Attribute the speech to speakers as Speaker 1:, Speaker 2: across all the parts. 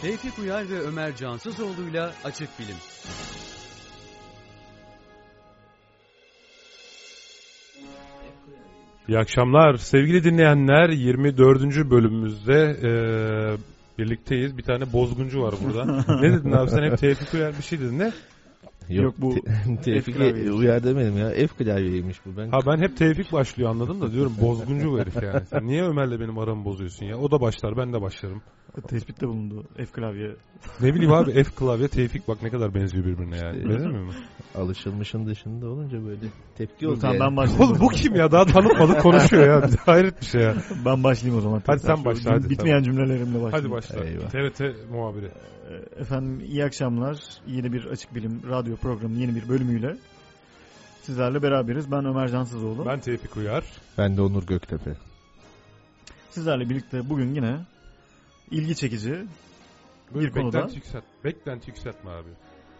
Speaker 1: Tevfik Uyar ve Ömer Cansızoğlu'yla Açık Bilim.
Speaker 2: İyi akşamlar sevgili dinleyenler 24. bölümümüzde e, birlikteyiz. Bir tane bozguncu var burada. ne dedin abi sen hep Tevfik Uyar bir şey dedin ne?
Speaker 3: Yok,
Speaker 4: Yok, bu
Speaker 3: bu klavyesi.
Speaker 4: Tevfik'e uyar demedim ya. F klavyeymiş bu. Ben
Speaker 2: Ha ben hep Tevfik başlıyor anladım da diyorum bozguncu bu herif yani. Sen niye Ömer'le benim aramı bozuyorsun ya? O da başlar ben de başlarım.
Speaker 4: tespitte bulundu. F klavye.
Speaker 2: Ne bileyim abi F klavye Tevfik bak ne kadar benziyor birbirine yani.
Speaker 4: İşte-
Speaker 2: Benzemiyor mu?
Speaker 4: Alışılmışın dışında olunca böyle tepki oldu.
Speaker 3: Tamam
Speaker 4: yani.
Speaker 3: ben başlayayım.
Speaker 2: Oğlum bu kim ya? Daha tanıtmadık konuşuyor ya. Hayret bir şey ya.
Speaker 3: Ben başlayayım o zaman.
Speaker 2: Hadi
Speaker 3: Tekrar
Speaker 2: sen
Speaker 3: şu
Speaker 2: başla, hadi
Speaker 3: Bitmeyen cümlelerimle başlayayım.
Speaker 2: Hadi başla.
Speaker 4: Eyvah.
Speaker 2: TRT muhabiri.
Speaker 3: Ee, Efendim iyi akşamlar. Yeni bir Açık Bilim radyo programının yeni bir bölümüyle sizlerle beraberiz. Ben Ömer Cansızoğlu.
Speaker 2: Ben Tevfik Uyar.
Speaker 4: Ben de Onur Göktepe.
Speaker 3: Sizlerle birlikte bugün yine ilgi çekici
Speaker 2: Böyle
Speaker 3: Bir konuda-
Speaker 2: beklenti, yükselt, beklenti yükseltme abi.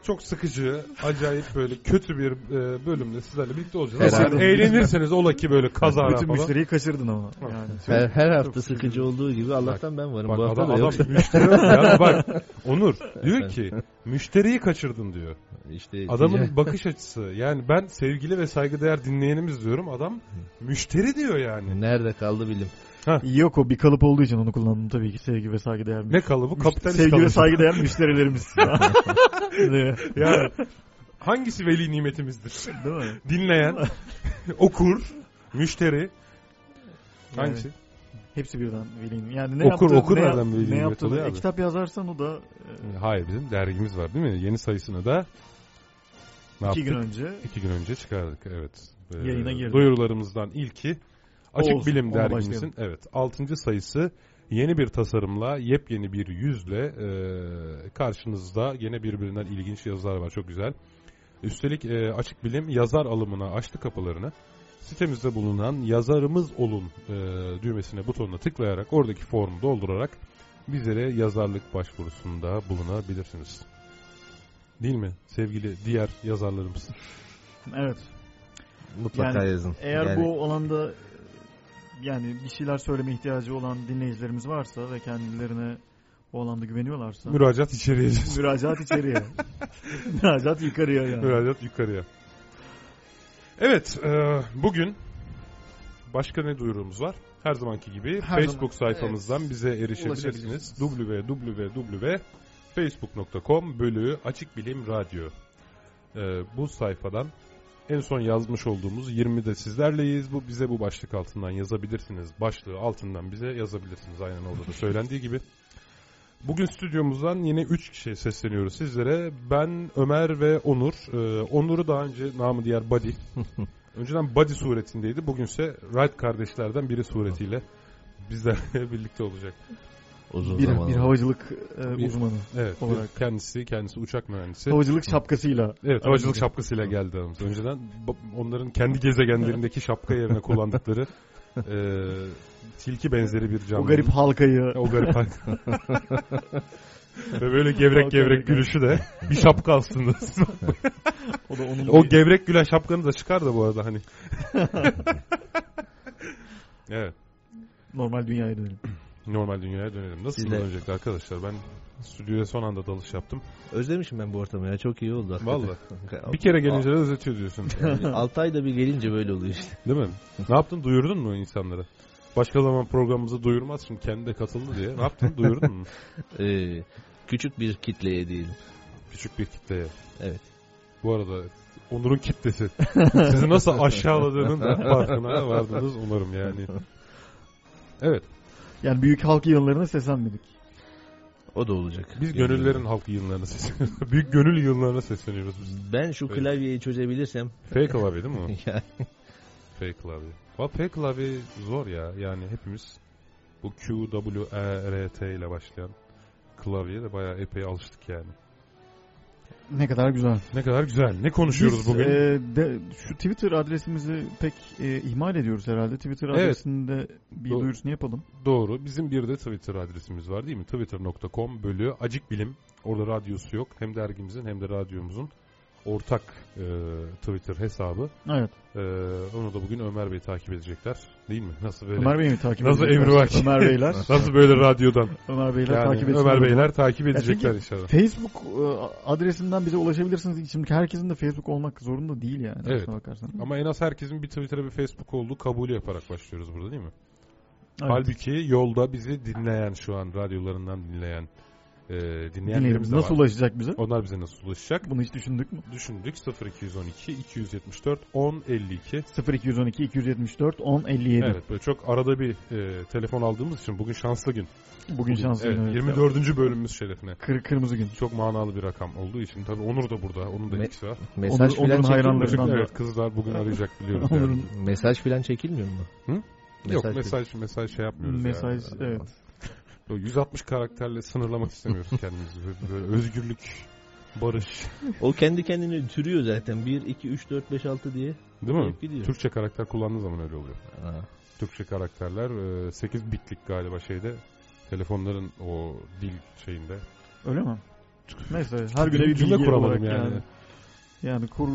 Speaker 2: Çok sıkıcı, acayip böyle kötü bir e, bölümde sizlerle birlikte olacağız.
Speaker 4: Herhalde.
Speaker 2: Ama eğlenirseniz ola ki böyle kazara
Speaker 3: bütün
Speaker 2: falan.
Speaker 3: müşteriyi kaçırdın ama.
Speaker 2: Bak.
Speaker 3: Yani.
Speaker 4: Her, her hafta
Speaker 3: çok
Speaker 4: sıkıcı olduğu gibi Allah'tan ben varım.
Speaker 2: Bak
Speaker 4: bu hafta
Speaker 2: adam,
Speaker 4: da
Speaker 2: adam
Speaker 4: yok.
Speaker 2: müşteri yok ya. Bak Onur diyor ki müşteriyi kaçırdın diyor.
Speaker 3: E,
Speaker 4: İşte
Speaker 2: Adamın bakış açısı yani ben sevgili ve saygıdeğer dinleyenimiz diyorum adam müşteri diyor yani.
Speaker 4: nerede kaldı bilim.
Speaker 3: Yok o bir kalıp olduğu için onu kullandım tabii ki sevgi ve saygı değer
Speaker 2: Ne kalıbı kapitalist
Speaker 3: Sevgi ve
Speaker 2: kalıbı.
Speaker 3: saygı değer müşterilerimiz. Değil
Speaker 2: Yani hangisi veli nimetimizdir?
Speaker 3: mi?
Speaker 2: Dinleyen, okur, müşteri.
Speaker 3: Yani-
Speaker 2: Hangisi?
Speaker 3: Hepsi birden veliyim. Yani ne
Speaker 2: Okur,
Speaker 3: yaptığı,
Speaker 2: okur
Speaker 3: ne,
Speaker 2: nereden
Speaker 3: yap-
Speaker 2: veliyim
Speaker 3: ne yaptığı,
Speaker 2: oluyor
Speaker 3: e,
Speaker 2: abi?
Speaker 3: kitap yazarsan o da e,
Speaker 2: Hayır bizim dergimiz var değil mi? Yeni sayısını da ne
Speaker 3: iki
Speaker 2: yaptık?
Speaker 3: gün önce
Speaker 2: İki gün önce çıkardık evet. Ee,
Speaker 3: Yayına girdi.
Speaker 2: Duyurularımızdan ilki Açık
Speaker 3: Olsun,
Speaker 2: Bilim
Speaker 3: ona
Speaker 2: dergimizin
Speaker 3: başlayalım.
Speaker 2: evet 6. sayısı yeni bir tasarımla yepyeni bir yüzle e, karşınızda yine birbirinden ilginç yazılar var çok güzel. Üstelik e, Açık Bilim yazar alımına açtı kapılarını. Sitemizde bulunan yazarımız olun e, düğmesine butonuna tıklayarak oradaki formu doldurarak bizlere yazarlık başvurusunda bulunabilirsiniz. Değil mi sevgili diğer yazarlarımız?
Speaker 3: evet
Speaker 4: Mutlaka
Speaker 3: Yani
Speaker 4: yazın.
Speaker 3: eğer
Speaker 4: Yani
Speaker 3: bu alanda e, yani bir şeyler söyleme ihtiyacı olan dinleyicilerimiz varsa ve kendilerine o alanda güveniyorlarsa
Speaker 2: Müracaat içeriye.
Speaker 3: müracaat içeriye. müracaat yukarıya yani.
Speaker 2: Müracaat yukarıya. Evet, e, bugün başka ne duyurumuz var? Her zamanki gibi
Speaker 4: Her
Speaker 2: Facebook sayfamızdan bize erişebilirsiniz. www.facebook.com bölü Açık Bilim Radyo. E, bu sayfadan en son yazmış olduğumuz 20'de sizlerleyiz. Bu bize bu başlık altından yazabilirsiniz. Başlığı altından bize yazabilirsiniz. Aynen orada da söylendiği gibi. Bugün stüdyomuzdan yine 3 kişiye sesleniyoruz sizlere. Ben, Ömer ve Onur. Ee, Onur'u daha önce namı diğer Buddy. Önceden Buddy suretindeydi. Bugünse Wright kardeşlerden biri suretiyle bizlerle birlikte olacak.
Speaker 4: uzun
Speaker 3: Bir,
Speaker 4: zaman
Speaker 3: bir
Speaker 4: oldu.
Speaker 3: havacılık e,
Speaker 2: Bir-
Speaker 3: uzmanı.
Speaker 2: Evet.
Speaker 3: Olarak.
Speaker 2: Kendisi, kendisi uçak mühendisi.
Speaker 3: Havacılık şapkasıyla
Speaker 2: Evet, havacılık şapkasıyla geldi aramıza. Önceden ba- onların kendi gezegenlerindeki şapka yerine kullandıkları e, tilki benzeri bir canlı.
Speaker 3: o garip halkayı
Speaker 2: O garip hal- Ve böyle gevrek gevrek gülüşü de bir şapka aslında.
Speaker 3: o da onun
Speaker 2: o gevrek gülen şapkanı da çıkar da bu arada hani. evet.
Speaker 3: normal dünyaya dönelim.
Speaker 2: Normal dünyaya dönelim. Nasıl
Speaker 4: Sizler-
Speaker 2: dönecek arkadaşlar? Ben stüdyoya son anda dalış yaptım.
Speaker 4: Özlemişim ben bu ortamı ya. Çok iyi oldu. hakikaten.
Speaker 2: Vallahi. Bir kere gelince de özetiyor diyorsun.
Speaker 4: Yani altı ayda bir gelince böyle oluyor işte.
Speaker 2: Değil mi? Ne yaptın? Duyurdun mu insanlara? Başka zaman programımızı duyurmaz şimdi kendi de katıldı diye. Ne yaptın? Duyurdun mu?
Speaker 4: Ee, küçük bir kitleye değil.
Speaker 2: Küçük bir kitleye.
Speaker 4: Evet.
Speaker 2: Bu arada Onur'un kitlesi. Sizi nasıl aşağıladığının da farkına vardınız umarım yani. Evet.
Speaker 3: Yani büyük halk yığınlarına seslenmedik.
Speaker 4: O da olacak.
Speaker 2: Biz
Speaker 4: Bilmiyorum.
Speaker 2: gönüllerin halk yığınlarına sesleniyoruz. Büyük gönül yığınlarına sesleniyoruz biz.
Speaker 4: Ben şu
Speaker 2: Öyle.
Speaker 4: klavyeyi çözebilirsem
Speaker 2: F klavye değil mi o?
Speaker 4: yani
Speaker 2: F klavye. Va F klavye zor ya. Yani hepimiz bu Q, W, E, R, T ile başlayan klavyeye de bayağı epey alıştık yani.
Speaker 3: Ne kadar güzel.
Speaker 2: Ne kadar güzel. Ne konuşuyoruz
Speaker 3: Biz,
Speaker 2: bugün?
Speaker 3: e, de, şu Twitter adresimizi pek e, ihmal ediyoruz herhalde. Twitter
Speaker 2: Evet.
Speaker 3: adresinde bir
Speaker 2: Doğru.
Speaker 3: duyurusunu yapalım.
Speaker 2: Doğru. Bizim bir de Twitter adresimiz var değil mi? Twitter.com bölü Acık Bilim. Orada radyosu yok. Hem dergimizin hem de radyomuzun. ortak e, Twitter hesabı.
Speaker 3: Evet.
Speaker 2: E, onu da bugün Ömer Bey takip edecekler. Değil mi? Nasıl böyle?
Speaker 3: Ömer Bey'i mi takip
Speaker 2: Nasıl
Speaker 3: edecekler?
Speaker 2: emrivaki?
Speaker 3: Ömer Beyler.
Speaker 2: Nasıl böyle radyodan?
Speaker 3: Ömer Beyler
Speaker 2: Yani
Speaker 3: takip edecekler.
Speaker 2: Ömer Beyler
Speaker 3: E,
Speaker 2: takip edecekler
Speaker 3: çünkü-
Speaker 2: inşallah.
Speaker 3: Facebook e, adresinden bize ulaşabilirsiniz. Şimdi herkesin de Facebook olmak zorunda değil yani.
Speaker 2: Evet.
Speaker 3: aslına bakarsan.
Speaker 2: Ama en az herkesin bir Twitter'a bir Facebook olduğu kabul yaparak başlıyoruz burada değil mi?
Speaker 3: Evet.
Speaker 2: Halbuki yolda bizi dinleyen şu an radyolarından dinleyen e, dinleyenlerimiz
Speaker 3: Dinleyicimiz
Speaker 2: de
Speaker 3: nasıl
Speaker 2: var.
Speaker 3: ulaşacak bize?
Speaker 2: Onlar bize nasıl ulaşacak?
Speaker 3: Bunu hiç düşündük mü?
Speaker 2: Düşündük 0212 274 1052.
Speaker 3: 0212 274 1057.
Speaker 2: Evet böyle çok arada bir e, telefon aldığımız için bugün şanslı gün.
Speaker 3: Bugün şanslı
Speaker 2: Evet,
Speaker 3: gün. evet.
Speaker 2: 24. bölümümüz şerefine.
Speaker 3: Kır, kırmızı gün.
Speaker 2: Çok manalı bir rakam olduğu için tabii Onur da burada. Onun da
Speaker 4: Me-
Speaker 2: etkisi var.
Speaker 4: Mesaj
Speaker 3: Onur-
Speaker 4: filan
Speaker 3: Onur'un
Speaker 4: çekilmiyor
Speaker 3: hayranlarından
Speaker 4: mu?
Speaker 3: da-
Speaker 2: Evet kızlar bugün arayacak biliyoruz. yani.
Speaker 3: Onur'un
Speaker 4: Mesaj filan çekilmiyor mu?
Speaker 2: Hı? Yok
Speaker 4: filan-
Speaker 2: mesaj mesaj şey yapmıyoruz
Speaker 3: mesaj
Speaker 2: ya.
Speaker 3: evet.
Speaker 2: Böyle 160 karakterle sınırlamak istemiyoruz kendimizi. Böyle, böyle özgürlük, barış.
Speaker 4: O kendi kendini türüyor zaten. 1, 2, 3, 4, 5, 6 diye.
Speaker 2: Değil mi?
Speaker 4: Türk gidiyor.
Speaker 2: Türkçe karakter kullandığı zaman öyle oluyor.
Speaker 4: Aa,
Speaker 2: Türkçe karakterler 8 bitlik galiba şeyde. Telefonların o dil şeyinde.
Speaker 3: Öyle mi? Neyse her güne bir bilgi
Speaker 2: Cümle kuramadım
Speaker 3: olarak
Speaker 2: yani.
Speaker 3: yani. yani. kur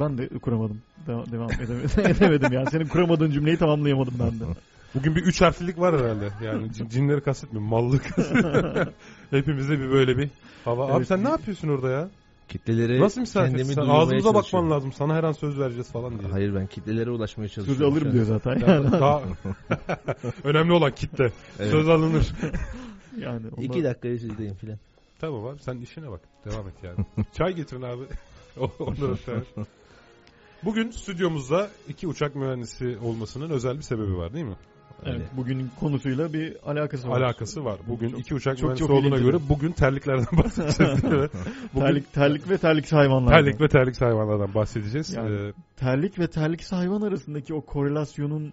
Speaker 3: ben de kuramadım. De- devam edemedim. edemedim yani. Senin kuramadığın cümleyi tamamlayamadım ben de.
Speaker 2: Bugün bir üç harflilik var herhalde. Yani cin- cinleri kastetmiyorum. Mallık. Hepimizde bir böyle bir hava. Abi
Speaker 3: Evet.
Speaker 2: sen ne yapıyorsun orada ya?
Speaker 4: Kitlelere
Speaker 2: Nasıl misafir?
Speaker 4: E, kendimi
Speaker 2: Sen
Speaker 4: duyurmaya
Speaker 2: ağzımıza bakman
Speaker 4: çalışıyorum.
Speaker 2: lazım. Sana her an söz vereceğiz falan diye.
Speaker 4: Hayır ben kitlelere ulaşmaya çalışıyorum.
Speaker 3: Söz
Speaker 4: şu
Speaker 3: alırım
Speaker 4: an.
Speaker 3: diyor zaten. Yani,
Speaker 2: Ya, daha önemli olan kitle.
Speaker 4: Evet.
Speaker 2: Söz alınır.
Speaker 3: yani onda-
Speaker 4: İki dakikaya sizdeyim filan.
Speaker 2: Tamam abi sen işine bak. Devam et yani. Çay getirin abi. O- Onları sever. Bugün stüdyomuzda iki uçak mühendisi olmasının özel bir sebebi var değil mi?
Speaker 3: Evet, bugünün konusuyla bir alakası var.
Speaker 2: Alakası var. Bugün
Speaker 3: Çok-
Speaker 2: iki uçak
Speaker 3: çok-
Speaker 2: mühendisi
Speaker 3: çok
Speaker 2: olduğuna
Speaker 3: ilgili.
Speaker 2: göre bugün terliklerden bahsedeceğiz. değil mi? bugün
Speaker 3: terlik, terlik ve terliksiz hayvanlar.
Speaker 2: terlik ve terlik hayvanlardan bahsedeceğiz.
Speaker 3: Yani.
Speaker 2: Ee,
Speaker 3: terlik ve terliksiz hayvan arasındaki o korelasyonun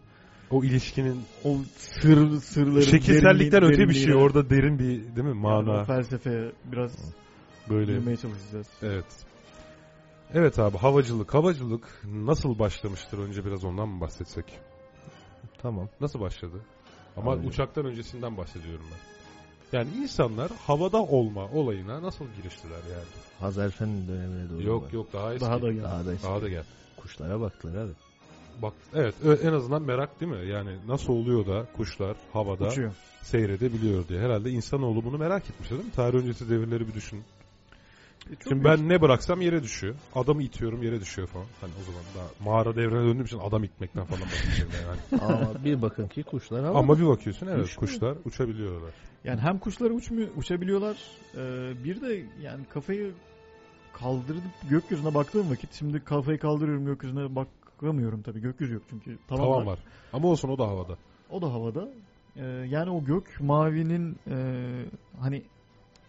Speaker 2: o ilişkinin
Speaker 3: o sır sırları
Speaker 2: şekilsellikten
Speaker 3: derinliği-
Speaker 2: öte bir
Speaker 3: derinliği-
Speaker 2: şey. Orada derin bir değil mi
Speaker 3: Yani o
Speaker 2: mana
Speaker 3: felsefeye biraz
Speaker 2: böyle.
Speaker 3: girmeye çalışacağız.
Speaker 2: Evet. Evet abi havacılık, havacılık nasıl başlamıştır önce biraz ondan mı bahsetsek?
Speaker 4: Tamam.
Speaker 2: Nasıl başladı? Ama
Speaker 4: Havacılık.
Speaker 2: uçaktan öncesinden bahsediyorum ben. Yani insanlar havada olma olayına nasıl giriştiler yani?
Speaker 4: Hazarfen dönemine doğru.
Speaker 2: Yok
Speaker 4: bak.
Speaker 2: yok daha eski.
Speaker 3: Daha da gel.
Speaker 4: Daha da eski.
Speaker 2: Daha da gel.
Speaker 4: Kuşlara baktılar abi.
Speaker 2: Bak evet ö- en azından merak değil mi? Yani nasıl oluyor da kuşlar havada
Speaker 3: Uçuyor.
Speaker 2: seyredebiliyor diye. Herhalde insanoğlu bunu merak etmiş değil mi? Tarih öncesi devirleri bir düşün.
Speaker 3: E, çok
Speaker 2: Şimdi ben ne bıraksam yere düşüyor. Adamı itiyorum yere düşüyor falan. Hani o zaman daha mağara devrine döndüğüm için adam itmekten falan bahsediyorum yani.
Speaker 4: Ama bir bakın ki kuşlar havada.
Speaker 2: Ama bir bakıyorsun evet
Speaker 4: Uçmuyor.
Speaker 2: kuşlar uçabiliyorlar.
Speaker 3: Yani hem kuşlar uçmuyor, uçabiliyorlar. e, bir de yani kafayı kaldırıp gökyüzüne baktığım vakit şimdi kafayı kaldırıyorum gökyüzüne bakamıyorum tabii. Gökyüzü yok çünkü tavan,
Speaker 2: Tamam
Speaker 3: var.
Speaker 2: var. Ama olsun o da havada.
Speaker 3: O da havada. E, yani o gök mavinin e, hani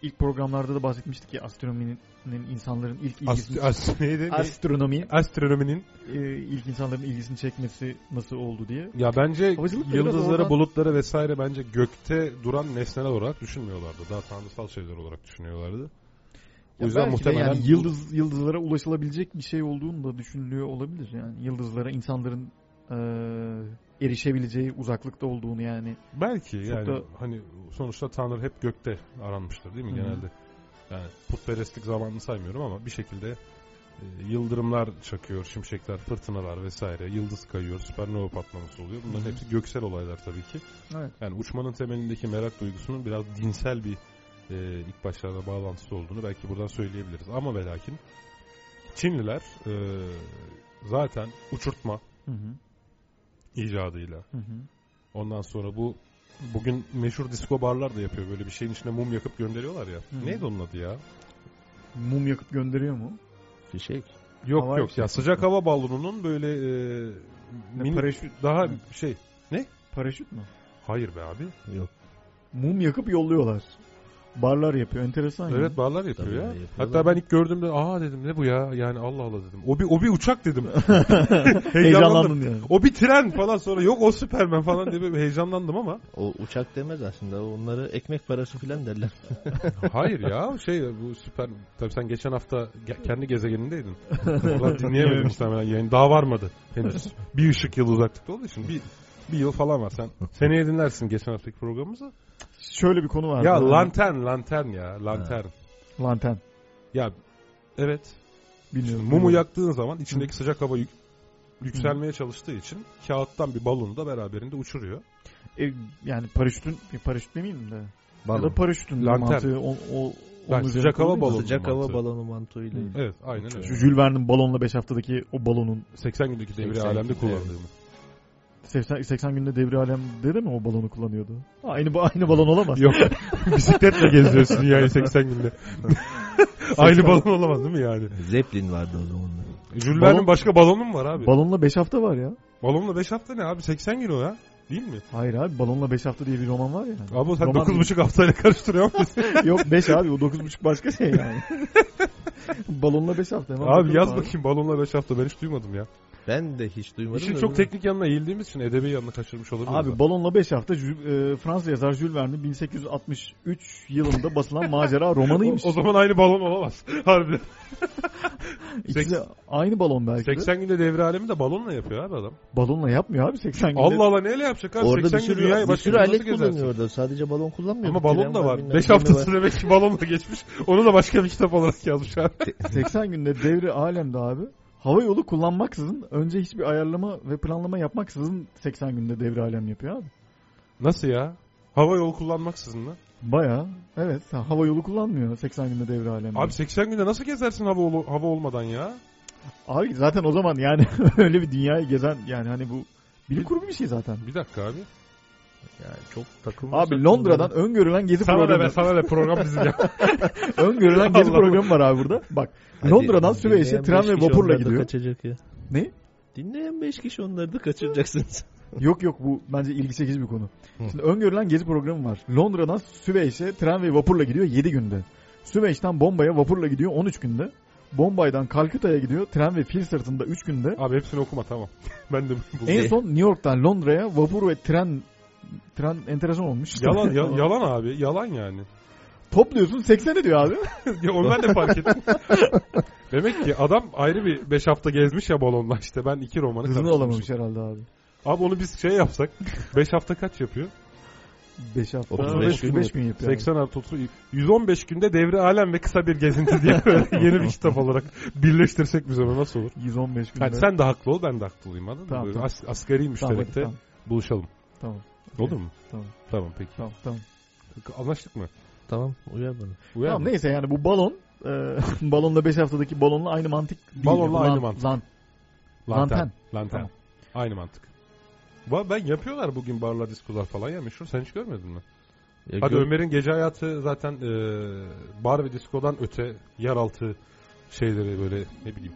Speaker 3: ilk programlarda da bahsetmiştik ya astronominin insanların ilk
Speaker 2: Ast-
Speaker 3: ilgisini
Speaker 2: ast- neydi? Ne?
Speaker 3: astronomi
Speaker 2: Astronominin
Speaker 3: e, ilk insanların ilgisini çekmesi nasıl oldu diye.
Speaker 2: ya bence
Speaker 3: Havacılık da biraz
Speaker 2: yıldızlara,
Speaker 3: oradan-
Speaker 2: bulutlara vesaire bence gökte duran nesneler olarak düşünmüyorlardı. Daha tanrısal şeyler olarak düşünüyorlardı. O
Speaker 3: Ya
Speaker 2: yüzden
Speaker 3: belki de
Speaker 2: muhtemelen
Speaker 3: yani yıldız yıldızlara ulaşılabilecek bir şey olduğunu da düşünülüyor olabilir yani yıldızlara insanların eee, erişebileceği uzaklıkta olduğunu yani
Speaker 2: belki
Speaker 3: Çok
Speaker 2: yani
Speaker 3: da-
Speaker 2: hani sonuçta tanrı hep gökte aranmıştır değil mi
Speaker 3: Hı hı.
Speaker 2: genelde? Yani putperestlik zamanını saymıyorum ama bir şekilde e, yıldırımlar çakıyor, şimşekler, fırtınalar vesaire, yıldız kayıyor, süpernova patlaması oluyor. Bunların
Speaker 3: Hı hı.
Speaker 2: hepsi göksel olaylar tabii ki.
Speaker 3: Evet.
Speaker 2: Yani uçmanın temelindeki merak duygusunun biraz dinsel bir e, ilk başlarda bağlantısı olduğunu belki buradan söyleyebiliriz. Ama ve lakin Çinliler e, zaten uçurtma
Speaker 3: hı hı,
Speaker 2: icadıyla
Speaker 3: hı hı.
Speaker 2: ondan sonra bu bugün meşhur disko barlar da yapıyor böyle bir şeyin içine mum yakıp gönderiyorlar ya.
Speaker 3: hı.
Speaker 2: Neydi onun adı ya?
Speaker 3: mum yakıp gönderiyor mu?
Speaker 4: Fişek.
Speaker 2: Yok
Speaker 3: Hava
Speaker 2: yok ya sıcak hava balonunun böyle e,
Speaker 3: Ne,
Speaker 2: mini-
Speaker 3: paraşüt
Speaker 2: daha
Speaker 3: Hı.
Speaker 2: şey
Speaker 3: paraşüt mü?
Speaker 2: hayır be abi.
Speaker 4: Yok.
Speaker 3: Mum yakıp yolluyorlar. Barlar yapıyor. Enteresan. ya.
Speaker 2: Evet barlar yapıyor
Speaker 4: Tabii
Speaker 2: ya.
Speaker 4: yapıyorlar.
Speaker 2: Hatta ben ilk gördüğümde aa dedim ne bu ya? Yani Allah Allah dedim. O bir o bir uçak dedim.
Speaker 3: Heyecanlandın yani.
Speaker 2: O bir tren falan sonra yok o Superman falan diye böyle heyecanlandım ama
Speaker 4: O uçak demez aslında. Onlara ekmek parası filan derler.
Speaker 2: hayır ya şey bu süper tabii sen geçen hafta ge- kendi gezegenindeydin. Oradan dinleyemedim
Speaker 3: Dinleyemedim.
Speaker 2: muhtemelen yayın. Daha varmadı henüz. Bir ışık yılı uzaklıkta olduğu için bir, bir yıl falan var sen. Seneye dinlersin geçen haftaki programımızı.
Speaker 3: Şöyle bir konu var.
Speaker 2: Ya lantern lantern ya lantern.
Speaker 3: Lantern.
Speaker 2: Ya evet
Speaker 3: Bilmiyorum.
Speaker 2: Mumu yaktığın zaman içindeki sıcak hava yük- yükselmeye çalıştığı için kağıttan bir balonu da beraberinde uçuruyor.
Speaker 3: E, yani paraşütün, bir paraşüt demeyeyim de. Ya da
Speaker 4: Balon.
Speaker 3: paraşütün
Speaker 2: Lantern.
Speaker 3: mantığı. O, o,
Speaker 2: Yani
Speaker 3: onun
Speaker 2: sıcak
Speaker 3: üzerine
Speaker 2: hava
Speaker 3: kuruluyor.
Speaker 2: balonu
Speaker 4: Sıcak
Speaker 2: mantığı.
Speaker 4: hava balonu mantığıyla.
Speaker 3: Hı.
Speaker 2: Evet aynen
Speaker 3: Şu
Speaker 2: öyle.
Speaker 3: Jules Verne'in balonla 5 haftadaki o balonun
Speaker 2: 80 gündeki devri
Speaker 4: 80
Speaker 2: alemde
Speaker 4: evet.
Speaker 2: kullandığımız.
Speaker 3: 80, 80 günde devri alemde de mi o balonu kullanıyordu? Aynı ba- aynı balon olamaz.
Speaker 2: Yok bisikletle geziyorsun yani 80 günde. Aynı balon olamaz değil mi yani?
Speaker 4: Zeppelin vardı o zamanlar.
Speaker 2: Jules
Speaker 3: Balon-
Speaker 2: Verne'in E, başka balonu mu var abi?
Speaker 3: Balonla 5 hafta var ya.
Speaker 2: Balonla 5 hafta ne abi? 80 gün o ya. Değil mi?
Speaker 3: Hayır abi balonla 5 hafta diye bir roman var ya.
Speaker 2: Abi sen
Speaker 3: Roman
Speaker 2: 9,5 haftayla karıştırıyor musun?
Speaker 3: Yok 5 abi o 9,5 başka şey yani. balonla 5 hafta. hemen
Speaker 2: abi yaz
Speaker 3: bakalım
Speaker 2: bakayım balonla 5 hafta ben hiç duymadım ya.
Speaker 4: Ben de hiç duymadım.
Speaker 2: İşin
Speaker 4: da
Speaker 2: çok
Speaker 4: bunu-
Speaker 2: teknik yanına eğildiğimiz için edebi yanını kaçırmış olabiliriz.
Speaker 3: Abi balonla 5 hafta Jü- e, Fransız yazar Jules Verne'in 1863 yılında basılan macera romanıymış.
Speaker 2: O, o zaman aynı balon olamaz. Harbiden.
Speaker 3: İkisi de aynı balon belki de.
Speaker 2: 80 günde devre alemi de balonla yapıyor abi adam.
Speaker 3: Balonla yapmıyor abi 80 günde.
Speaker 2: Allah Allah neyle yapacak abi?
Speaker 4: Orada
Speaker 2: 80
Speaker 4: bir sürü,
Speaker 2: gün dünyayı
Speaker 4: bir
Speaker 2: başka
Speaker 4: sürü
Speaker 2: türlü nasıl
Speaker 4: alet
Speaker 2: gezersin?
Speaker 4: kullanıyor orada. Sadece balon kullanmıyor.
Speaker 2: Ama
Speaker 4: Bir
Speaker 2: balon
Speaker 4: tren
Speaker 2: da var.
Speaker 4: bilmem
Speaker 2: 5
Speaker 4: ne
Speaker 2: haftası
Speaker 4: var.
Speaker 2: demek ki balonla geçmiş. Onu da başka bir kitap olarak yazmış abi.
Speaker 3: 80 günde devri alemde abi. Hava yolu kullanmaksızın önce hiçbir ayarlama ve planlama yapmaksızın 80 günde devri alem yapıyor abi.
Speaker 2: Nasıl ya? Hava yolu kullanmaksızın mı?
Speaker 3: Baya evet ha, hava yolu kullanmıyor 80 günde devri alemde.
Speaker 2: Abi 80 günde nasıl gezersin hava, olu- hava olmadan ya?
Speaker 3: Abi zaten o zaman yani öyle bir dünyayı gezen yani hani bu bilim kurgu bir şey zaten.
Speaker 2: Bir dakika abi.
Speaker 4: Yani çok takılmış.
Speaker 3: Abi Londra'dan öngörülen gezi
Speaker 2: şey. Sana da
Speaker 3: programı.
Speaker 2: ver sana da program bizim ya.
Speaker 3: öngörülen gezi
Speaker 2: Allah
Speaker 3: programı var abi burada. Bak Londra'dan Süveyş'e
Speaker 2: şey,
Speaker 4: dinleyen
Speaker 3: tren
Speaker 4: beş
Speaker 3: ve
Speaker 4: kişi
Speaker 3: vapurla
Speaker 4: onlarda
Speaker 3: gidiyor.
Speaker 4: Kaçacak ya.
Speaker 3: Ne?
Speaker 4: Dinleyen 5 kişi onları da kaçıracaksınız.
Speaker 3: Yok yok bu bence ilgi çekici bir konu.
Speaker 4: Hı.
Speaker 3: Şimdi öngörülen gezi programı var. Londra'dan Süveyş'e tren ve vapurla gidiyor 7 günde. Süveyş'ten Bombay'a vapurla gidiyor 13 günde. Bombay'dan Kalküta'ya gidiyor tren ve fil sırtında 3 günde.
Speaker 2: Abi hepsini okuma tamam. Ben de bu-
Speaker 3: En son New York'tan Londra'ya vapur ve tren tren enteresan olmuş.
Speaker 2: Yalan ya- yalan abi. Yalan yani.
Speaker 3: Topluyorsun 80 ediyor abi.
Speaker 2: ya onlar da fark ettim. Demek ki adam ayrı bir 5 hafta gezmiş ya balonla işte. Ben iki romanı
Speaker 3: Hızını
Speaker 2: karıştırmışım.
Speaker 3: alamamış herhalde abi.
Speaker 2: Abi onu biz şey yapsak 5 hafta kaç yapıyor?
Speaker 3: 5 hafta.
Speaker 4: 35
Speaker 3: 35 gün, gün yapıyor.
Speaker 2: 80 artı 30 115 günde devre alem ve kısa bir gezinti diye böyle yeni bir kitap olarak birleştirsek biz onu nasıl olur?
Speaker 3: 115 günde.
Speaker 2: Hani sen de haklı ol ben de haklı olayım anladın
Speaker 3: Tamam,
Speaker 2: mı? Böyle
Speaker 3: tamam.
Speaker 2: as- asgari
Speaker 3: tamam, hadi,
Speaker 2: müşterekte
Speaker 3: tamam,
Speaker 2: buluşalım.
Speaker 3: tamam,
Speaker 2: Olur mu?
Speaker 3: Tamam.
Speaker 2: Tamam peki.
Speaker 3: tamam, tamam.
Speaker 2: Anlaştık mı?
Speaker 4: tamam uyar bana.
Speaker 2: Uyar
Speaker 3: Tamam
Speaker 2: mı?
Speaker 3: neyse yani bu balon e, balonla 5 haftadaki balonla aynı mantık değil.
Speaker 2: Balonla
Speaker 3: Bu
Speaker 2: aynı mantık.
Speaker 3: Lan,
Speaker 2: Lantern.
Speaker 3: Lantern.
Speaker 2: Lantern.
Speaker 3: Tamam.
Speaker 2: Aynı mantık. Va- Ben yapıyorlar bugün barlar diskolar falan ya meşhur. Sen hiç görmedin mi?
Speaker 4: Ya
Speaker 2: Hadi
Speaker 4: gör-
Speaker 2: Ömer'in gece hayatı zaten eee, bar ve diskodan öte yeraltı şeyleri böyle ne bileyim.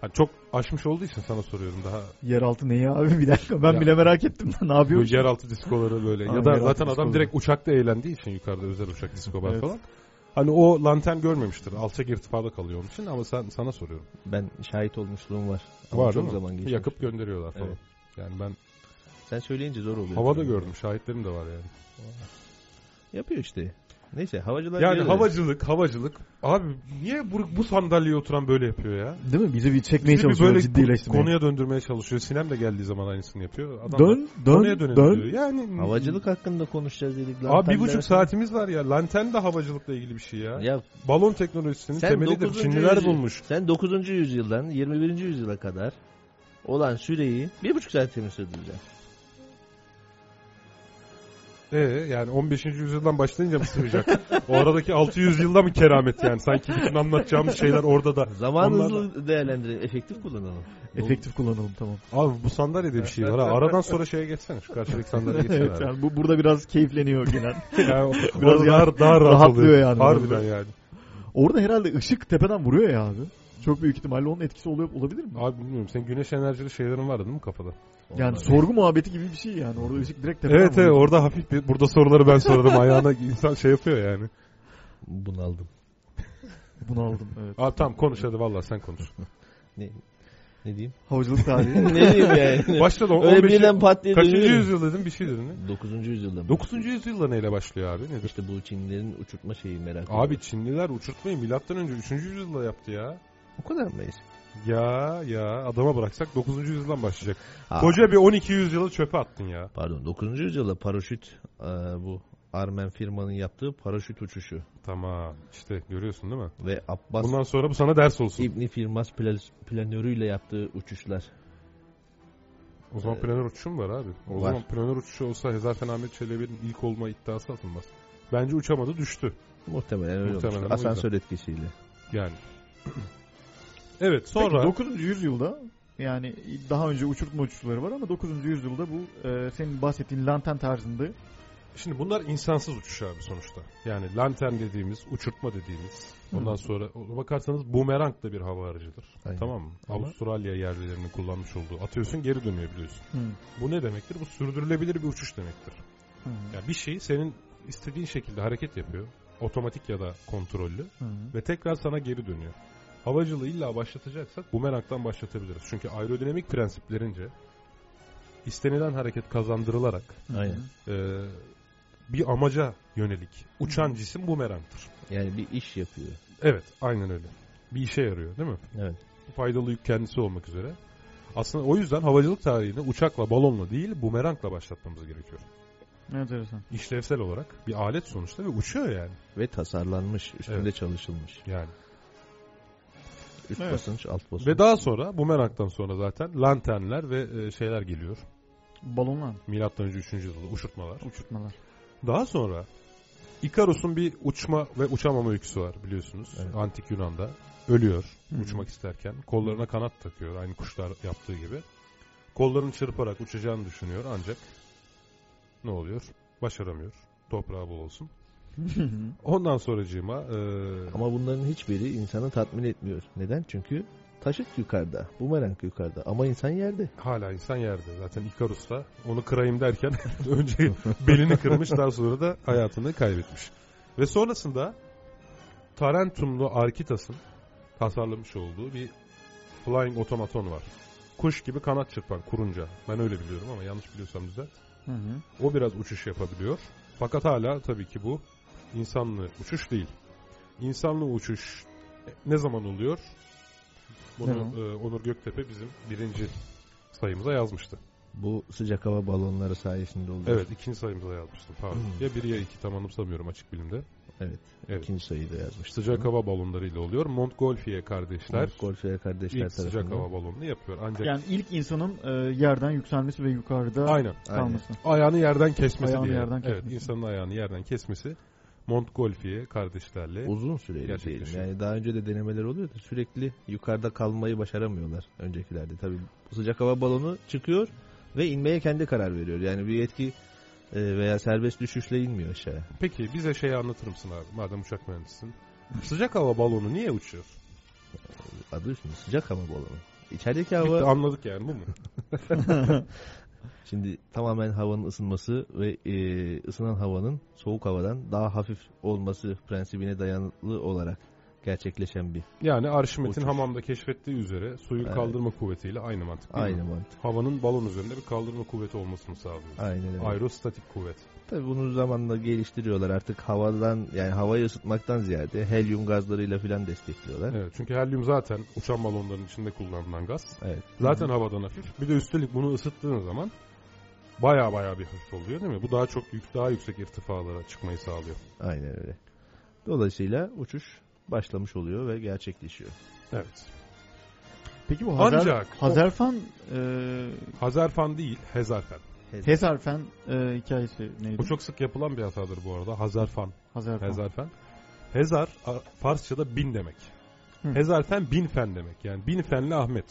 Speaker 2: Hani çok aşmış olduğu için sana soruyorum daha.
Speaker 3: yeraltı neyi abi bir dakika ben
Speaker 2: Ya.
Speaker 3: bile merak ettim ne
Speaker 2: Bu
Speaker 3: yapıyor?
Speaker 2: yeraltı diskoları böyle
Speaker 3: Aynen,
Speaker 2: ya da
Speaker 3: yeraltı
Speaker 2: zaten adam
Speaker 3: diskoları.
Speaker 2: direkt uçakta eğlendiği için yukarıda özel uçak disko bar
Speaker 3: Evet.
Speaker 2: falan. Hani o lantern görmemiştir. Alçak irtifada kalıyor onun için ama sen sana soruyorum.
Speaker 4: Ben şahit olmuşluğum var. Ama
Speaker 2: Var
Speaker 4: çok
Speaker 2: değil mi?
Speaker 4: zaman geçmiş.
Speaker 2: Yakıp gönderiyorlar falan.
Speaker 4: Evet.
Speaker 2: Yani ben
Speaker 4: Sen söyleyince zor oluyor.
Speaker 2: havada
Speaker 4: Tabii.
Speaker 2: gördüm. Şahitlerim de var yani.
Speaker 4: Yapıyor işte. Neyse havacılar
Speaker 2: Yani
Speaker 4: geliyor.
Speaker 2: havacılık, havacılık. Abi niye bu, bu sandalyeye oturan böyle yapıyor ya?
Speaker 3: Değil mi? Bizi bir çekmeye
Speaker 2: Bizi bir
Speaker 3: çalışıyor
Speaker 2: böyle
Speaker 3: ciddileştirmeye.
Speaker 2: Konuya döndürmeye çalışıyor. Sinem de geldiği zaman aynısını yapıyor. Adam da
Speaker 3: dön,
Speaker 2: konuya
Speaker 3: dön,
Speaker 2: dönelim
Speaker 3: dön.
Speaker 2: diyor. Yani
Speaker 4: Havacılık hakkında konuşacağız dedik.
Speaker 2: Abi bir
Speaker 4: Lanterler-
Speaker 2: buçuk saatimiz var ya. Lantern de havacılıkla ilgili bir şey ya.
Speaker 4: Ya
Speaker 2: Balon teknolojisinin
Speaker 4: sen
Speaker 2: temelidir.
Speaker 4: 9.
Speaker 2: Çinliler
Speaker 4: yüzyıl-
Speaker 2: bulmuş.
Speaker 4: Sen 9. yüzyıldan 21. yüzyıla kadar olan süreyi bir buçuk saat temsil sürdüreceksin.
Speaker 2: Ee, yani 15. yüzyıldan başlayınca mı sığacak? o aradaki 600 yılda mı keramet yani? Sanki bütün anlatacağımız şeyler orada da.
Speaker 4: Zaman
Speaker 2: Onlar-
Speaker 4: hızlı değerlendirelim. Efektif kullanalım. Bu-
Speaker 3: Efektif kullanalım tamam.
Speaker 2: Abi bu sandalyede bir şey var ha. Aradan sonra şeye geçsene. Şu karşıdaki sandalyeye geçsene.
Speaker 3: evet,
Speaker 2: abi.
Speaker 3: yani bu burada biraz keyifleniyor genel.
Speaker 2: Yani
Speaker 3: Biraz
Speaker 2: biraz daha, daha rahat
Speaker 3: rahatlıyor
Speaker 2: oluyor.
Speaker 3: yani.
Speaker 2: Harbiden yani.
Speaker 3: Orada herhalde ışık tepeden vuruyor ya abi. Çok büyük ihtimalle onun etkisi oluyor olabilir mi?
Speaker 2: Abi bilmiyorum sen güneş enerjili şeylerin vardı değil mi kafada?
Speaker 3: yani
Speaker 4: Onlar-
Speaker 3: sorgu muhabbeti gibi bir şey yani. Orada ışık direkt tepeden
Speaker 2: Evet evet
Speaker 3: vuruyor.
Speaker 2: orada hafif bir burada soruları ben sorarım ayağına insan şey yapıyor yani.
Speaker 4: Bunaldım.
Speaker 3: Bunu aldım. Evet.
Speaker 2: Abi tamam konuş hadi valla sen konuş.
Speaker 4: Ne, ne diyeyim?
Speaker 3: Havacılık tarihi.
Speaker 4: ne diyeyim yani?
Speaker 2: Başladı
Speaker 4: Öyle
Speaker 2: 15.
Speaker 4: birinden pat diye
Speaker 2: Kaçıncı
Speaker 4: dönüyorum.
Speaker 2: yüzyıl dedim bir şey dedin. ne?
Speaker 4: 9. yüzyılda mı?
Speaker 2: 9. yüzyılda neyle başlıyor abi nedir?
Speaker 4: İşte bu Çinlilerin uçurtma şeyi merak ediyorum.
Speaker 2: Abi Çinliler uçurtmayı milattan önce 3. yüzyılda yaptı ya.
Speaker 4: o kadar mı eski?
Speaker 2: Ya ya adama bıraksak 9. yüzyıldan başlayacak.
Speaker 4: Aa,
Speaker 2: Koca bir 12 yüzyılı çöpe attın ya.
Speaker 4: Pardon 9. yüzyılda paraşüt e, bu Armen firmanın yaptığı paraşüt uçuşu
Speaker 2: Tamam işte görüyorsun değil mi?
Speaker 4: ve Abbas
Speaker 2: Bundan sonra bu sana ders olsun.
Speaker 4: İbni Firmas pla- planörüyle yaptığı uçuşlar.
Speaker 2: O zaman
Speaker 4: Ee,
Speaker 2: planör uçuşu mu var abi? O
Speaker 4: var.
Speaker 2: zaman planör uçuşu olsa Hezafen Ahmet Çelebi'nin ilk olma iddiası atılmaz. Bence uçamadı düştü.
Speaker 4: Muhtemelen öyle
Speaker 2: Muhtemelen
Speaker 4: olmuştur.
Speaker 2: o yüzden.
Speaker 4: Asansör etkisiyle.
Speaker 2: Yani. evet sonra
Speaker 3: Peki 9. yüzyılda yani daha önce uçurtma uçuşları var ama 9. yüzyılda bu e, senin bahsettiğin lanten tarzında
Speaker 2: şimdi bunlar insansız uçuş abi sonuçta. Yani lantern dediğimiz, uçurtma dediğimiz. Ondan sonra ona bakarsanız bumerang da bir hava aracıdır.
Speaker 4: Aynen.
Speaker 2: Tamam mı?
Speaker 4: Ama-
Speaker 2: Avustralya yerlilerinin kullanmış olduğu. Atıyorsun geri dönüyor biliyorsun.
Speaker 3: Hı.
Speaker 2: Bu ne demektir? Bu sürdürülebilir bir uçuş demektir.
Speaker 3: Hı.
Speaker 2: Yani bir şey senin istediğin şekilde hareket yapıyor. Otomatik ya da kontrollü.
Speaker 3: Hı.
Speaker 2: ve tekrar sana geri dönüyor. Havacılığı illa başlatacaksak bumerangdan başlatabiliriz. Çünkü aerodinamik prensiplerince istenilen hareket kazandırılarak
Speaker 4: Aynen.
Speaker 2: eee, bir amaca yönelik uçan cisim bumerangtır.
Speaker 4: Yani bir iş yapıyor.
Speaker 2: Evet aynen öyle. Bir işe yarıyor değil mi?
Speaker 4: Evet.
Speaker 2: Faydalı yük kendisi olmak üzere. Aslında o yüzden havacılık tarihini uçakla, balonla değil bumerangla başlatmamız gerekiyor.
Speaker 3: Enteresan.
Speaker 2: İşlevsel olarak bir alet sonuçta ve uçuyor yani.
Speaker 4: Ve tasarlanmış, üstünde
Speaker 2: Evet.
Speaker 4: çalışılmış.
Speaker 2: Yani.
Speaker 4: Üst
Speaker 3: Evet.
Speaker 4: basınç, alt basınç.
Speaker 2: Ve daha sonra bumerangdan sonra zaten lanternler ve eee, şeyler geliyor.
Speaker 3: Balonlar,
Speaker 2: Milattan önce 3. yüzyılda uçurtmalar.
Speaker 3: uçurtmalar.
Speaker 2: Daha sonra Ikarus'un bir uçma ve uçamama öyküsü var biliyorsunuz.
Speaker 4: Evet.
Speaker 2: Antik Yunan'da ölüyor
Speaker 3: Hı.
Speaker 2: uçmak isterken. Kollarına kanat takıyor aynı kuşlar yaptığı gibi. Kollarını çırparak uçacağını düşünüyor ancak ne oluyor? Başaramıyor. Toprağı bol olsun. Ondan sonracığıma e, eee,
Speaker 4: Ama bunların hiçbiri insanı tatmin etmiyor. Neden? Çünkü taşıt yukarıda, bumerang yukarıda ama insan yerde.
Speaker 2: hala insan yerde. Zaten Ikarus da onu kırayım derken önce belini kırmış daha sonra da hayatını kaybetmiş. Ve sonrasında Tarentumlu Arkitas'ın tasarlamış olduğu bir flying automaton var. Kuş gibi kanat çırpan kurunca. Ben öyle biliyorum ama yanlış biliyorsam düzelt.
Speaker 3: Hı hı.
Speaker 2: O biraz uçuş yapabiliyor. Fakat hala tabii ki bu insanlı uçuş değil. İnsanlı uçuş ne zaman oluyor? Bunu
Speaker 3: Tamam.
Speaker 2: e, Onur Göktepe bizim birinci sayımıza yazmıştı.
Speaker 4: Bu sıcak hava balonları sayesinde oluyor.
Speaker 2: Evet ikinci sayımıza yazmıştı pardon.
Speaker 4: Hmm.
Speaker 2: Ya biri ya iki tam anımsamıyorum açık bilimde.
Speaker 4: Evet.
Speaker 2: Evet.
Speaker 4: İkinci sayıda yazmış.
Speaker 2: Sıcak hava balonlarıyla oluyor. Montgolfier kardeşler
Speaker 4: Golfe'ye kardeşler
Speaker 2: ilk
Speaker 4: tarafından.
Speaker 2: sıcak hava balonunu yapıyor. Ancak
Speaker 3: Yani ilk insanın e, yerden yükselmesi ve yukarıda
Speaker 2: aynen
Speaker 4: Aynen.
Speaker 3: kalması.
Speaker 2: ayağını yerden kesmesi
Speaker 3: Ayağını
Speaker 2: diye.
Speaker 3: yerden
Speaker 2: evet
Speaker 3: kesmesi.
Speaker 2: insanın ayağını yerden kesmesi Montgolfier kardeşlerle
Speaker 4: Uzun süreli diyelim.
Speaker 2: Gerçekleşiyor.
Speaker 4: Yani daha önce de denemeler oluyor da sürekli yukarıda kalmayı başaramıyorlar öncekilerde. Tabii bu sıcak hava balonu çıkıyor ve inmeye kendi karar veriyor. Yani bir yetki e, veya serbest düşüşle inmiyor aşağıya.
Speaker 2: Peki bize şeyi anlatır mısın abi madem uçak mühendisisin? Sıcak hava balonu niye uçuyor?
Speaker 4: Adı üstünde sıcak hava balonu. İçerideki hava
Speaker 2: Bitti anladık yani bu mu?
Speaker 4: Şimdi tamamen havanın ısınması ve e, ısınan havanın soğuk havadan daha hafif olması prensibine dayanıklı olarak gerçekleşen bir
Speaker 2: Yani Arşimet'in
Speaker 4: Uçuş.
Speaker 2: hamamda keşfettiği üzere suyu
Speaker 4: Evet.
Speaker 2: kaldırma kuvvetiyle aynı mantık değil
Speaker 4: aynı
Speaker 2: mi?
Speaker 4: mantık.
Speaker 2: Havanın balon üzerinde bir kaldırma kuvveti olmasını sağlıyor.
Speaker 4: Aynen öyle.
Speaker 2: Aerostatik kuvvet.
Speaker 4: Tabii bunu zamanla geliştiriyorlar. Artık havadan yani havayı ısıtmaktan ziyade helyum gazlarıyla filan destekliyorlar.
Speaker 2: Evet, çünkü helyum zaten uçan balonların içinde kullanılan gaz.
Speaker 4: Evet.
Speaker 2: Zaten havadan hafif. Bir de üstelik bunu ısıttığın zaman baya baya bir hafif oluyor değil mi? Bu daha çok yük, daha yüksek irtifalara çıkmayı sağlıyor.
Speaker 4: Aynen öyle. Dolayısıyla uçuş başlamış oluyor ve gerçekleşiyor.
Speaker 2: Evet.
Speaker 3: Peki bu Hazer,
Speaker 2: Ancak o-
Speaker 3: Hazerfen e,
Speaker 2: Hazerfen değil, Hezarfen.
Speaker 3: Hezarfen e, hikayesi neydi?
Speaker 2: Bu çok sık yapılan bir hatadır bu arada. Hazarfen
Speaker 3: Hazerfen.
Speaker 2: Hezarfen. Hezar a- Farsça'da bin demek.
Speaker 3: Hı.
Speaker 2: Hezarfen bin fen demek. Yani bin fenli Ahmet.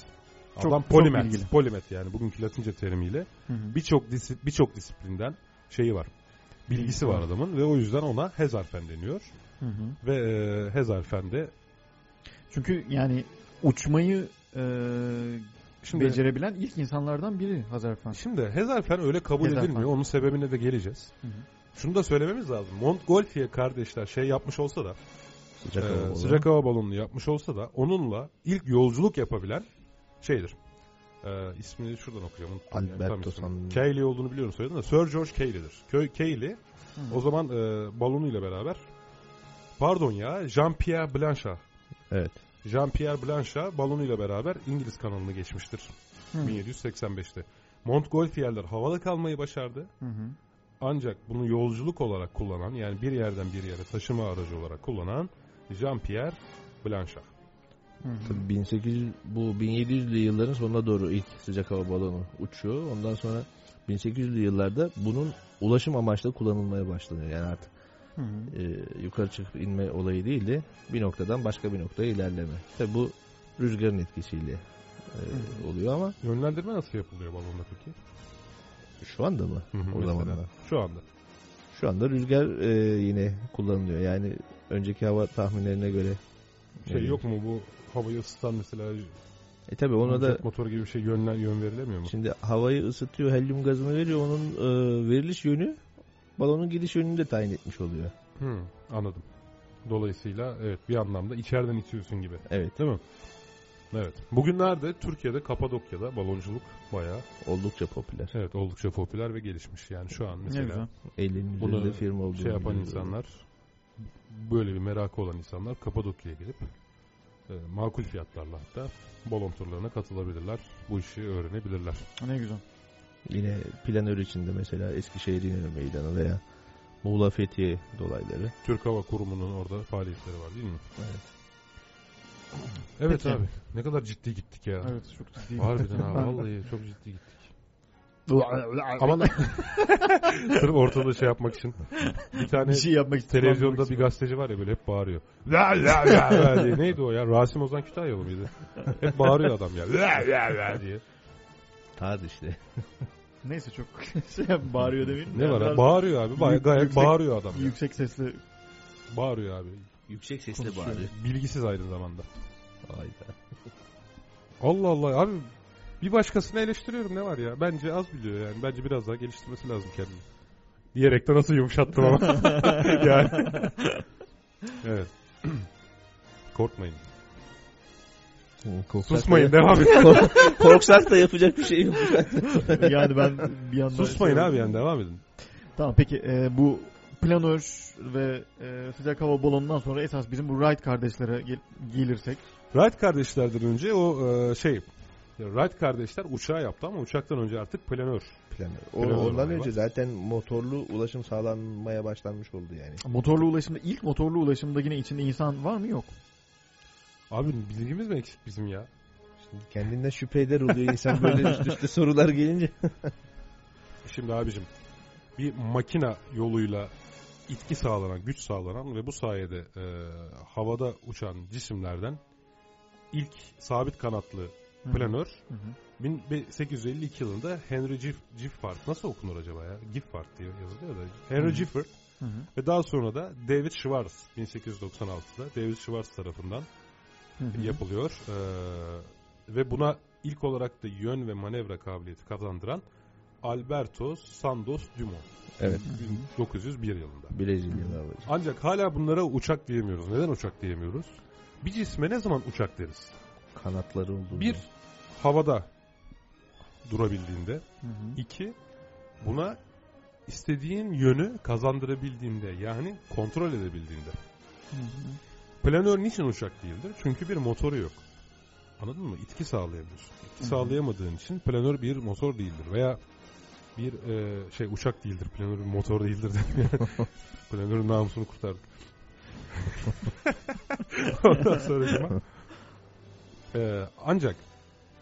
Speaker 3: Çok-
Speaker 2: Adam
Speaker 3: çok
Speaker 2: polimet.
Speaker 3: bilgili.
Speaker 2: polimet yani bugünkü Latince terimiyle
Speaker 3: Hı hı.
Speaker 2: birçok disi- birçok disiplinden şeyi var. Bilgisi
Speaker 3: Bilgisi
Speaker 2: var
Speaker 3: var.
Speaker 2: adamın ve o yüzden ona Hezarfen deniyor.
Speaker 3: Hı hı.
Speaker 2: Ve e, Hezarfen de
Speaker 3: Çünkü yani uçmayı e,
Speaker 2: şimdi
Speaker 3: becerebilen ilk insanlardan biri Hazerfen.
Speaker 2: şimdi Hezarfen öyle kabul
Speaker 3: Hezarfen.
Speaker 2: edilmiyor. Onun sebebine de geleceğiz.
Speaker 3: Hı hı.
Speaker 2: Şunu da söylememiz lazım. Montgolfier kardeşler şey yapmış olsa da
Speaker 4: Sıcak
Speaker 2: Ee,
Speaker 4: hava balonu.
Speaker 2: sıcak hava balonunu yapmış olsa da onunla ilk yolculuk yapabilen şeydir. Ee, ismini şuradan okuyacağım. unuttum yani,
Speaker 4: Alberto
Speaker 2: tam ismini.
Speaker 4: San-
Speaker 2: Cayley olduğunu biliyorum soyadını da. Sir George Cayley'dir. Köy Cayley
Speaker 3: Hı.
Speaker 2: o zaman e, balonuyla beraber pardon ya Jean-Pierre Blanchard
Speaker 4: Evet.
Speaker 2: Jean-Pierre Blanchard balonuyla beraber İngiliz kanalını geçmiştir.
Speaker 3: Hı.
Speaker 2: 1785'te. Montgolfier'ler havada kalmayı başardı.
Speaker 3: Hı hı.
Speaker 2: Ancak bunu yolculuk olarak kullanan yani bir yerden bir yere taşıma aracı olarak kullanan Jean-Pierre Blanchard.
Speaker 4: Tabii 1800 bu 1700'lü yılların sonuna doğru ilk sıcak hava balonu uçuyor. Ondan sonra 1800'lü yıllarda bunun ulaşım amaçlı kullanılmaya başlanıyor. Yani artık
Speaker 3: Hı hı.
Speaker 4: e, yukarı çıkıp inme olayı değil de bir noktadan başka bir noktaya ilerleme. Tabi bu rüzgarın etkisiyle e, oluyor ama
Speaker 2: Yönlendirme nasıl yapılıyor balonda peki?
Speaker 4: şu anda mı?
Speaker 2: Hı hı,
Speaker 4: o
Speaker 2: mesela.
Speaker 4: zamanlar.
Speaker 2: Şu anda.
Speaker 4: Şu anda rüzgar e, yine kullanılıyor. Yani önceki hava tahminlerine göre.
Speaker 2: Şey
Speaker 4: Evet.
Speaker 2: yok mu bu havayı ısıtan mesela
Speaker 4: E tabi ona da Şey-
Speaker 2: jet motoru gibi bir şey yönlen, yön verilemiyor mu?
Speaker 4: Şimdi havayı ısıtıyor, helyum gazını veriyor. Onun e, veriliş yönü balonun gidiş yönünü de tayin etmiş oluyor.
Speaker 2: Hı, anladım. Dolayısıyla evet bir anlamda içeriden itiyorsun gibi.
Speaker 4: Evet,
Speaker 2: Değil mi? Evet. Bugünlerde Türkiye'de Kapadokya'da balonculuk bayağı
Speaker 4: oldukça popüler.
Speaker 2: evet oldukça popüler ve gelişmiş. Yani şu an
Speaker 3: Ne
Speaker 2: mesela
Speaker 3: güzel.
Speaker 4: 50'nin
Speaker 2: Bunu
Speaker 4: üzerinde firma olduğunu
Speaker 2: şey yapan
Speaker 4: biliyorum.
Speaker 2: insanlar böyle bir merakı olan insanlar Kapadokya'ya gelip e, makul fiyatlarla hatta balon turlarına katılabilirler. Bu işi öğrenebilirler.
Speaker 3: Ne güzel.
Speaker 4: Yine planör içinde mesela Eskişehir İnönü Meydanı veya Muğla Fethiye dolayları.
Speaker 2: Türk Hava Kurumu'nun orada faaliyetleri var değil mi?
Speaker 4: Evet.
Speaker 2: Evet
Speaker 3: Peki.
Speaker 2: abi. Ne kadar ciddi gittik ya.
Speaker 3: Evet çok ciddi.
Speaker 2: Harbiden abi
Speaker 3: Ben-
Speaker 2: vallahi çok ciddi gittik. Aman Sırf ortada şey yapmak için. Bir tane
Speaker 3: bir şey yapmak için.
Speaker 2: televizyonda bir gazeteci var ya böyle hep bağırıyor. La la la la diye. Neydi o ya? Rasim Ozan Kütahyalı mıydı? Hep bağırıyor adam ya. La la la diye.
Speaker 4: Tarz işte.
Speaker 3: Neyse çok şey yap- bağırıyor demeyin.
Speaker 2: Ne var
Speaker 3: Biraz
Speaker 2: abi? Bağırıyor abi. Ba- gayet
Speaker 3: yüksek-
Speaker 2: bağırıyor adam. Ya.
Speaker 3: Yüksek sesli
Speaker 2: Bağırıyor abi.
Speaker 4: Yüksek sesle
Speaker 3: Konuşuyor.
Speaker 4: bağırıyor.
Speaker 2: Bilgisiz aynı zamanda.
Speaker 4: Hayda.
Speaker 2: Allah Allah abi. Bir başkasını eleştiriyorum ne var ya? Bence az biliyor yani. Bence biraz daha geliştirmesi lazım kendini. Diyerek de nasıl yumuşattım ama. yani. evet. Korkmayın. Susmayın devam edin.
Speaker 4: Korksak da yapacak bir şey yok.
Speaker 3: yani ben bir yandan...
Speaker 2: Susmayın
Speaker 3: şey-
Speaker 2: abi yani devam edin.
Speaker 3: Tamam peki e, bu planör ve e, sıcak hava balonundan sonra esas bizim bu Wright kardeşlere gel- gelirsek.
Speaker 2: Wright kardeşlerden önce o e, şey ya Wright kardeşler uçağı yaptı ama uçaktan önce artık planör.
Speaker 4: Planör. O,
Speaker 2: Planör
Speaker 4: ondan
Speaker 2: olayı var.
Speaker 4: önce zaten motorlu ulaşım sağlanmaya başlanmış oldu yani.
Speaker 3: Motorlu ulaşımda ilk motorlu ulaşımda yine içinde insan var mı yok?
Speaker 2: Abi bilgimiz mi eksik bizim ya?
Speaker 4: Kendinden şüphe eder oluyor insan böyle üst üste sorular gelince.
Speaker 2: Şimdi abicim bir makina yoluyla itki sağlanan, güç sağlanan ve bu sayede e, havada uçan cisimlerden ilk sabit kanatlı
Speaker 3: Hı.
Speaker 2: planör
Speaker 3: Hı hı.
Speaker 2: 1852 yılında Henry Gif- Giffard nasıl okunur acaba ya? Giffard diye yazılıyor da. Henry
Speaker 3: Hı.
Speaker 2: Giffard
Speaker 3: Hı hı.
Speaker 2: ve daha sonra da David Schwartz 1896'da David Schwartz tarafından
Speaker 3: Hı hı.
Speaker 2: yapılıyor. Ee, ve buna ilk olarak da yön ve manevra kabiliyeti kazandıran Alberto Santos Dumont.
Speaker 4: Evet.
Speaker 2: 1901 yılında.
Speaker 4: Brezilyalı havacı.
Speaker 2: Ancak hala bunlara uçak diyemiyoruz. Neden uçak diyemiyoruz? Bir cisme ne zaman uçak deriz?
Speaker 4: Kanatları olduğu
Speaker 2: Bir, havada durabildiğinde.
Speaker 3: Hı hı.
Speaker 2: iki buna istediğin yönü kazandırabildiğinde yani kontrol edebildiğinde.
Speaker 3: Hı hı.
Speaker 2: Planör niçin uçak değildir? Çünkü bir motoru yok. Anladın mı? İtki sağlayabilir. İtki
Speaker 3: Hı hı.
Speaker 2: sağlayamadığın için planör bir motor değildir. Veya bir e, şey uçak değildir. Planör bir motor değildir. Planörün namusunu kurtardık. Ondan sonra cuma. E, ancak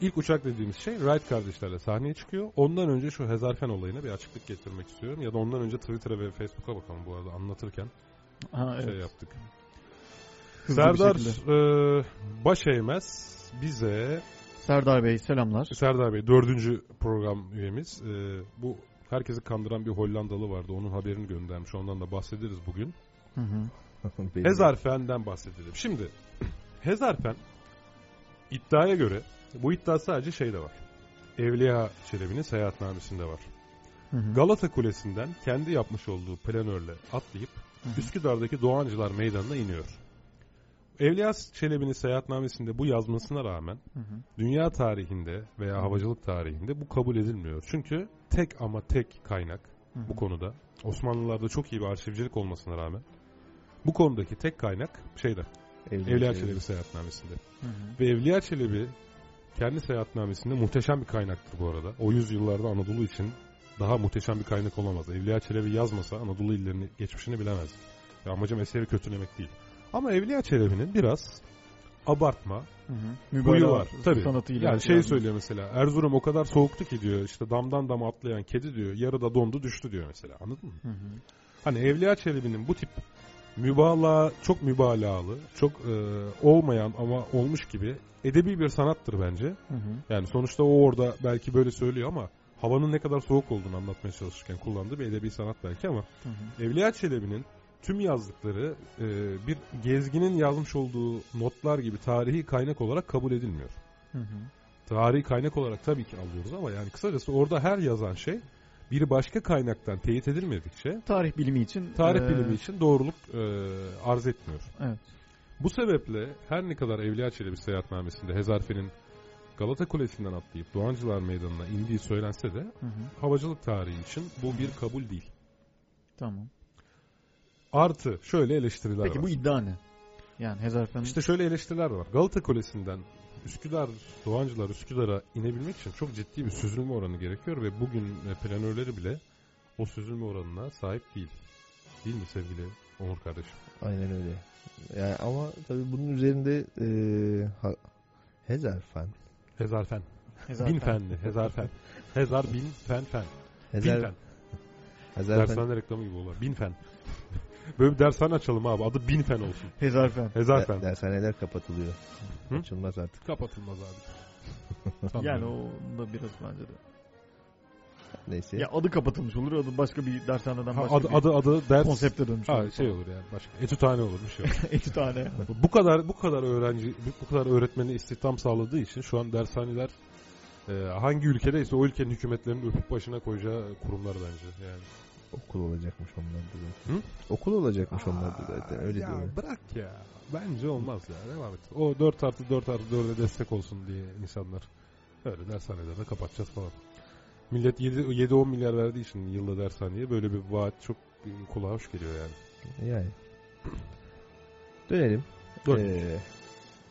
Speaker 2: ilk uçak dediğimiz şey Wright kardeşlerle sahneye çıkıyor. Ondan önce şu Hezarfen olayına bir açıklık getirmek istiyorum. Ya da ondan önce Twitter'a ve Facebook'a bakalım bu arada anlatırken
Speaker 3: Ha,
Speaker 2: şey
Speaker 3: evet.
Speaker 2: yaptık.
Speaker 3: Hızlı bir
Speaker 2: Serdar e,
Speaker 3: şekilde.
Speaker 2: Başeğmez bize
Speaker 3: Serdar Bey selamlar.
Speaker 2: Serdar Bey dördüncü program üyemiz. E, bu herkesi kandıran bir Hollandalı vardı. Onun haberini göndermiş. Ondan da bahsederiz bugün.
Speaker 3: Hı hı.
Speaker 4: bir.
Speaker 2: Hezarfen'den bahsedelim. Şimdi Hezarfen iddiaya göre bu iddia sadece şeyde var. Evliya Çelebi'nin seyahatnamesinde var.
Speaker 3: Hı hı.
Speaker 2: Galata Kulesi'nden kendi yapmış olduğu planörle atlayıp
Speaker 3: Hı hı.
Speaker 2: Üsküdar'daki Doğancılar Meydanı'na iniyor. Evliya Çelebi'nin seyahatnamesinde bu yazmasına rağmen
Speaker 3: Hı hı.
Speaker 2: dünya tarihinde veya havacılık tarihinde bu kabul edilmiyor. Çünkü tek ama tek kaynak
Speaker 3: Hı hı.
Speaker 2: bu konuda Osmanlılarda çok iyi bir arşivcilik olmasına rağmen bu konudaki tek kaynak şeyde Evliya Çelebi seyahatnamesinde.
Speaker 3: Hı hı.
Speaker 2: Ve Evliya Çelebi kendi seyahatnamesinde muhteşem bir kaynaktır bu arada. O yüzyıllarda Anadolu için daha muhteşem bir kaynak olamaz. Evliya Çelebi yazmasa Anadolu illerini geçmişini bilemezdik. Ve amacım eseri kötülemek değil. Ama Evliya Çelebi'nin biraz abartma,
Speaker 3: Mübalağa
Speaker 2: Huyu var. Tabii.
Speaker 3: Sanatıyla.
Speaker 2: yani şey söylüyor mesela. Erzurum o kadar soğuktu ki diyor. işte damdan dama atlayan kedi diyor. Yarıda dondu düştü diyor mesela. Anladın mı?
Speaker 3: Hı hı.
Speaker 2: Hani Evliya Çelebi'nin bu tip mübalağa, çok mübalağalı, çok e, olmayan ama olmuş gibi edebi bir sanattır bence.
Speaker 3: Hı hı.
Speaker 2: Yani sonuçta o orada belki böyle söylüyor ama havanın ne kadar soğuk olduğunu anlatmaya çalışırken kullandığı bir edebi sanat belki ama
Speaker 3: Hı hı.
Speaker 2: Evliya Çelebi'nin tüm yazdıkları e, bir gezginin yazmış olduğu notlar gibi tarihi kaynak olarak kabul edilmiyor.
Speaker 3: Hı hı.
Speaker 2: Tarihi kaynak olarak tabii ki alıyoruz ama yani kısacası orada her yazan şey bir başka kaynaktan teyit edilmedikçe
Speaker 3: Tarih bilimi için.
Speaker 2: tarih
Speaker 3: e,
Speaker 2: bilimi için doğruluk e, arz etmiyor.
Speaker 3: Evet.
Speaker 2: Bu sebeple her ne kadar Evliya Çelebi seyahatnamesinde Hezarfe'nin Galata Kulesi'nden atlayıp Doğancılar Meydanı'na indiği söylense de
Speaker 3: Hı hı.
Speaker 2: havacılık tarihi için bu bir kabul değil.
Speaker 3: Tamam.
Speaker 2: Artı şöyle eleştiriler
Speaker 3: Peki
Speaker 2: var.
Speaker 3: bu iddia ne? Yani Hezarfen
Speaker 2: İşte şöyle eleştiriler var. Galata Kulesi'nden Üsküdar, Doğancılar Üsküdar'a inebilmek için çok ciddi bir süzülme oranı gerekiyor ve bugün e, planörleri bile o süzülme oranına sahip değil. Değil mi sevgili Onur kardeşim?
Speaker 4: Aynen öyle. Yani ama tabii bunun üzerinde e, ha, Hezarfen.
Speaker 2: Hezarfen.
Speaker 3: Hezarfen.
Speaker 2: Bin fenli. Hezarfen. Hezar bin fen fen. Bin
Speaker 4: Hezar,
Speaker 2: fen.
Speaker 4: Hezarfen.
Speaker 2: Dershane reklamı gibi olur. Bin fen. Böyle bir dershane açalım abi. Adı bin fen olsun.
Speaker 3: Hezarfen.
Speaker 2: Hezarfen.
Speaker 4: Der- Dershaneler kapatılıyor.
Speaker 2: Hı?
Speaker 4: Açılmaz artık.
Speaker 2: Kapatılmaz abi. Tamam.
Speaker 3: Yani o da biraz bence de.
Speaker 4: Neyse.
Speaker 3: Ya adı kapatılmış olur. Adı başka bir dershaneden
Speaker 2: Ha,
Speaker 3: başka
Speaker 2: adı,
Speaker 3: bir
Speaker 2: adı adı ders.
Speaker 3: konsepte dönmüş
Speaker 2: Ha, şey olur yani başka. Etütane olur bir şey olur.
Speaker 3: İki tane.
Speaker 2: bu kadar bu kadar öğrenci bu kadar öğretmeni istihdam sağladığı için şu an dershaneler e, hangi ülkedeyse o ülkenin hükümetlerinin öpüp başına koyacağı kurumlar bence. Yani.
Speaker 4: Okul olacakmış onlar da zaten.
Speaker 2: Hı?
Speaker 4: Okul olacakmış onlar da zaten. Öyle
Speaker 2: ya
Speaker 4: diyorlar.
Speaker 2: bırak ya. Bence olmaz ya. Devam et. O 4 artı 4 artı 4'e destek olsun diye insanlar. Öyle dershanelerde kapatacağız falan. Millet 7-10 milyar verdiği için yılda dershaneye böyle bir vaat çok e, kulağa hoş geliyor yani.
Speaker 4: Yani. Dönelim.
Speaker 2: Dur.
Speaker 4: Ee,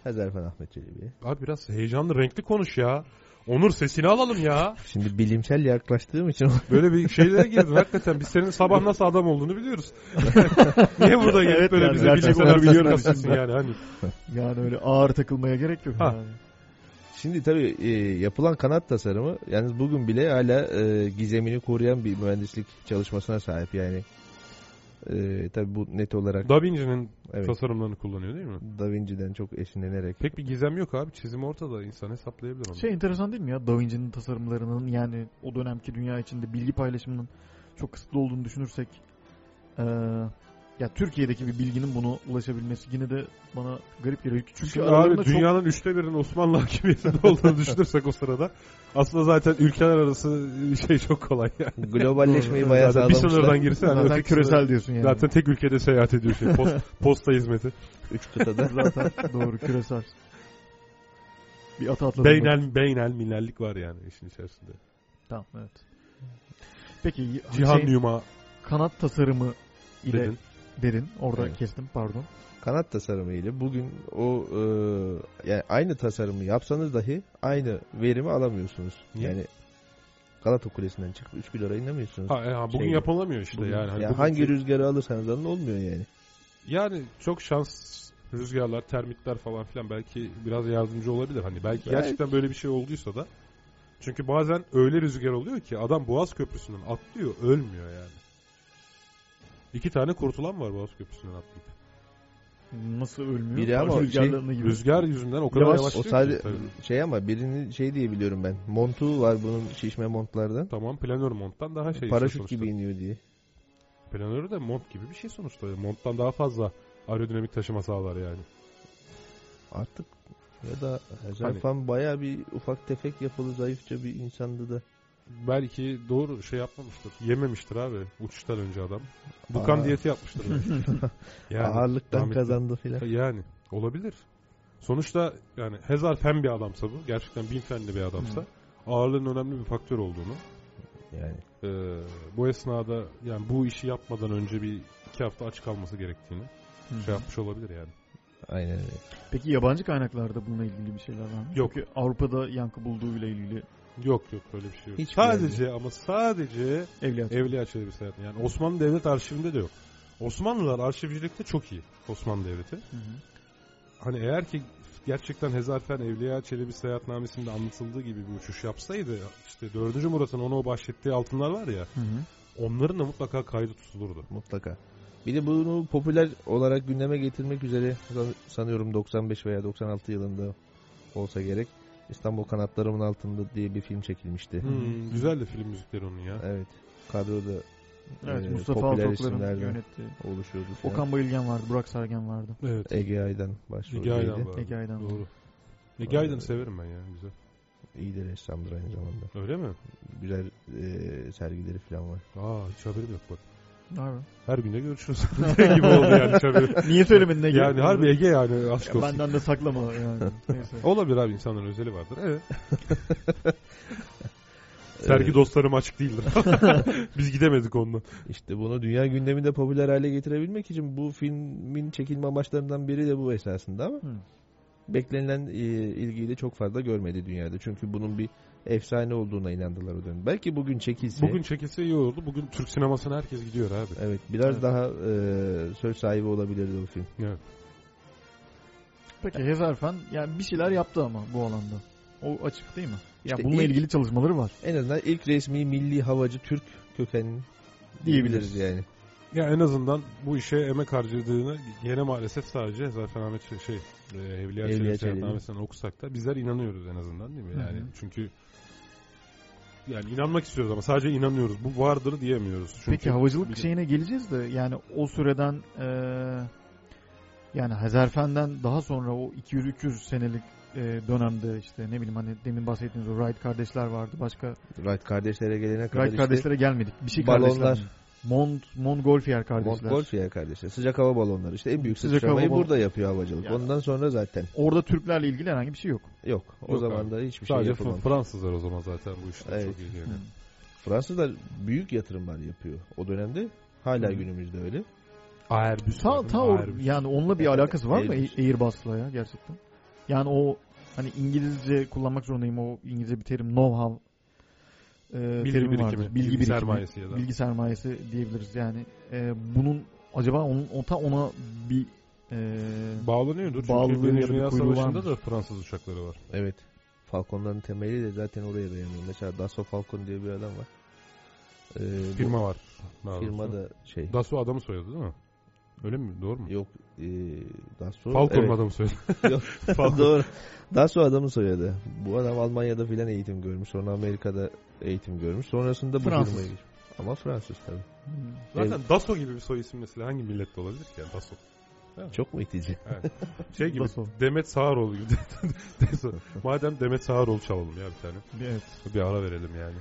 Speaker 4: Hezarfen Ahmet Çelebi'ye.
Speaker 2: Abi biraz heyecanlı renkli konuş ya. Onur sesini alalım ya.
Speaker 4: Şimdi bilimsel yaklaştığım için
Speaker 2: Böyle bir şeylere girdin hakikaten. Biz senin sabah nasıl adam olduğunu biliyoruz. Niye burada gelip
Speaker 3: Evet
Speaker 2: böyle
Speaker 3: yani,
Speaker 2: bize
Speaker 3: gerçekten
Speaker 2: bilimsel
Speaker 3: onu biliyorum.
Speaker 2: biliyoruz yani hani.
Speaker 3: Yani öyle ağır takılmaya gerek yok.
Speaker 2: Ha.
Speaker 3: Yani.
Speaker 4: Şimdi tabii e, yapılan kanat tasarımı yalnız bugün bile hala e, gizemini koruyan bir mühendislik çalışmasına sahip yani. E, tabii bu net olarak
Speaker 2: Da Vinci'nin
Speaker 4: evet,
Speaker 2: tasarımlarını kullanıyor değil mi?
Speaker 4: Da Vinci'den çok esinlenerek.
Speaker 2: Pek bir gizem yok abi. Çizim ortada. İnsan hesaplayabilir onu.
Speaker 3: Şey enteresan değil mi ya? Da Vinci'nin tasarımlarının yani o dönemki dünya içinde bilgi paylaşımının çok kısıtlı olduğunu düşünürsek eee, ya Türkiye'deki bir bilginin bunu ulaşabilmesi yine de bana garip geliyor. Çünkü
Speaker 2: Şimdi
Speaker 3: aralarında
Speaker 2: abi dünyanın üçte birinin Osmanlı hakimiyetinde olduğunu düşünürsek o sırada aslında zaten ülkeler arası şey çok kolay yani.
Speaker 4: Globalleşmeyi
Speaker 3: Doğru.
Speaker 4: bayağı
Speaker 2: Zaten bir
Speaker 4: sağlamışlar.
Speaker 2: sınırdan girse
Speaker 3: çok
Speaker 2: hani
Speaker 3: zaten
Speaker 2: öteki
Speaker 3: küresel
Speaker 2: sınır-
Speaker 3: diyorsun yani.
Speaker 2: Zaten tek ülkede seyahat ediyor şey. Post, posta hizmeti.
Speaker 4: Üç kıtada.
Speaker 3: Zaten doğru küresel. Bir ata atladım. ben.
Speaker 2: Beynel, beynel millerlik var yani işin içerisinde.
Speaker 3: Tamam evet. Peki
Speaker 2: Cihan
Speaker 3: Cihan
Speaker 2: Yuma
Speaker 3: kanat tasarımı şey ile
Speaker 2: dedin.
Speaker 3: dedin. Orada
Speaker 4: Evet.
Speaker 3: kestim pardon.
Speaker 4: kanat tasarımı ile bugün o e, yani aynı tasarımı yapsanız dahi aynı verimi alamıyorsunuz.
Speaker 2: Niye?
Speaker 4: Yani Galata Kulesi'nden çıkıp 3 lira inemiyorsunuz.
Speaker 2: Ha, e, ha, bugün
Speaker 4: Şey-
Speaker 2: yapılamıyor işte
Speaker 4: Bugün-
Speaker 2: yani. Hani
Speaker 4: ya
Speaker 2: bugün-
Speaker 4: hangi rüzgarı alırsanız alın olmuyor yani.
Speaker 2: Yani çok şans rüzgarlar, termitler falan filan belki biraz yardımcı olabilir. Hani belki
Speaker 4: Belki.
Speaker 2: gerçekten böyle bir şey olduysa da. Çünkü bazen öyle rüzgar oluyor ki adam Boğaz Köprüsü'nden atlıyor, ölmüyor yani. İki tane kurtulan var Boğaz Köprüsü'nden atlayıp.
Speaker 3: Nasıl ölmüyor?
Speaker 4: Biri ama
Speaker 3: Karşı
Speaker 4: şey,
Speaker 3: rüzgarlarına gibi.
Speaker 2: Rüzgar yüzünden o kadar
Speaker 3: Yavaş,
Speaker 2: yavaş
Speaker 4: o sadece şey ama birinin şey diye biliyorum ben. Montu var bunun şişme montlardan.
Speaker 2: Tamam planör monttan daha şey.
Speaker 4: Paraşüt
Speaker 2: sonuçta.
Speaker 4: gibi iniyor diye.
Speaker 2: Planörü de mont gibi bir şey sonuçta. Monttan daha fazla aerodinamik taşıma sağlar yani.
Speaker 4: Artık ya da
Speaker 2: Hani-
Speaker 4: Hezarfen bayağı bir ufak tefek yapılı zayıfça bir insandı da.
Speaker 2: Belki doğru şey yapmamıştır. Yememiştir abi uçuştan önce adam. Bukan
Speaker 4: Aa.
Speaker 2: diyeti yapmıştır. belki. yani,
Speaker 4: Ağırlıktan
Speaker 2: rahmetli.
Speaker 4: kazandı filan.
Speaker 2: yani olabilir. Sonuçta yani Hezar fen bir adamsa bu. Gerçekten bin fenli bir adamsa. Ağırlığın önemli bir faktör olduğunu.
Speaker 4: Yani
Speaker 2: e, bu esnada yani bu işi yapmadan önce bir iki hafta aç kalması gerektiğini
Speaker 3: Hı.
Speaker 2: şey yapmış olabilir yani.
Speaker 4: aynen öyle.
Speaker 3: Peki yabancı kaynaklarda bununla ilgili bir şeyler var mı?
Speaker 2: Yok.
Speaker 3: Çünkü Avrupa'da yankı bulduğuyla ilgili
Speaker 2: Yok yok öyle bir şey yok.
Speaker 4: Hiçbir
Speaker 2: sadece ama sadece
Speaker 3: Evliya Çelebi.
Speaker 2: Evliya Çelebi Selahattin. Yani Osmanlı Devlet Arşivinde de yok. Osmanlılar arşivcilikte çok iyi. Osmanlı Devleti.
Speaker 3: Hı hı.
Speaker 2: Hani eğer ki gerçekten Hezarfen Evliya Çelebi Seyahatnamesi'nde anlatıldığı gibi bir uçuş yapsaydı işte 4. Murat'ın ona bahsettiği altınlar var ya
Speaker 3: Hı hı.
Speaker 2: onların da mutlaka kaydı tutulurdu.
Speaker 4: Mutlaka. Bir de bunu popüler olarak gündeme getirmek üzere san- sanıyorum 95 veya 96 yılında olsa gerek İstanbul Kanatlarımın Altında diye bir film çekilmişti.
Speaker 2: Hmm, güzel de film müzikleri onun ya.
Speaker 4: Evet. Kadroda
Speaker 3: Evet
Speaker 2: Ee,
Speaker 4: e,
Speaker 3: Mustafa
Speaker 4: popüler
Speaker 3: Altoklar'ın
Speaker 4: isimlerden
Speaker 3: yönettiği.
Speaker 4: oluşuyordu. falan.
Speaker 3: Okan Bayülgen vardı, Burak Sargen vardı.
Speaker 2: Evet.
Speaker 4: Ege Aydan başroldeydi.
Speaker 2: Ege Aydan var.
Speaker 3: Ege Aydan.
Speaker 2: Doğru. Ege Aydan'ı
Speaker 4: Evet.
Speaker 2: severim ben ya güzel.
Speaker 4: İyi de ressamdır aynı zamanda.
Speaker 2: Öyle mi?
Speaker 4: Güzel e, sergileri falan var.
Speaker 2: Aa hiç haberim yok bak.
Speaker 3: Harbi.
Speaker 2: Her gün de görüşürüz Şey gibi oldu yani hiç haberim.
Speaker 3: Niye söylemedin Ege?
Speaker 2: Yani harbi Ege yani aşk
Speaker 3: Ya
Speaker 2: olsun.
Speaker 3: Benden de saklama yani. Neyse.
Speaker 2: Olabilir abi insanların özeli vardır. Evet. Sergi dostlarım açık değildir. Biz gidemedik onunla.
Speaker 4: İşte bunu dünya gündeminde popüler hale getirebilmek için bu filmin çekilme amaçlarından biri de bu esasında ama
Speaker 3: Hı.
Speaker 4: beklenilen e, ilgiyi de çok fazla görmedi dünyada. Çünkü bunun bir efsane olduğuna inandılar o dönem. Belki bugün çekilse
Speaker 2: Bugün çekilse iyi olurdu. Bugün Türk sinemasına herkes gidiyor abi.
Speaker 4: evet biraz
Speaker 3: Evet.
Speaker 4: daha e, söz sahibi olabilirdi o film.
Speaker 2: Evet.
Speaker 3: Peki Hezarfen yani bir şeyler yaptı ama bu alanda. O açık değil mi?
Speaker 4: İşte
Speaker 3: ya bununla
Speaker 4: ilk-
Speaker 3: ilgili çalışmaları var.
Speaker 4: En azından ilk resmi milli havacı Türk kökenli
Speaker 3: Diyebiliriz.
Speaker 4: diyebiliriz yani.
Speaker 2: Ya en azından bu işe emek harcadığını gene maalesef sadece Zafer Ahmet şey, şey e, Evliya,
Speaker 4: Evliya
Speaker 2: Çelebi
Speaker 4: Çelebi.
Speaker 2: Seyahatnamesi'nden okusak da bizler inanıyoruz en azından değil mi?
Speaker 3: Hı hı.
Speaker 2: Yani çünkü yani inanmak istiyoruz ama sadece inanıyoruz. Bu vardır diyemiyoruz. Çünkü
Speaker 3: Peki havacılık
Speaker 2: Bilim-
Speaker 3: şeyine geleceğiz de yani o süreden eee, yani Hezarfen'den daha sonra o 200-300 senelik eee, dönemde işte ne bileyim hani demin bahsettiğiniz o Wright kardeşler vardı. Başka
Speaker 4: Wright kardeşlere gelene kadar
Speaker 3: Wright
Speaker 4: işte
Speaker 3: kardeşlere gelmedik. Bir şey
Speaker 4: balonlar.
Speaker 3: kardeşler. mi? Mont, Montgolfier kardeşler.
Speaker 4: Montgolfier kardeşler. Sıcak hava balonları. İşte en büyük
Speaker 3: Sıcak
Speaker 4: sıçramayı
Speaker 3: hava bal-
Speaker 4: burada yapıyor havacılık.
Speaker 3: Ya.
Speaker 4: Ondan sonra zaten
Speaker 3: Orada Türklerle ilgili herhangi bir şey yok.
Speaker 4: yok. O
Speaker 2: Yok
Speaker 4: zaman
Speaker 2: abi.
Speaker 4: da hiçbir şey
Speaker 2: sadece
Speaker 4: yapılmamış.
Speaker 2: Fransızlar o zaman zaten bu işte
Speaker 4: Evet.
Speaker 2: çok ilgileniyor.
Speaker 4: Fransızlar büyük yatırımlar yapıyor o dönemde. Hala
Speaker 3: Hı.
Speaker 4: günümüzde öyle.
Speaker 2: Airbus.
Speaker 3: Ta, ta or-
Speaker 2: Airbus.
Speaker 3: yani onunla bir alakası var mı
Speaker 4: Airbus.
Speaker 3: Airbus'la ya gerçekten? Yani o hani İngilizce kullanmak zorundayım o İngilizce bir terim know-how e,
Speaker 2: Bilgi
Speaker 3: terimi
Speaker 2: birikimi,
Speaker 3: vardır.
Speaker 2: bilgi sermayesi ya da.
Speaker 3: Bilgi sermayesi diyebiliriz yani. E, bunun acaba onun o ta ona bir e,
Speaker 2: Bağlanıyordur. Çünkü
Speaker 3: Bağlılığı ya da
Speaker 2: Birinci
Speaker 3: bir
Speaker 2: Dünya
Speaker 3: kuyruğu
Speaker 2: Savaşı'nda
Speaker 3: varmış.
Speaker 2: da Fransız uçakları var.
Speaker 4: Evet. Falcon'ların temeli de zaten oraya dayanıyor. Mesela Dassault Falcon diye bir adam var. Ee, bu
Speaker 2: Firma var. Daha
Speaker 4: firma
Speaker 2: doğrusu.
Speaker 4: da şey.
Speaker 2: Dassault adamı soyadı değil mi? Öyle mi? Doğru mu?
Speaker 4: Yok. E, Dassault.
Speaker 2: Falcon
Speaker 4: evet.
Speaker 2: adamı soyadı.
Speaker 4: Yok.
Speaker 2: Falcon.
Speaker 4: Doğru. Dassault adamın soyadı. Bu adam Almanya'da filan eğitim görmüş. Sonra Amerika'da eğitim görmüş. Sonrasında bu
Speaker 3: Fransız.
Speaker 4: firmaya girmiş. Ama Fransız tabii.
Speaker 2: Zaten Dassault gibi bir soy isim mesela hangi millette olabilir ki? Yani Dassault.
Speaker 4: Çok mu itici?
Speaker 2: Şey gibi
Speaker 3: Dassault.
Speaker 2: Demet Sağaroğlu gibi. Dassault. Madem Demet Sağaroğlu çalalım ya bir tane.
Speaker 3: evet.
Speaker 2: Bir ara verelim yani.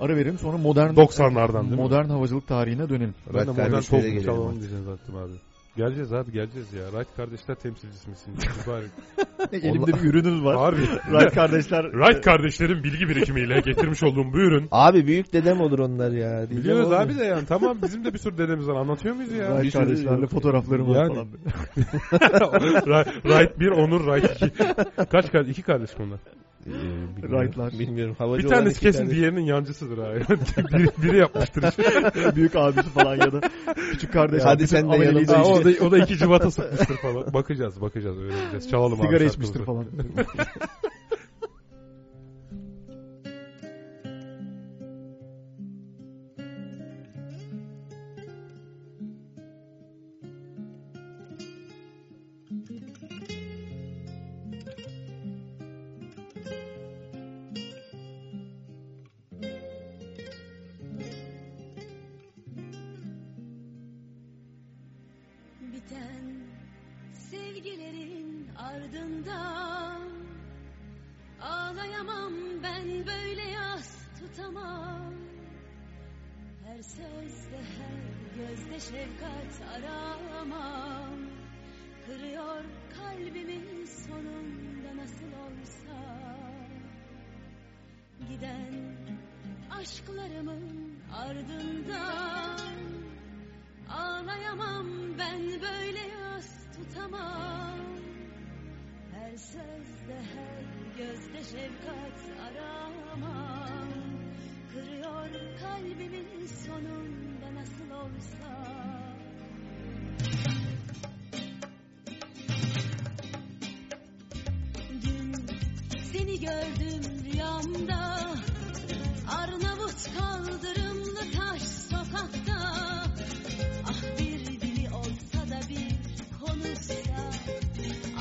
Speaker 3: Ara verelim sonra modern
Speaker 2: 90'lardan değil mi?
Speaker 3: modern havacılık tarihine dönelim.
Speaker 2: Ben de
Speaker 4: Wright
Speaker 2: modern
Speaker 4: kardeşlere
Speaker 2: folk
Speaker 4: gelelim
Speaker 2: çalalım
Speaker 4: artık.
Speaker 2: diyeceğim zaten abi. Geleceğiz abi geleceğz ya. Wright kardeşler temsilcisi misin? Bari.
Speaker 3: Elimde bir ürünümüz var.
Speaker 2: Harbi.
Speaker 3: Wright kardeşler
Speaker 2: Wright kardeşlerin bilgi birikimiyle getirmiş olduğum bu ürün.
Speaker 4: Abi büyük dedem olur onlar ya. diyeceğim
Speaker 2: Biliyoruz
Speaker 4: olmuyor.
Speaker 2: abi de yani tamam bizim de bir sürü dedemiz var anlatıyor muyuz ya?
Speaker 3: Wright kardeşlerle fotoğraflarım var
Speaker 2: Yani.
Speaker 3: falan.
Speaker 2: Wright Wright 1, Onur Wright 2. Kaç kardeş? İki kardeş bunlar.
Speaker 4: Ee, bilmiyorum.
Speaker 3: Wright'lar.
Speaker 4: Bilmiyorum. Havacı
Speaker 2: Bir
Speaker 4: olan
Speaker 2: tanesi
Speaker 4: iki
Speaker 2: kesin
Speaker 4: tane-
Speaker 2: diğerinin yancısıdır ha. biri, biri yapmıştır. işi.
Speaker 3: büyük abisi falan ya da küçük kardeş.
Speaker 4: Hadi
Speaker 3: abisi
Speaker 4: sen de
Speaker 3: ameliyatı
Speaker 4: yanımda
Speaker 2: Ha,
Speaker 3: için
Speaker 2: o, da, o da iki cıvata sıkmıştır falan. Bakacağız bakacağız öğreneceğiz. Çalalım abi.
Speaker 3: sigara
Speaker 2: şarkımızı.
Speaker 3: içmiştir falan.
Speaker 5: Biten sevgilerin ardından Ağlayamam ben böyle yas tutamam Her sözde her gözde şefkat aramam Kırıyor kalbimi sonunda nasıl olsa Giden aşklarımın ardından Ağlayamam ben böyle yas tutamam Her sözde her gözde şefkat aramam anlatamam Kırıyor kalbimin sonunda nasıl olsa Dün seni gördüm rüyamda Arnavut kaldırımlı taş sokakta Ah bir dili olsa da bir konuşsa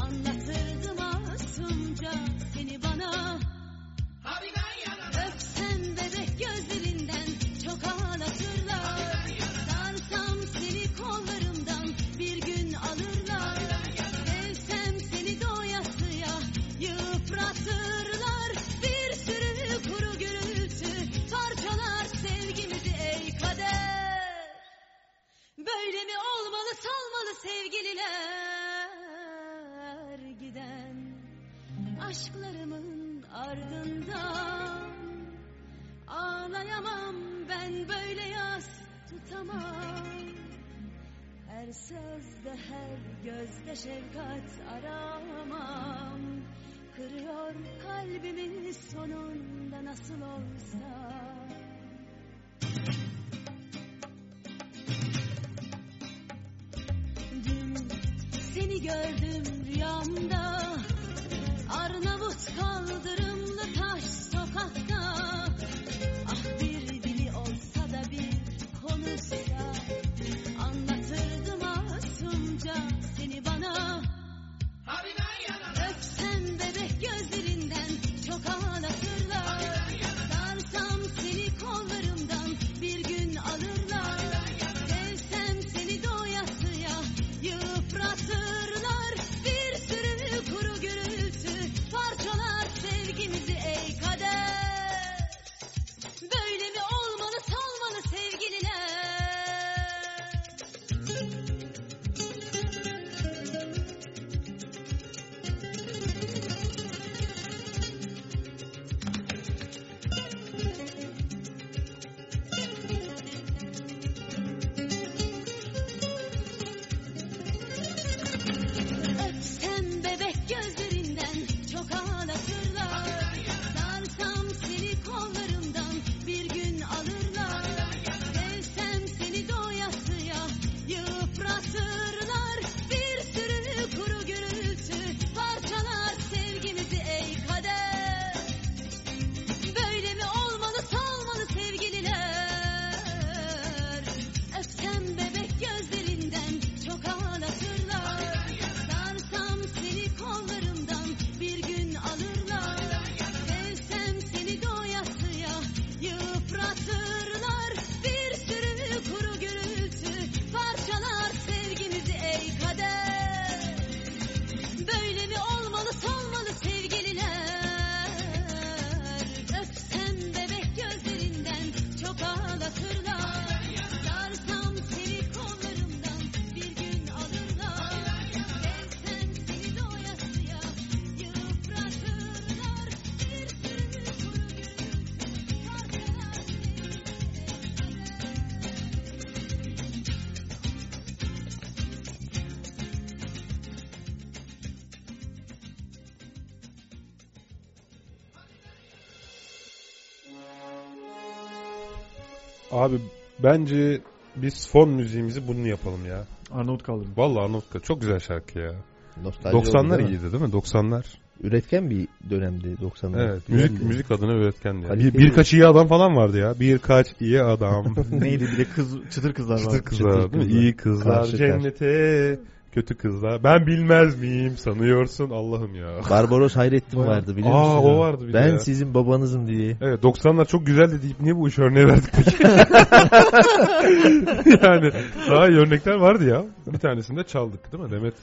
Speaker 5: Anlatırdım masumca seni bana Öpsem bebek gözlerinden çok ağlatırlar Sarsam seni kollarımdan bir gün alırlar Sevsem seni doyasıya yıpratırlar Bir sürü kuru gürültü parçalar sevgimizi ey kader Böyle mi olmalı salmalı sevgililer giden aşklarımın ardından Ağlayamam ben böyle yas tutamam Her sözde her gözde şefkat aramam Kırıyor kalbimin sonunda nasıl olsa Dün seni gördüm rüyamda Arnavut kaldırımlı taş sokakta Ah bir dili olsa da bir konuşsa Anlatırdım masumca seni bana Öpsem bebek gözlerinden çok ağlatırlar Sarsam seni kollarımdan bir gün alırlar Sevsem seni doyasıya yıpratırlar Bir sürü kuru gürültü parçalar sevgimizi ey kader Böyle mi olmalı salmalı sevgililer Öpsem bebek gözlerinden çok ağlatırlar Sarsam seni kollarımdan bir gün alırlar Sevsem seni doyasıya yıpratırlar Bir sürü kuru gürültü parçalar sevgimizi ey kader Böyle mi olmalı salmalı sevgililer Öpsem bebek gözlerinden çok ağlatırlar Sarsam seni kollarımdan bir gün alırlar Sevsem seni doyasıya yıpratırlar Bir sürü kuru gürültü parçalar sevgimizi ey kader Böyle mi olmalı salmalı sevgililer Öpsem bebek gözlerinden çok ağlatırlar Sarsam seni kollarımdan bir gün alırlar Sevsem seni doyasıya yıpratırlar Bir sürü kuru gönül parçalar sevgililer
Speaker 2: Abi bence biz fon müziğimizi bunu yapalım ya.
Speaker 3: Arnavut kaldırım.
Speaker 2: Vallahi Arnavutka çok güzel şarkı ya.
Speaker 4: Nostalji oldu
Speaker 2: 90'lar
Speaker 4: değil mi?
Speaker 2: iyiydi değil mi? 90'lar.
Speaker 4: Üretken bir dönemdi 90'lar.
Speaker 2: Evet. Müzik müzik adına üretken ya. Bir,
Speaker 4: Kaliteli.
Speaker 2: birkaç iyi adam falan vardı ya. Birkaç iyi adam.
Speaker 3: Neydi bir de kız, çıtır kızlar var.
Speaker 2: Çıtır kızlar,
Speaker 4: çıtır
Speaker 2: değil mi?
Speaker 4: kızlar.
Speaker 2: İyi kızlar,
Speaker 4: Karşı
Speaker 2: cennete, kötü kızlar. Ben bilmez miyim sanıyorsun Allah'ım ya.
Speaker 4: Barbaros Hayrettin
Speaker 2: Bayağı-
Speaker 4: vardı biliyor
Speaker 2: Aa,
Speaker 4: musun?
Speaker 2: o vardı bir de
Speaker 4: Ben
Speaker 2: ya.
Speaker 4: sizin babanızım diye.
Speaker 2: Evet 90'lar çok güzeldi deyip niye bu üç örneği verdik peki? yani daha iyi örnekler vardı ya. Bir tanesinde çaldık değil mi? Demet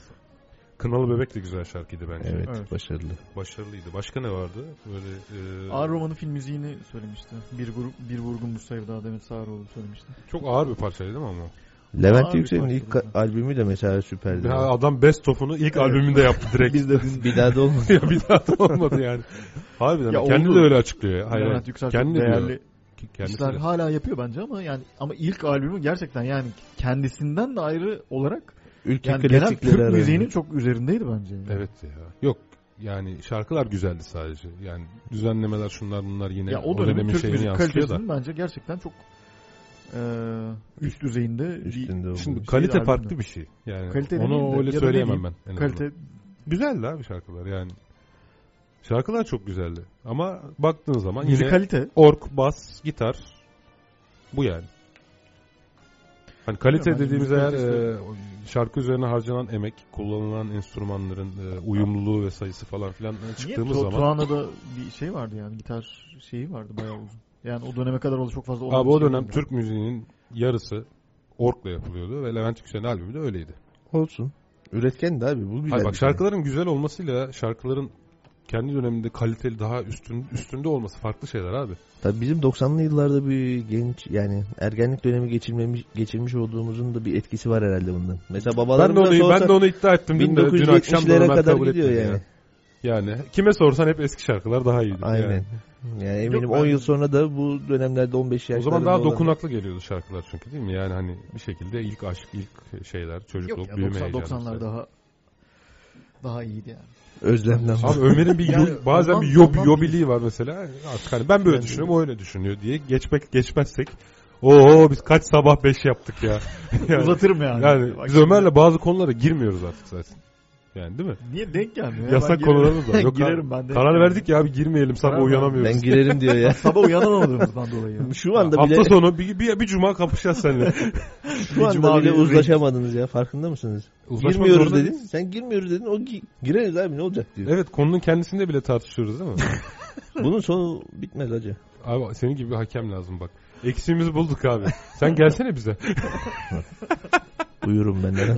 Speaker 2: Kınalı Bebek de güzel şarkıydı bence.
Speaker 4: Evet,
Speaker 3: Evet.
Speaker 4: başarılı.
Speaker 2: Başarılıydı. Başka ne vardı? Böyle e,
Speaker 3: Ağır romanı film müziğini söylemişti. Bir, grup, bir vurgun bu sevda Demet Sağıroğlu söylemişti.
Speaker 2: çok ağır bir parçaydı değil mi ama?
Speaker 4: Levent
Speaker 3: Abi,
Speaker 4: Yüksel'in
Speaker 3: başarılı.
Speaker 4: ilk ka- albümü de mesela süperdi.
Speaker 2: Ya adam Best of'unu ilk albümünde yaptı direkt.
Speaker 4: Biz de biz bir daha da olmadı.
Speaker 2: ya bir daha da olmadı yani. Harbiden
Speaker 3: Ya
Speaker 2: kendi
Speaker 3: oldu.
Speaker 2: de öyle açıklıyor. ya. Hayır,
Speaker 3: Levent Yüksel
Speaker 2: kendi
Speaker 3: çok değerli
Speaker 2: diyor. Kendisi
Speaker 3: işler
Speaker 2: de.
Speaker 3: hala yapıyor bence ama yani ama ilk albümü gerçekten yani kendisinden de ayrı olarak
Speaker 4: Ülke
Speaker 3: yani genel
Speaker 4: klasikleri
Speaker 3: Türk
Speaker 4: arasında.
Speaker 3: müziğinin çok üzerindeydi bence.
Speaker 2: Evet ya. Yok Yani şarkılar güzeldi sadece. Yani düzenlemeler şunlar bunlar yine
Speaker 3: ya
Speaker 2: o
Speaker 3: o dönemin
Speaker 2: dönemin
Speaker 3: Türk
Speaker 2: şeyini
Speaker 3: müzik
Speaker 2: yansıtıyor da.
Speaker 3: kalitesinin bence gerçekten çok e, üst düzeyinde bir
Speaker 4: Üstünde
Speaker 2: Şimdi
Speaker 4: Şimdi
Speaker 2: kalite
Speaker 3: albümde.
Speaker 2: farklı bir şey. Yani
Speaker 3: Kalite demeyeyim de,
Speaker 2: onu öyle
Speaker 3: ya da ne
Speaker 2: söyleyemem
Speaker 3: diyeyim,
Speaker 2: ben. en azından.
Speaker 3: kalite
Speaker 2: Güzeldi abi şarkılar yani. Şarkılar çok güzeldi. Ama baktığın zaman yine
Speaker 3: müzikalite
Speaker 2: ork, bas, gitar bu yani. Hani kalite
Speaker 3: Bilmiyorum,
Speaker 2: dediğimiz
Speaker 3: hani
Speaker 2: eğer
Speaker 3: müzik
Speaker 2: e, şarkı üzerine harcanan emek, kullanılan enstrümanların e, uyumluluğu ve sayısı falan filan e,
Speaker 3: Niye?
Speaker 2: çıktığımız
Speaker 3: Tu-
Speaker 2: zaman
Speaker 3: Tuana'da bir şey vardı yani gitar şeyi vardı bayağı uzun. Yani o döneme kadar o da çok fazla olan
Speaker 2: Abi
Speaker 3: bir
Speaker 2: o
Speaker 3: şey
Speaker 2: dönem
Speaker 3: değil.
Speaker 2: Türk müziğinin yarısı orkla yapılıyordu ve Levent Yüksel'in albümü de öyleydi.
Speaker 4: olsun. Üretken de abi bu güzel.
Speaker 2: Hayır
Speaker 4: bir
Speaker 2: bak
Speaker 4: şey.
Speaker 2: şarkıların güzel olmasıyla şarkıların kendi döneminde kaliteli daha üstün üstünde olması farklı şeyler abi.
Speaker 4: Tabii bizim 90'lı yıllarda bir genç yani ergenlik dönemi geçirmemiş, geçirmiş olduğumuzun da bir etkisi var herhalde bundan. Mesela babalar
Speaker 2: ben de
Speaker 4: buna
Speaker 2: onu
Speaker 4: sorsa
Speaker 2: ben de onu iddia ettim dün, de, dün akşam da
Speaker 4: 1970'lere
Speaker 2: Ömer
Speaker 4: kadar
Speaker 2: kabul
Speaker 4: gidiyor
Speaker 2: etmedi
Speaker 4: yani.
Speaker 2: Yani. Yani kime sorsan hep eski şarkılar daha iyiydi.
Speaker 4: aynen.
Speaker 2: Yani.
Speaker 4: Yani, eminim
Speaker 3: Yok,
Speaker 4: 10
Speaker 3: ben-
Speaker 4: yıl sonra da bu dönemlerde 15
Speaker 2: O
Speaker 4: yaşlarında
Speaker 2: zaman daha
Speaker 4: olan-
Speaker 2: dokunaklı geliyordu şarkılar çünkü değil mi? Yani hani bir şekilde ilk aşk, ilk şeyler, çocukluk,
Speaker 3: Yok ya
Speaker 2: büyüme
Speaker 3: 90,
Speaker 2: heyecanı.
Speaker 3: 90'lar daha daha iyiydi yani.
Speaker 4: özlemden
Speaker 2: Abi Ömer'in bir
Speaker 3: Yani
Speaker 2: yo- bazen
Speaker 3: ondan-
Speaker 2: bir yob,
Speaker 3: ondan-
Speaker 2: yobiliği var mesela. Artık hani ben böyle
Speaker 4: Ben de-
Speaker 2: düşünüyorum, o öyle düşünüyor diye geçmek geçmezsek Oo biz kaç sabah beş yaptık ya. yani,
Speaker 3: Uzatırım yani.
Speaker 2: yani
Speaker 3: Bak
Speaker 2: biz
Speaker 3: şimdi-
Speaker 2: Ömer'le bazı konulara girmiyoruz artık zaten. Yani değil mi?
Speaker 3: Niye denk gelmiyor? ya? Ben
Speaker 2: Yasak
Speaker 3: girerim.
Speaker 2: konularımız var. Yok abi,
Speaker 3: girerim ben de.
Speaker 2: Karar verdik ya abi girmeyelim sabah
Speaker 3: Karar verdim.
Speaker 2: uyanamıyoruz.
Speaker 4: ben girerim diyor ya.
Speaker 3: Sabah uyanamadığımızdan dolayı. ya.
Speaker 4: Şu anda
Speaker 2: Hafta
Speaker 4: bile
Speaker 2: sonu bir, bir, bir cuma kapışacağız seninle.
Speaker 4: şu anda
Speaker 3: Cuma
Speaker 4: bile
Speaker 3: günü-
Speaker 4: uzlaşamadınız ya farkında mısınız?
Speaker 2: Uzlaşmak
Speaker 4: girmiyoruz
Speaker 2: zorunda
Speaker 4: dedin.
Speaker 2: değiliz.
Speaker 4: Sen girmiyoruz dedin. O gi- gireriz abi ne olacak diyor.
Speaker 2: Evet konunun kendisinde bile tartışıyoruz değil mi?
Speaker 4: Bunun sonu bitmez acı.
Speaker 2: Abi senin gibi bir hakem lazım bak. Eksiğimizi bulduk abi. Sen gelsene bize.
Speaker 4: Uyurum ben neden?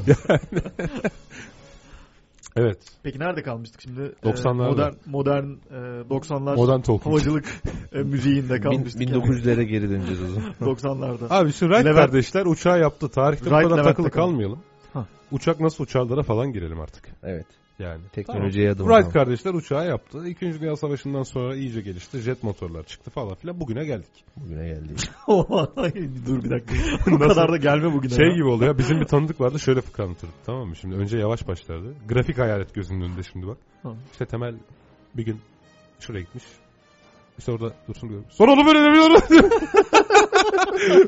Speaker 2: Evet.
Speaker 3: Peki nerede kalmıştık şimdi?
Speaker 2: 90'larda.
Speaker 3: Ee, modern modern e, 90'lar
Speaker 2: Modern talk.
Speaker 3: havacılık e, müziğinde
Speaker 4: Bin-
Speaker 3: kalmıştık. yani.
Speaker 4: 1900'lere geri döneceğiz o zaman.
Speaker 3: 90'larda.
Speaker 2: Abi şu Wright
Speaker 3: Levent-
Speaker 2: kardeşler uçağı yaptı. Tarihte bu
Speaker 3: Wright
Speaker 2: kadar
Speaker 3: Levent'te
Speaker 2: takılı
Speaker 3: kalın.
Speaker 2: kalmayalım.
Speaker 3: Hah.
Speaker 2: Uçak nasıl uçarlara falan girelim artık.
Speaker 4: Evet.
Speaker 2: Yani.
Speaker 4: Teknolojiye
Speaker 2: Tamam.
Speaker 4: adım
Speaker 2: Wright
Speaker 4: atalım.
Speaker 2: kardeşler uçağı yaptı. İkinci Dünya Savaşı'ndan sonra iyice gelişti. Jet motorlar çıktı falan filan. Bugüne geldik.
Speaker 4: Bugüne geldi.
Speaker 3: Dur bir dakika. Bu kadar da gelme bugüne.
Speaker 2: Şey
Speaker 3: ya.
Speaker 2: gibi oldu ya bizim bir tanıdık vardı şöyle fıkra anlatırdı tamam mı? Şimdi önce yavaş başlardı. Grafik hayal et gözünün önünde şimdi bak.
Speaker 3: Tamam.
Speaker 2: İşte Temel bir gün şuraya gitmiş. İşte orada Dursun diyor. Sonra onu böyle demiyorum.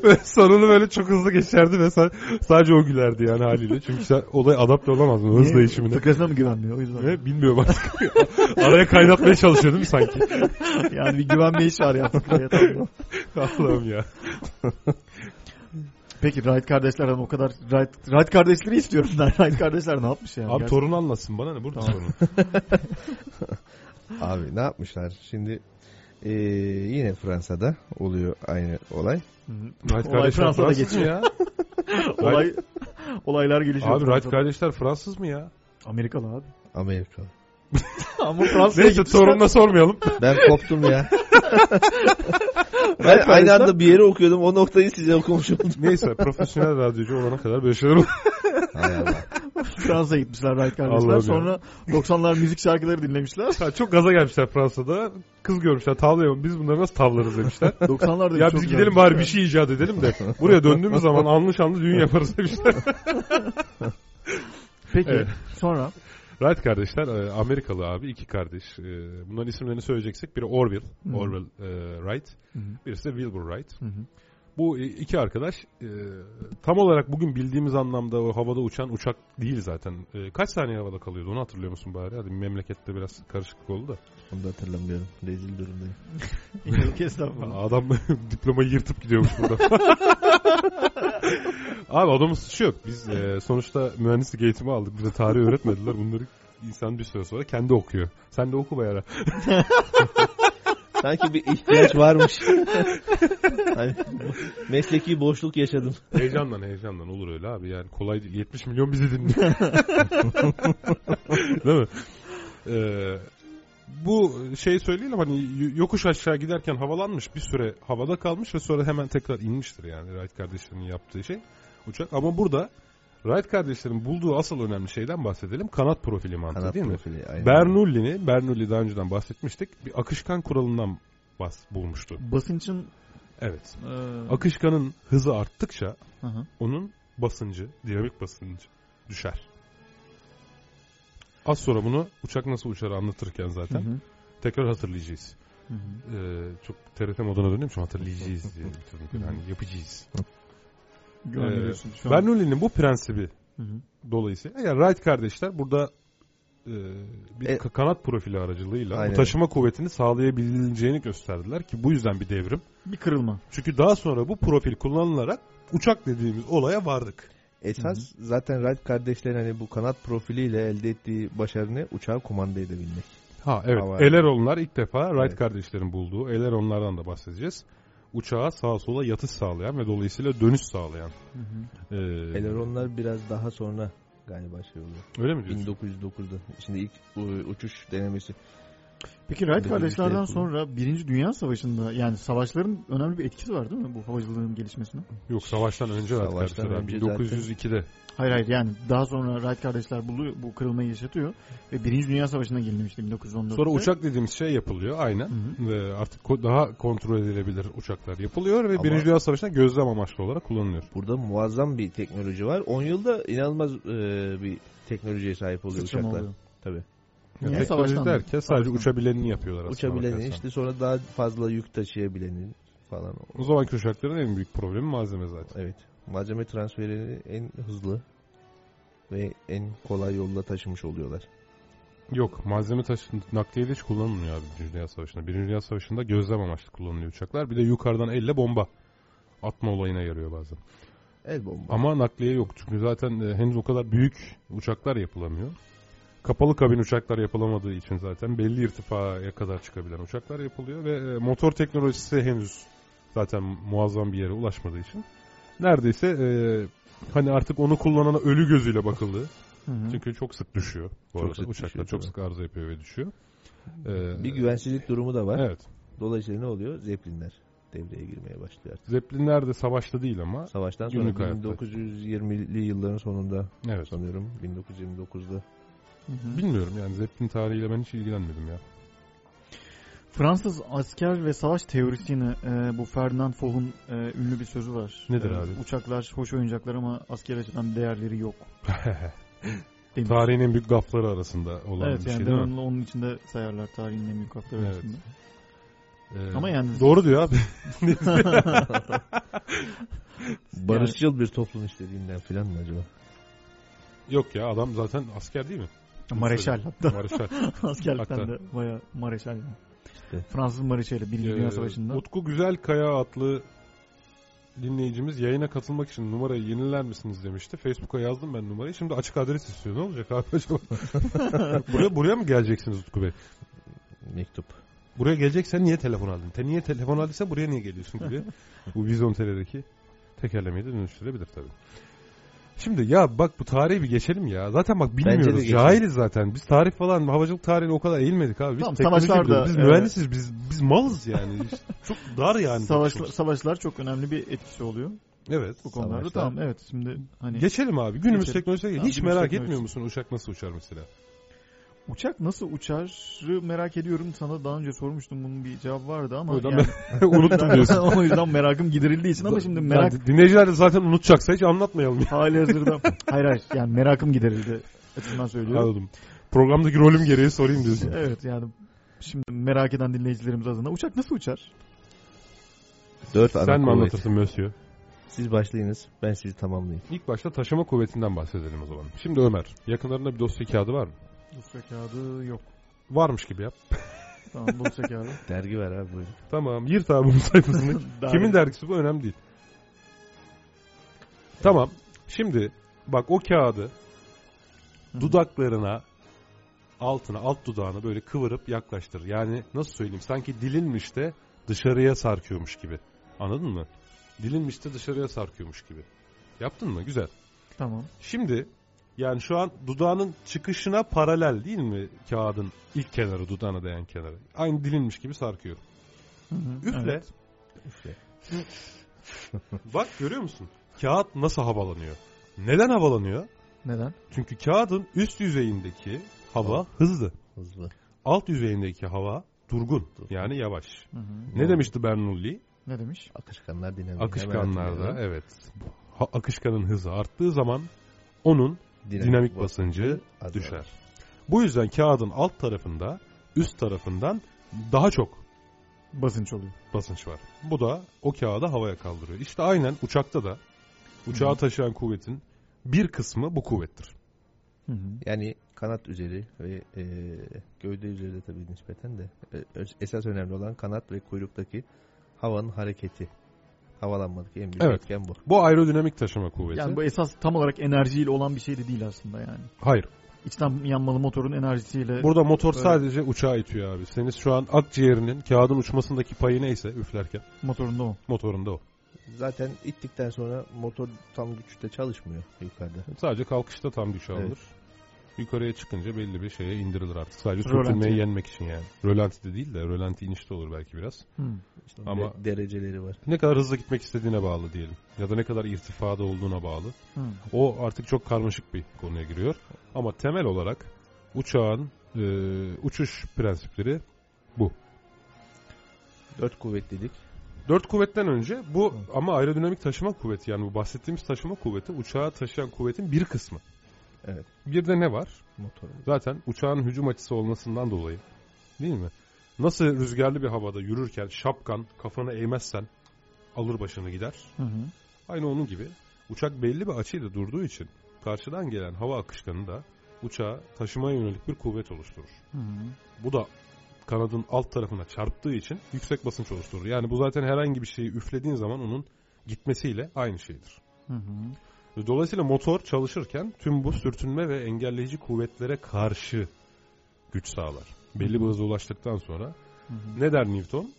Speaker 2: ve sonunu böyle çok hızlı geçerdi ve sa- sadece o gülerdi yani haliyle. Çünkü sen olaya adapte olamazdın o hız
Speaker 3: Niye?
Speaker 2: değişimine.
Speaker 3: Fıkrasına mı güvenmiyor o yüzden?
Speaker 2: Ve bilmiyorum artık. Araya kaynatmaya çalışıyor değil mi sanki?
Speaker 3: yani bir güvenme işi var ya fıkraya tamam.
Speaker 2: Allah'ım ya.
Speaker 3: Peki Wright kardeşlerden o kadar Wright, Wright kardeşleri istiyorum ben. Wright kardeşler ne yapmış yani?
Speaker 2: Abi
Speaker 3: Gerçekten-
Speaker 2: torunu anlatsın bana ne burada sorun.
Speaker 4: Abi ne yapmışlar? Şimdi eee, yine Fransa'da oluyor aynı olay.
Speaker 3: Hı hı.
Speaker 2: Wright
Speaker 3: Olay
Speaker 2: kardeşler
Speaker 3: Fransa'da
Speaker 2: Fransız mı
Speaker 3: geçiyor.
Speaker 2: ya?
Speaker 3: Olay, olaylar gelişiyor.
Speaker 2: Abi Wright kardeşler Fransız mı ya?
Speaker 3: Amerikalı abi.
Speaker 4: Amerika.
Speaker 3: Ama Fransa'ya
Speaker 2: Neyse
Speaker 3: gitmişler.
Speaker 2: torununa sormayalım.
Speaker 4: Ben koptum ya. ben aynı anda bir yere okuyordum. O noktayı size okumuş oldum.
Speaker 2: Neyse profesyonel radyocu olana kadar böyle şeyler olur.
Speaker 4: Hay Allah.
Speaker 3: Fransa'ya gitmişler Wright
Speaker 2: Allah'ım
Speaker 3: kardeşler.
Speaker 2: ya.
Speaker 3: Sonra 90'lar müzik şarkıları dinlemişler.
Speaker 2: Ya Çok gaza gelmişler Fransa'da. Kız görmüşler tavlayalım. Biz bunları nasıl tavlarız demişler.
Speaker 3: 90'larda
Speaker 2: ya
Speaker 3: çok
Speaker 2: biz
Speaker 3: güzel
Speaker 2: gidelim bari bir şey icat edelim de. Buraya döndüğümüz zaman anlı şanlı düğün yaparız demişler.
Speaker 3: Peki
Speaker 2: Evet.
Speaker 3: sonra
Speaker 2: Wright kardeşler e, Amerikalı abi iki kardeş. E, Bunların isimlerini söyleyeceksek biri Orville.
Speaker 3: Hı.
Speaker 2: Orville e, Wright.
Speaker 3: Hı hı.
Speaker 2: Birisi de Wilbur Wright.
Speaker 3: Hı hı.
Speaker 2: Bu e, iki arkadaş e, tam olarak bugün bildiğimiz anlamda o havada uçan uçak değil zaten. E, Kaç saniye havada kalıyordu onu hatırlıyor musun bari? Hadi memlekette biraz karışıklık oldu da.
Speaker 4: Onu da hatırlamıyorum. Rezil durumdayım.
Speaker 3: İngilizce estağfurullah.
Speaker 2: Adam diplomayı yırtıp gidiyormuş burada. Abi adamın suçu yok. Biz e, sonuçta mühendislik eğitimi aldık. Bize tarih öğretmediler. Bunları insan bir süre sonra kendi okuyor. Sen de oku bayara.
Speaker 4: Sanki bir ihtiyaç varmış. Hani mesleki boşluk yaşadım.
Speaker 2: Heyecandan heyecandan olur öyle abi. Yani kolay değil. 70 milyon bizi dinliyor. değil mi? Ee, bu şey söyleyelim hani y- yokuş aşağı giderken havalanmış bir süre havada kalmış ve sonra hemen tekrar inmiştir yani Wright kardeşlerinin yaptığı şey uçak. Ama burada Wright kardeşlerin bulduğu asıl önemli şeyden bahsedelim. Kanat profili mantığı
Speaker 4: Kanat
Speaker 2: değil mi?
Speaker 4: profili. aynen.
Speaker 2: Bernoulli'ni, Bernoulli daha önceden bahsetmiştik. Bir akışkan kuralından bas bulmuştu.
Speaker 3: Basınçın
Speaker 2: Evet.
Speaker 3: e,
Speaker 2: Akışkanın hızı arttıkça
Speaker 3: hı hı.
Speaker 2: onun basıncı, dinamik basıncı düşer. Az sonra bunu uçak nasıl uçarı anlatırken zaten
Speaker 3: Hı hı,
Speaker 2: tekrar hatırlayacağız.
Speaker 3: hı hı.
Speaker 2: Ee, çok TRT moduna dönüyorum şu an hatırlayacağız diye. bitirdim. Yani hani yapacağız. Ee,
Speaker 3: Gönderiyorsun şu an.
Speaker 2: Bernoulli'nin bu prensibi
Speaker 3: Hı hı.
Speaker 2: dolayısıyla eğer Wright kardeşler burada e, bir
Speaker 4: E-
Speaker 2: ka- kanat profili aracılığıyla bu
Speaker 4: Aynen.
Speaker 2: taşıma kuvvetini sağlayabileceğini gösterdiler ki bu yüzden bir devrim.
Speaker 3: Bir kırılma.
Speaker 2: Çünkü daha sonra bu profil kullanılarak uçak dediğimiz olaya vardık.
Speaker 4: Esas zaten Wright kardeşlerin hani bu kanat profiliyle elde ettiği başarını uçağı kumanda edebilmek.
Speaker 2: Ha evet.
Speaker 4: Hava-
Speaker 2: Eleronlar ilk defa Wright
Speaker 4: Evet.
Speaker 2: kardeşlerin bulduğu Eleronlardan da bahsedeceğiz. Uçağa sağa sola yatış sağlayan ve dolayısıyla dönüş sağlayan.
Speaker 3: Hı hı.
Speaker 2: e,
Speaker 4: Eleronlar biraz daha sonra galiba şey oluyor.
Speaker 2: Öyle mi diyorsun?
Speaker 4: 1909'da. Şimdi ilk e, uçuş denemesi.
Speaker 3: Peki Wright
Speaker 4: Böyle bir şey
Speaker 3: kardeşlerden
Speaker 4: yapıldı.
Speaker 3: sonra Birinci Dünya Savaşı'nda yani savaşların önemli bir etkisi var değil mi bu havacılığın gelişmesine?
Speaker 2: Yok savaştan önce Wright
Speaker 4: Savaştan
Speaker 2: kardeşler. abi.
Speaker 4: önce
Speaker 2: 1902'de.
Speaker 3: Hayır hayır yani daha sonra Wright kardeşler buluyor, bu kırılmayı yaşatıyor ve Birinci Dünya Savaşı'na gelinmişti 1914'te.
Speaker 2: Sonra uçak dediğimiz şey yapılıyor aynen.
Speaker 3: Hı hı.
Speaker 2: Ve artık ko- daha kontrol edilebilir uçaklar yapılıyor ve
Speaker 4: Ama-
Speaker 2: Birinci Dünya Savaşı'nda gözlem amaçlı olarak kullanılıyor.
Speaker 4: Burada muazzam bir teknoloji var. 10 yılda inanılmaz e, bir teknolojiye sahip oluyor
Speaker 3: Sıçrama
Speaker 4: uçaklar.
Speaker 3: oluyor.
Speaker 4: Tabii.
Speaker 2: Yani
Speaker 3: Niye?
Speaker 2: teknoloji
Speaker 3: Savaştan mı?
Speaker 2: derken sadece
Speaker 3: Savaştan.
Speaker 2: uçabilenini yapıyorlar aslında.
Speaker 4: Uçabileni
Speaker 2: bakarsan.
Speaker 4: işte sonra daha fazla yük taşıyabileni falan.
Speaker 2: O zamanki uçakların en büyük problemi malzeme zaten.
Speaker 4: Evet. Malzeme transferini en hızlı ve en kolay yolla taşımış oluyorlar.
Speaker 2: Yok malzeme taşı nakliye hiç kullanılmıyor abi Birinci Dünya Savaşı'nda. Birinci Dünya Savaşı'nda gözlem amaçlı kullanılıyor uçaklar. Bir de yukarıdan elle bomba atma olayına yarıyor bazen.
Speaker 4: El bomba.
Speaker 2: Ama nakliye yok çünkü zaten e, henüz o kadar büyük uçaklar yapılamıyor. Kapalı kabin uçaklar yapılamadığı için zaten belli irtifaya kadar çıkabilen uçaklar yapılıyor ve e, motor teknolojisi henüz zaten muazzam bir yere ulaşmadığı için neredeyse e, hani artık onu kullanana ölü gözüyle bakıldığı
Speaker 3: Hı hı.
Speaker 2: çünkü çok sık düşüyor bu
Speaker 4: Çok
Speaker 2: arada
Speaker 4: sık
Speaker 2: uçaklar
Speaker 4: düşüyor,
Speaker 2: çok
Speaker 4: tabii.
Speaker 2: sık arıza yapıyor ve düşüyor. E,
Speaker 4: bir güvensizlik durumu da var.
Speaker 2: Evet.
Speaker 4: Dolayısıyla ne oluyor? Zeplinler devreye girmeye başlıyor artık.
Speaker 2: Zeppelinler de savaşta değil ama
Speaker 4: Savaştan
Speaker 2: Günlük
Speaker 4: sonra
Speaker 2: hayatta.
Speaker 4: 1920'li yılların sonunda
Speaker 2: evet.
Speaker 4: sanıyorum 1929'da
Speaker 3: Hı hı.
Speaker 2: Bilmiyorum yani Zeppelin tarihiyle ben hiç ilgilenmedim ya.
Speaker 3: Fransız asker ve savaş teorisyeni e, bu Ferdinand Foch'un e, ünlü bir sözü var.
Speaker 2: Nedir
Speaker 3: E,
Speaker 2: abi?
Speaker 3: Uçaklar hoş oyuncaklar ama asker açıdan değerleri yok. Demiş.
Speaker 2: Tarihin en büyük gafları arasında olan
Speaker 3: evet
Speaker 2: bir
Speaker 3: yani
Speaker 2: şey değil mi?
Speaker 3: devamlı onun içinde sayarlar tarihin en büyük hakları
Speaker 2: Evet.
Speaker 3: arasında.
Speaker 2: Ee,
Speaker 3: Ama yani
Speaker 2: Doğru diyor abi.
Speaker 4: barışçıl bir toplum istediğinden falan mı acaba?
Speaker 2: Yok ya adam zaten asker değil mi?
Speaker 3: Mareşal hatta.
Speaker 2: Mareşal.
Speaker 3: Askerlikten
Speaker 2: Hatta.
Speaker 3: de baya mareşal. yani.
Speaker 4: İşte.
Speaker 3: Fransız mareşali Birinci
Speaker 2: Ee,
Speaker 3: Dünya Savaşı'nda.
Speaker 2: Utku Güzelkaya adlı dinleyicimiz yayına katılmak için numarayı yeniler misiniz demişti. Facebook'a yazdım ben numarayı. Şimdi açık adres istiyor. Ne olacak abi acaba? buraya, buraya mı geleceksiniz Utku Bey?
Speaker 4: Mektup.
Speaker 2: Buraya geleceksen niye telefon aldın? Te niye telefon aldıysa buraya niye geliyorsun gibi. bu Vizon TL'deki tekerlemeyi de dönüştürebilir tabii. Şimdi ya bak bu tarihi bir geçelim ya. Zaten bak
Speaker 4: Bence de
Speaker 2: bilmiyoruz.
Speaker 4: geçelim.
Speaker 2: Cahiliz zaten. Biz tarih falan havacılık tarihine o kadar eğilmedik abi. Biz
Speaker 3: Tamam,
Speaker 2: teknoloji
Speaker 3: savaşlar da,
Speaker 2: biliyoruz. Biz
Speaker 3: evet.
Speaker 2: mühendisiz. Biz, biz malız yani. Biz- çok dar yani.
Speaker 3: Savaşlar,
Speaker 2: bakışımız.
Speaker 3: savaşlar çok önemli bir etkisi oluyor
Speaker 2: Evet.
Speaker 3: bu konularda.
Speaker 4: Savaşlar.
Speaker 3: Tamam evet şimdi hani
Speaker 2: Geçelim abi. Günümüz
Speaker 3: Geçelim.
Speaker 2: teknolojisine
Speaker 3: Tamam,
Speaker 2: hiç
Speaker 3: günümüz
Speaker 2: merak
Speaker 3: teknolojisi.
Speaker 2: etmiyor musun uçak nasıl uçar mesela?
Speaker 3: uçak nasıl uçar merak ediyorum. Sana daha önce sormuştum bunun bir cevabı vardı ama
Speaker 2: O yüzden
Speaker 3: yani-
Speaker 2: Unuttum diyorsun.
Speaker 3: o yüzden merakım giderildiği için ama şimdi merak
Speaker 2: Yani dinleyiciler de zaten unutacaksa hiç anlatmayalım.
Speaker 3: hali hazırda. Hayır hayır yani merakım giderildi açısından söylüyorum.
Speaker 2: Anladım. Programdaki rolüm gereği sorayım diyorsun.
Speaker 3: Evet yani şimdi merak eden dinleyicilerimiz adına uçak nasıl uçar?
Speaker 4: Dört ana
Speaker 2: Sen mi
Speaker 4: kuvvet.
Speaker 2: anlatırsın Mösyö?
Speaker 4: Siz başlayınız. Ben sizi tamamlayayım.
Speaker 2: İlk başta taşıma kuvvetinden bahsedelim o zaman. Şimdi Ömer, yakınlarında bir dosya kağıdı var mı?
Speaker 3: Dosya kağıdı yok.
Speaker 2: Varmış gibi yap.
Speaker 3: Tamam dosya kağıdı.
Speaker 4: Dergi ver abi buyurun.
Speaker 2: Tamam, yırt abi bu sayfasını.
Speaker 3: Daha
Speaker 2: Kimin
Speaker 3: iyi.
Speaker 2: dergisi bu önemli değil. Tamam. Şimdi bak o kağıdı
Speaker 3: hı.
Speaker 2: dudaklarına altına alt dudağını böyle kıvırıp yaklaştır. Yani nasıl söyleyeyim sanki dilinmiş de dışarıya sarkıyormuş gibi. Anladın mı? Dilinmiş de dışarıya sarkıyormuş gibi. Yaptın mı? Güzel.
Speaker 3: Tamam.
Speaker 2: Şimdi yani şu an dudağının çıkışına paralel değil mi kağıdın ilk kenarı dudağına değen kenarı? Aynı dilinmiş gibi sarkıyor.
Speaker 3: Hı hı,
Speaker 2: Üfle.
Speaker 3: evet.
Speaker 4: Üfle.
Speaker 2: Bak görüyor musun? Kağıt nasıl havalanıyor? Neden havalanıyor?
Speaker 3: Neden?
Speaker 2: Çünkü kağıdın üst yüzeyindeki hava hızlı.
Speaker 4: Hızlı.
Speaker 2: Alt yüzeyindeki hava durgun.
Speaker 4: Durgun.
Speaker 2: Yani yavaş.
Speaker 3: Hı hı.
Speaker 2: Ne demişti Bernoulli?
Speaker 3: Ne demiş?
Speaker 4: Akışkanlar dinamik.
Speaker 2: Akışkanlarda evet. Ha- akışkanın hızı arttığı zaman onun dinamik basıncı düşer. Bu yüzden kağıdın alt tarafında üst tarafından daha çok
Speaker 3: Basınç oluyor.
Speaker 2: basınç var. Bu da o kağıdı havaya kaldırıyor. İşte aynen uçakta da uçağı taşıyan kuvvetin bir kısmı bu kuvvettir.
Speaker 3: Hı hı.
Speaker 4: Yani kanat üzeri ve e, gövde üzeri de tabii nispeten de e, esas önemli olan kanat ve kuyruktaki havanın hareketi. Havalanmadaki en büyük
Speaker 2: Evet.
Speaker 4: etken bu.
Speaker 2: Bu aerodinamik taşıma kuvveti.
Speaker 3: Yani bu esas tam olarak enerjiyle olan bir şey de değil aslında yani.
Speaker 2: Hayır.
Speaker 3: İçten yanmalı motorun enerjisiyle
Speaker 2: Burada motor
Speaker 3: Evet.
Speaker 2: sadece uçağı itiyor abi. Senin şu an akciğerinin kağıdın uçmasındaki payı neyse üflerken
Speaker 3: motorunda o.
Speaker 2: motorunda o.
Speaker 4: Zaten ittikten sonra motor tam güçte çalışmıyor yukarıda.
Speaker 2: Sadece kalkışta tam güç alınır.
Speaker 4: Evet.
Speaker 2: Yukarıya çıkınca belli bir şeye indirilir artık. Sadece
Speaker 3: Rölanti.
Speaker 2: sürtünmeyi yenmek için yani. Rölanti de değil de rölanti inişte olur belki biraz.
Speaker 3: Hı.
Speaker 4: İşte
Speaker 2: Ama-
Speaker 4: de- dereceleri var.
Speaker 2: Ne kadar hızlı gitmek istediğine bağlı diyelim. Ya da ne kadar irtifada olduğuna bağlı.
Speaker 3: Hı.
Speaker 2: O artık çok karmaşık bir konuya giriyor. Ama temel olarak uçağın e, uçuş prensipleri
Speaker 4: Dört kuvvetlilik.
Speaker 2: Dört kuvvetten önce bu ama aerodinamik taşıma kuvveti yani bu bahsettiğimiz taşıma kuvveti uçağı taşıyan kuvvetin bir kısmı.
Speaker 4: Evet.
Speaker 2: Bir de ne var?
Speaker 4: motoru.
Speaker 2: Zaten uçağın hücum açısı olmasından dolayı değil mi? Nasıl rüzgarlı bir havada yürürken şapkan kafanı eğmezsen alır başını gider.
Speaker 3: Hı hı.
Speaker 2: Aynı onun gibi uçak belli bir açıyla durduğu için karşıdan gelen hava akışkanı da uçağı taşımaya yönelik bir kuvvet oluşturur.
Speaker 3: Hı hı.
Speaker 2: Bu da kanadın alt tarafına çarptığı için yüksek basınç oluşturur. Yani bu zaten herhangi bir şeyi üflediğin zaman onun gitmesiyle aynı şeydir.
Speaker 3: Hı hı.
Speaker 2: Dolayısıyla motor çalışırken tüm bu sürtünme ve engelleyici kuvvetlere karşı güç sağlar. Belli bir hıza ulaştıktan sonra
Speaker 3: Hı hı.
Speaker 2: ne der Newton?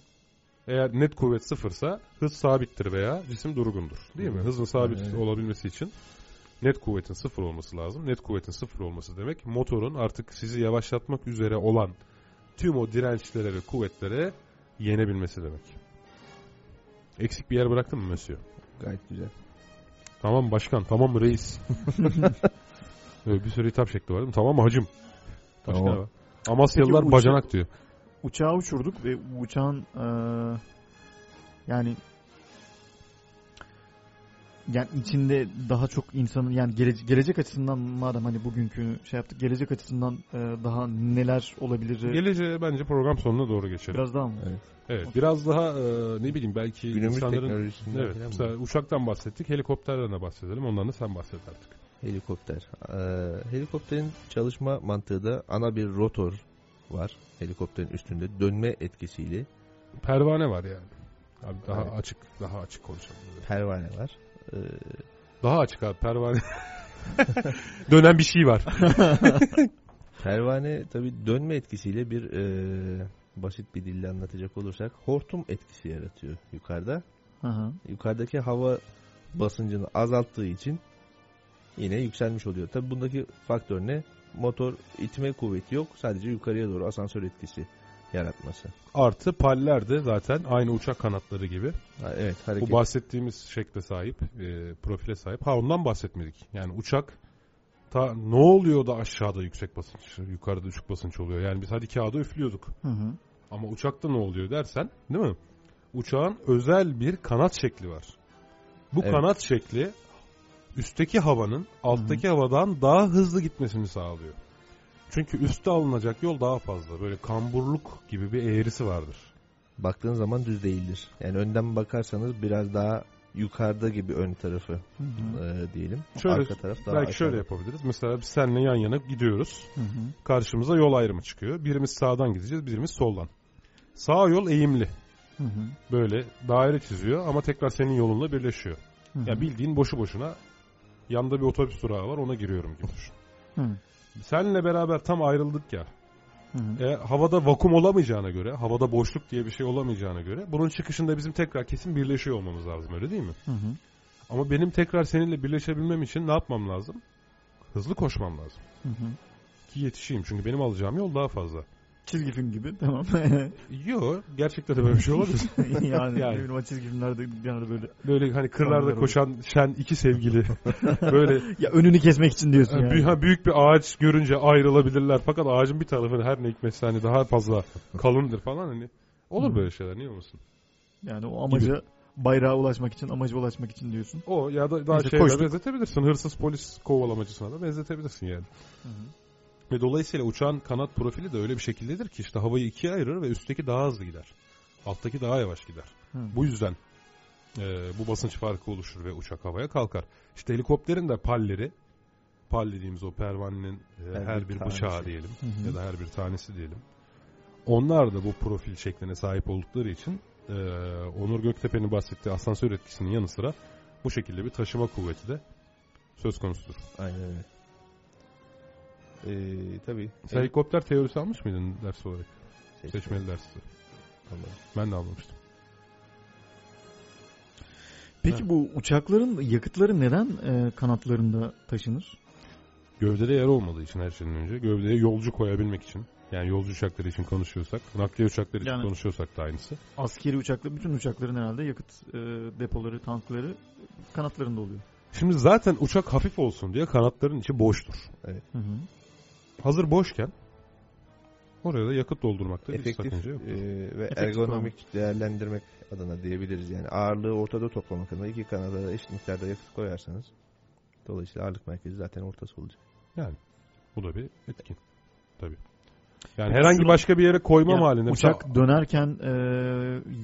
Speaker 2: Eğer net kuvvet sıfırsa hız sabittir veya cisim durgundur. Değil mi?
Speaker 4: Hı.
Speaker 2: Hızın sabit
Speaker 4: Evet.
Speaker 2: olabilmesi için net kuvvetin sıfır olması lazım. Net kuvvetin sıfır olması demek motorun artık sizi yavaşlatmak üzere olan tüm o dirençlere ve kuvvetlere yenebilmesi demek. Eksik bir yer bıraktın mı Mösyö?
Speaker 4: Gayet güzel.
Speaker 2: Tamam başkan, tamam reis. Böyle bir sürü hitap şekli var değil mi? Tamam hacım. Başka
Speaker 4: Tamam.
Speaker 2: ne var? Amasyalılar
Speaker 3: Peki bu
Speaker 2: bacanak diyor.
Speaker 3: Uçağı uçurduk ve bu uçağın eee, yani yani içinde daha çok insanın yani gelecek, gelecek açısından madem hani bugünkü şey yaptık gelecek açısından eee, daha neler olabilir
Speaker 2: Geleceğe bence program sonuna doğru geçelim.
Speaker 3: biraz daha mı?
Speaker 2: Evet, biraz daha e, ne bileyim belki
Speaker 4: Günümüz
Speaker 2: insanların
Speaker 4: teknolojisinden
Speaker 2: Evet,
Speaker 4: falan
Speaker 2: mesela
Speaker 4: bu.
Speaker 2: uçaktan bahsettik, helikopterden de bahsedelim. Ondan da sen bahset artık.
Speaker 4: Helikopter. Ee, helikopterin çalışma mantığı da ana bir rotor var helikopterin üstünde. Dönme etkisiyle
Speaker 2: Pervane var yani. Abi daha
Speaker 4: Evet.
Speaker 2: açık, daha açık konuşalım.
Speaker 4: pervane var. Ee,
Speaker 2: Daha açık abi pervane. Dönen bir şey var.
Speaker 4: pervane tabii dönme etkisiyle bir e, basit bir dille anlatacak olursak hortum etkisi yaratıyor yukarıda.
Speaker 3: Hı hı.
Speaker 4: Yukarıdaki hava basıncını azalttığı için yine yükselmiş oluyor. Tabii bundaki faktör ne? Motor itme kuvveti yok. Sadece yukarıya doğru asansör etkisi yaratması.
Speaker 2: Artı paller de zaten aynı uçak kanatları gibi.
Speaker 4: Ha, evet
Speaker 2: Bu
Speaker 4: hareket.
Speaker 2: bahsettiğimiz şekle sahip, e, profile sahip. Ha ondan bahsetmedik. Yani uçak ta ne oluyor da aşağıda yüksek basınç, yukarıda düşük basınç oluyor. Yani biz hadi kağıda üflüyorduk.
Speaker 3: Hı hı.
Speaker 2: Ama uçakta ne oluyor dersen, değil mi? Uçağın özel bir kanat şekli var. Bu
Speaker 4: Evet.
Speaker 2: kanat şekli üstteki havanın alttaki havadan daha hızlı gitmesini sağlıyor. Çünkü üstte alınacak yol daha fazla. Böyle kamburluk gibi bir eğrisi vardır.
Speaker 4: baktığın zaman düz değildir. Yani önden bakarsanız biraz daha yukarıda gibi ön tarafı
Speaker 3: Hı hı.
Speaker 4: e, diyelim.
Speaker 2: Şöyle-
Speaker 4: Arka taraf daha
Speaker 2: Belki
Speaker 4: aşağıda.
Speaker 2: şöyle yapabiliriz. Mesela biz seninle yan yana gidiyoruz.
Speaker 3: Hı hı.
Speaker 2: Karşımıza yol ayrımı çıkıyor. Birimiz sağdan gideceğiz, birimiz soldan. Sağ yol eğimli.
Speaker 3: Hı hı.
Speaker 2: Böyle daire çiziyor ama tekrar senin yolunla birleşiyor.
Speaker 3: Hı hı.
Speaker 2: Ya bildiğin boşu boşuna yanda bir otobüs durağı var ona giriyorum gibi düşün.
Speaker 3: Hı.
Speaker 2: Seninle beraber tam ayrıldık ya.
Speaker 3: Hı hı.
Speaker 2: E, havada vakum olamayacağına göre, havada boşluk diye bir şey olamayacağına göre bunun çıkışında bizim tekrar kesin birleşiyor olmamız lazım öyle değil mi?
Speaker 3: Hı hı.
Speaker 2: Ama benim tekrar seninle birleşebilmem için ne yapmam lazım? Hızlı koşmam lazım
Speaker 3: Hı hı.
Speaker 2: ki yetişeyim çünkü benim alacağım yol daha fazla.
Speaker 3: Çizgi film gibi tamam.
Speaker 2: Yo gerçekten de böyle bir şey olabilir.
Speaker 3: yani, yani.
Speaker 2: Yani.
Speaker 3: Benim o çizgi filmlerde genelde böyle.
Speaker 2: Böyle hani kırlarda
Speaker 3: Anlıyorum.
Speaker 2: koşan şen iki sevgili böyle
Speaker 3: Ya önünü kesmek için diyorsun
Speaker 2: Ha, büy-
Speaker 3: yani.
Speaker 2: ha, büyük bir ağaç görünce ayrılabilirler fakat ağacın bir tarafı her ne hikmetse hani daha fazla kalındır falan hani olur
Speaker 3: Hı.
Speaker 2: böyle şeyler niye olmasın?
Speaker 3: Yani o amaca bayrağa ulaşmak için, amaca ulaşmak için diyorsun.
Speaker 2: O ya da daha
Speaker 3: Neyse,
Speaker 2: şeylere
Speaker 3: koştuk.
Speaker 2: benzetebilirsin hırsız polis kovalamacısına da benzetebilirsin yani.
Speaker 3: Hı hı.
Speaker 2: Ve dolayısıyla uçağın kanat profili de öyle bir şekildedir ki işte havayı ikiye ayırır ve üstteki daha hızlı gider. Alttaki daha yavaş gider.
Speaker 3: Hı.
Speaker 2: Bu yüzden e, bu basınç farkı oluşur ve uçak havaya kalkar. İşte helikopterin de palleri, pal dediğimiz o pervanenin e, her,
Speaker 4: Her bir
Speaker 2: bir
Speaker 4: tanesi.
Speaker 2: bıçağı diyelim
Speaker 3: Hı hı.
Speaker 2: ya da her bir tanesi diyelim. Onlar da bu profil şekline sahip oldukları için e, Onur Göktepe'nin bahsettiği asansör etkisinin yanı sıra bu şekilde bir taşıma kuvveti de söz konusudur.
Speaker 4: Aynen öyle. Ee, tabii.
Speaker 2: Sen helikopter teorisi almış mıydın ders olarak?
Speaker 4: Seçmeli.
Speaker 2: Seçmeli dersi.
Speaker 4: Tamam.
Speaker 2: Ben de almamıştım.
Speaker 3: Peki bu uçakların yakıtları neden e, kanatlarında taşınır?
Speaker 2: Gövdede yer olmadığı için her şeyden önce. Gövdeye yolcu koyabilmek için. Yani yolcu uçakları için konuşuyorsak. Nakliye uçakları için
Speaker 3: Yani-
Speaker 2: konuşuyorsak da aynısı.
Speaker 3: Askeri uçakla bütün uçakların herhalde yakıt e, depoları, tankları kanatlarında oluyor.
Speaker 2: Şimdi zaten uçak hafif olsun diye kanatların içi boştur.
Speaker 3: Hı hı.
Speaker 2: Hazır boşken oraya da yakıt doldurmakta bir
Speaker 4: Efektif
Speaker 2: sakınca yok.
Speaker 4: e, ve
Speaker 3: Efektif
Speaker 4: ergonomik değerlendirmek adına diyebiliriz. Yani ağırlığı ortada toplamak adına iki kanada da eşit miktarda yakıt koyarsanız dolayısıyla ağırlık merkezi zaten ortası olacak.
Speaker 2: Bu da bir etkin. Tabii. Yani herhangi başka bir yere koymam
Speaker 3: Yani
Speaker 2: halinde. Mesela
Speaker 3: uçak dönerken e,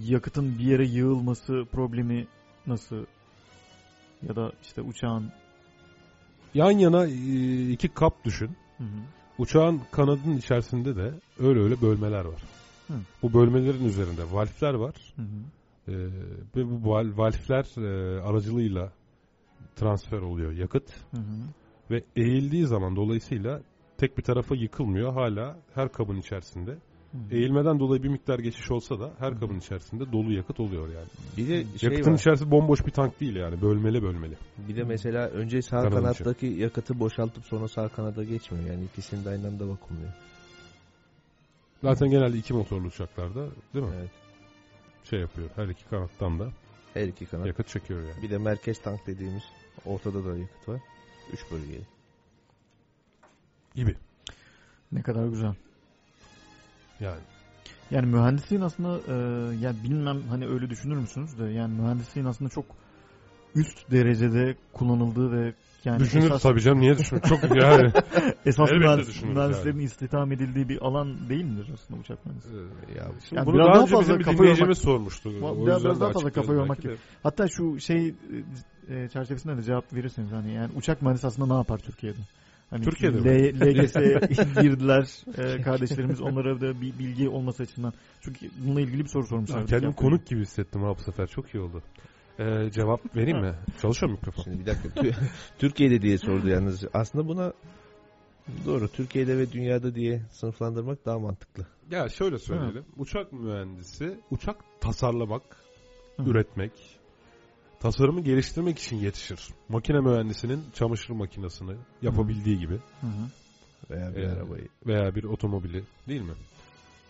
Speaker 3: yakıtın bir yere yığılması problemi nasıl? Ya da işte uçağın
Speaker 2: yan yana e, iki kap düşün.
Speaker 3: Hı hı.
Speaker 2: Uçağın kanadının içerisinde de öyle öyle bölmeler var.
Speaker 3: Hı.
Speaker 2: Bu bölmelerin üzerinde valfler var.
Speaker 3: Hı hı.
Speaker 2: Ee, ve bu val- valfler e, aracılığıyla transfer oluyor yakıt.
Speaker 3: Hı hı.
Speaker 2: Ve eğildiği zaman dolayısıyla tek bir tarafa yıkılmıyor. Hala her kabın içerisinde.
Speaker 3: Hı hı.
Speaker 2: Eğilmeden dolayı bir miktar geçiş olsa da her
Speaker 3: Hı.
Speaker 2: kabın içerisinde dolu yakıt oluyor yani.
Speaker 4: Bir de şey
Speaker 2: Yakıtın
Speaker 4: var.
Speaker 2: içerisi bomboş bir tank değil yani. Bölmeli bölmeli.
Speaker 4: Bir
Speaker 3: Hmm.
Speaker 4: de mesela önce sağ
Speaker 2: Kanadın
Speaker 4: kanattaki yakıtı boşaltıp sonra sağ kanada geçmiyor. Yani ikisini de aynı anda vakumluyor.
Speaker 2: Zaten genelde iki motorlu uçaklarda değil mi?
Speaker 4: Evet.
Speaker 2: Şey yapıyor. Her iki kanattan da
Speaker 4: Her iki kanat.
Speaker 2: yakıt çekiyor yani.
Speaker 4: Bir de merkez tank dediğimiz ortada da yakıt var. Üç bölgeli.
Speaker 2: Gibi.
Speaker 3: Ne kadar güzel.
Speaker 2: Yani.
Speaker 3: Yani mühendisliğin aslında e, yani bilmem hani öyle düşünür müsünüz de yani mühendisliğin aslında çok üst derecede kullanıldığı ve yani
Speaker 2: Düşünürüz
Speaker 3: esas,
Speaker 2: tabii canım. Niye düşünür? Çok yani.
Speaker 3: esas
Speaker 2: Elbette
Speaker 3: mühendis-
Speaker 2: düşünürüz
Speaker 3: mühendislerin istihdam edildiği bir alan değil midir aslında uçak mühendisliği?
Speaker 4: Ya
Speaker 2: Ee, Şimdi
Speaker 3: Yani
Speaker 2: bunu
Speaker 3: biraz
Speaker 2: daha,
Speaker 3: daha
Speaker 2: önce
Speaker 3: fazla
Speaker 2: bizim bir
Speaker 3: kafa
Speaker 2: dinleyicimiz
Speaker 3: yormak-
Speaker 2: sormuştu.
Speaker 3: Biraz-
Speaker 2: O
Speaker 3: biraz
Speaker 2: yüzden
Speaker 3: daha
Speaker 2: de
Speaker 3: fazla kafa
Speaker 2: açıklarız
Speaker 3: yormak
Speaker 2: belki de.
Speaker 3: Hatta şu şey e, e, çerçevesinde de cevap verirseniz hani yani uçak mühendisi aslında ne yapar Türkiye'de? Hani
Speaker 2: Türkiye'de
Speaker 3: L- LGS'ye girdiler e, kardeşlerimiz onlara da bir bilgi olması açısından. Çünkü bununla ilgili bir soru sormuşlar.
Speaker 2: Ya Kendimi konuk gibi hissettim ha bu sefer. Çok iyi oldu. Ee, cevap vereyim mi? Çalışıyor mu mikrofon?
Speaker 4: Şimdi bir dakika. Tü- Türkiye'de diye sordu yalnız. Aslında buna doğru. Türkiye'de ve dünyada diye sınıflandırmak daha mantıklı.
Speaker 2: Ya şöyle söyleyelim. Uçak mühendisi uçak tasarlamak,
Speaker 3: Hı.
Speaker 2: üretmek, tasarımı geliştirmek için yetişir. Makine mühendisinin çamaşır makinesini yapabildiği gibi
Speaker 3: Hı hı.
Speaker 4: Veya bir
Speaker 2: Evet.
Speaker 4: arabayı.
Speaker 2: veya bir otomobili değil mi?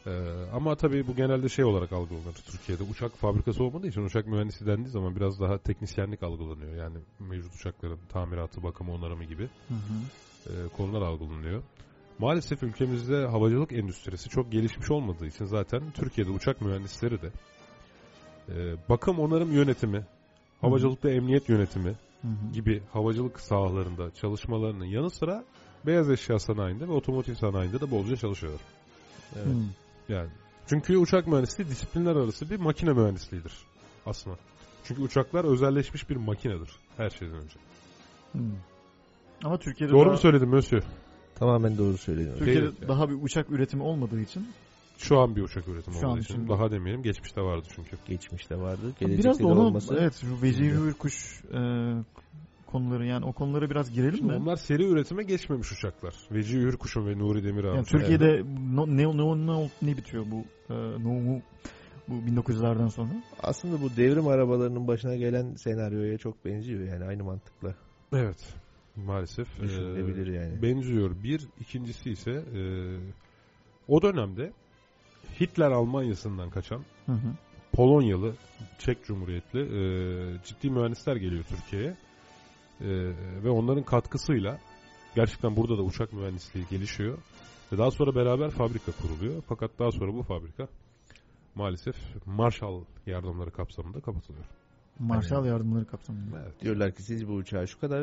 Speaker 2: Ee, ama tabii bu genelde şey olarak algılanır Türkiye'de. Uçak fabrikası olmadığı için uçak mühendisi dendiği zaman biraz daha teknisyenlik algılanıyor. Yani mevcut uçakların tamiratı, bakımı, onarımı gibi
Speaker 3: Hı hı.
Speaker 2: e, konular algılanıyor. Maalesef ülkemizde havacılık endüstrisi çok gelişmiş olmadığı için zaten Türkiye'de uçak mühendisleri de e, bakım onarım yönetimi, havacılıkta emniyet yönetimi
Speaker 3: Hı hı.
Speaker 2: gibi havacılık sahalarında çalışmalarının yanı sıra beyaz eşya sanayinde ve otomotiv sanayinde de bolca çalışıyorlar.
Speaker 4: Evet.
Speaker 3: Hı.
Speaker 2: Yani çünkü uçak mühendisliği disiplinler arası bir makine mühendisliğidir aslında. Çünkü uçaklar özelleşmiş bir makinedir her şeyden önce.
Speaker 3: Hmm. Ama Türkiye'de
Speaker 2: Doğru
Speaker 3: daha,
Speaker 2: mu söyledim Mösyö?
Speaker 4: Tamamen doğru söylediğiniz.
Speaker 3: Türkiye'de
Speaker 2: Değil yani.
Speaker 3: daha bir uçak üretimi olmadığı için
Speaker 2: Şu an bir uçak üretimi
Speaker 3: Şu an
Speaker 2: olduğu için.
Speaker 3: şimdi.
Speaker 2: Daha demeyelim geçmişte vardı çünkü.
Speaker 4: Geçmişte vardı.
Speaker 3: biraz
Speaker 4: Gelecekte de
Speaker 3: da onu
Speaker 4: olması.
Speaker 3: evet şu Vecihi Hürkuş e, konuları yani o konulara biraz girelim
Speaker 2: Şimdi
Speaker 3: mi?
Speaker 2: onlar seri üretime geçmemiş uçaklar. Veci Hürkuş'un ve Nuri Demirağ'ın.
Speaker 3: Yani Türkiye'de no- ne ne ne olup ne bitiyor bu e, no- bu 1900'lerden sonra?
Speaker 4: Aslında bu devrim arabalarının başına gelen senaryoya çok benziyor. Yani aynı mantıkla
Speaker 2: Evet.
Speaker 3: Ee,
Speaker 2: Maalesef.
Speaker 4: düşünülebilir
Speaker 2: eee,
Speaker 4: yani.
Speaker 2: benziyor. Bir. ikincisi ise eee, o dönemde Hitler Almanya'sından kaçan
Speaker 3: Hı hı.
Speaker 2: Polonyalı, Çek Cumhuriyetli eee, ciddi mühendisler geliyor Türkiye'ye. Eee, ve onların katkısıyla gerçekten burada da uçak mühendisliği gelişiyor. Ve daha sonra beraber fabrika kuruluyor. Fakat daha sonra bu fabrika maalesef Marshall yardımları kapsamında kapatılıyor.
Speaker 3: Marshall yardımları kapsamında.
Speaker 2: Evet.
Speaker 4: Diyorlar ki siz bu uçağı şu kadar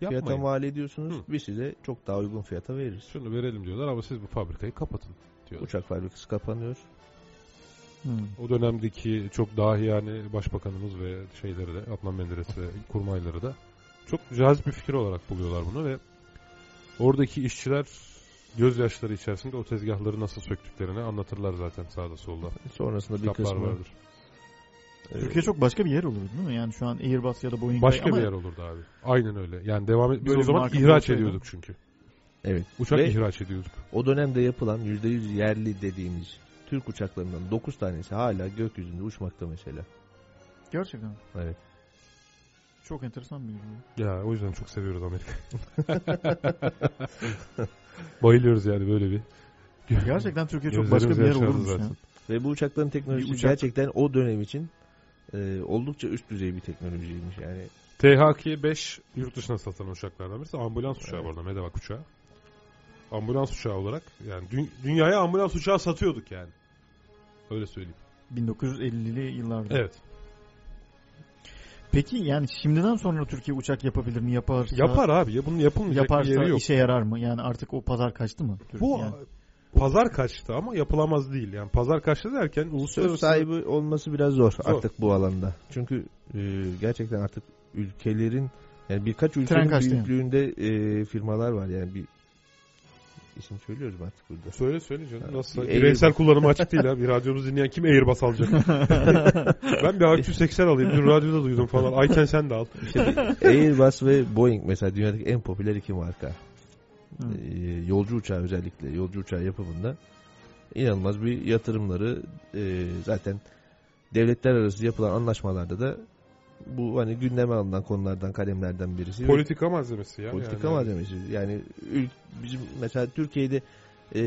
Speaker 2: yapmayın.
Speaker 4: fiyata mal ediyorsunuz.
Speaker 2: Hı.
Speaker 4: Biz size çok daha uygun fiyata veririz.
Speaker 2: Şunu verelim diyorlar ama siz bu fabrikayı kapatın diyorlar.
Speaker 4: Uçak fabrikası kapanıyor.
Speaker 3: Hmm.
Speaker 2: O dönemdeki çok dahi yani başbakanımız ve şeyleri de Adnan Menderes ve kurmayları da çok cazip bir fikir olarak buluyorlar bunu ve oradaki işçiler gözyaşları içerisinde o tezgahları nasıl söktüklerini anlatırlar zaten sağda solda.
Speaker 4: Sonrasında bir
Speaker 2: Kitaplar
Speaker 4: kısmı
Speaker 2: vardır.
Speaker 4: e,
Speaker 3: Türkiye çok başka bir yer olur değil mi? Yani şu an Airbus ya da Boeing
Speaker 2: Başka
Speaker 3: ama
Speaker 2: bir yer olurdu abi. Aynen öyle. Yani devam et. Biz
Speaker 3: Böyle
Speaker 2: o
Speaker 3: bir
Speaker 2: zaman
Speaker 3: marka
Speaker 2: ihraç
Speaker 3: olsaydı.
Speaker 2: ediyorduk çünkü.
Speaker 4: Evet.
Speaker 2: Uçak
Speaker 4: Ve-
Speaker 2: ihraç ediyorduk.
Speaker 4: O dönemde yapılan %100 yerli dediğimiz Türk uçaklarından 9 tanesi hala gökyüzünde uçmakta mesela.
Speaker 3: gerçekten
Speaker 4: Evet.
Speaker 3: çok enteresan bir yer.
Speaker 2: Ya o yüzden çok seviyoruz Amerika. Bayılıyoruz yani böyle bir.
Speaker 3: Gerçekten Türkiye çok
Speaker 2: Gözlerimiz
Speaker 3: başka bir yer
Speaker 2: yaşardı
Speaker 3: olurmuş
Speaker 2: zaten.
Speaker 3: ya.
Speaker 4: Ve bu uçakların teknolojisi
Speaker 3: Bir uçak-
Speaker 4: gerçekten o dönem için e, oldukça üst düzey bir teknolojiymiş. Yani
Speaker 2: THK-5 yurt dışına satılan uçaklardan birisi. Ambulans uçağı
Speaker 4: Evet.
Speaker 2: bu arada Medevac uçağı. Ambulans uçağı olarak yani dü- dünyaya ambulans uçağı satıyorduk yani. Öyle söyleyeyim.
Speaker 3: 1950'li yıllarda.
Speaker 2: Evet.
Speaker 3: Peki yani şimdiden sonra Türkiye uçak yapabilir mi? Yaparsa
Speaker 2: Yapar abi. Ya bunun yapılmayacak bir
Speaker 3: yaparsa
Speaker 2: yeri yok.
Speaker 3: işe yarar mı? Yani artık o pazar kaçtı mı? Türkiye?
Speaker 2: Bu
Speaker 3: Yani
Speaker 2: pazar kaçtı ama yapılamaz değil. Yani pazar kaçtı derken
Speaker 4: söz
Speaker 2: uluslararası
Speaker 4: sahibi olması biraz zor, artık bu alanda. Çünkü e, gerçekten artık ülkelerin yani birkaç ülkenin
Speaker 3: kaçtı yani.
Speaker 4: büyüklüğünde e, firmalar var. Yani bir isim söylüyoruz mu artık burada.
Speaker 2: Söyle söyle canım. Nasıl?
Speaker 4: Bir
Speaker 2: Bireysel
Speaker 4: Airbus.
Speaker 2: kullanımı açık değil abi. Radyomuzu dinleyen kim Airbus alacak? ben bir A380 alayım. Dün radyoda duydum falan. Ayken sen de al.
Speaker 4: Airbus ve Boeing mesela dünyadaki en popüler iki marka.
Speaker 3: Hı.
Speaker 4: Ee, yolcu uçağı özellikle yolcu uçağı yapımında inanılmaz bir yatırımları e, zaten devletler arası yapılan anlaşmalarda da bu hani gündeme alınan konulardan kalemlerden birisi.
Speaker 2: Politika malzemesi ya.
Speaker 4: Politika
Speaker 2: yani.
Speaker 4: malzemesi. Yani ül- bizim mesela Türkiye'de e,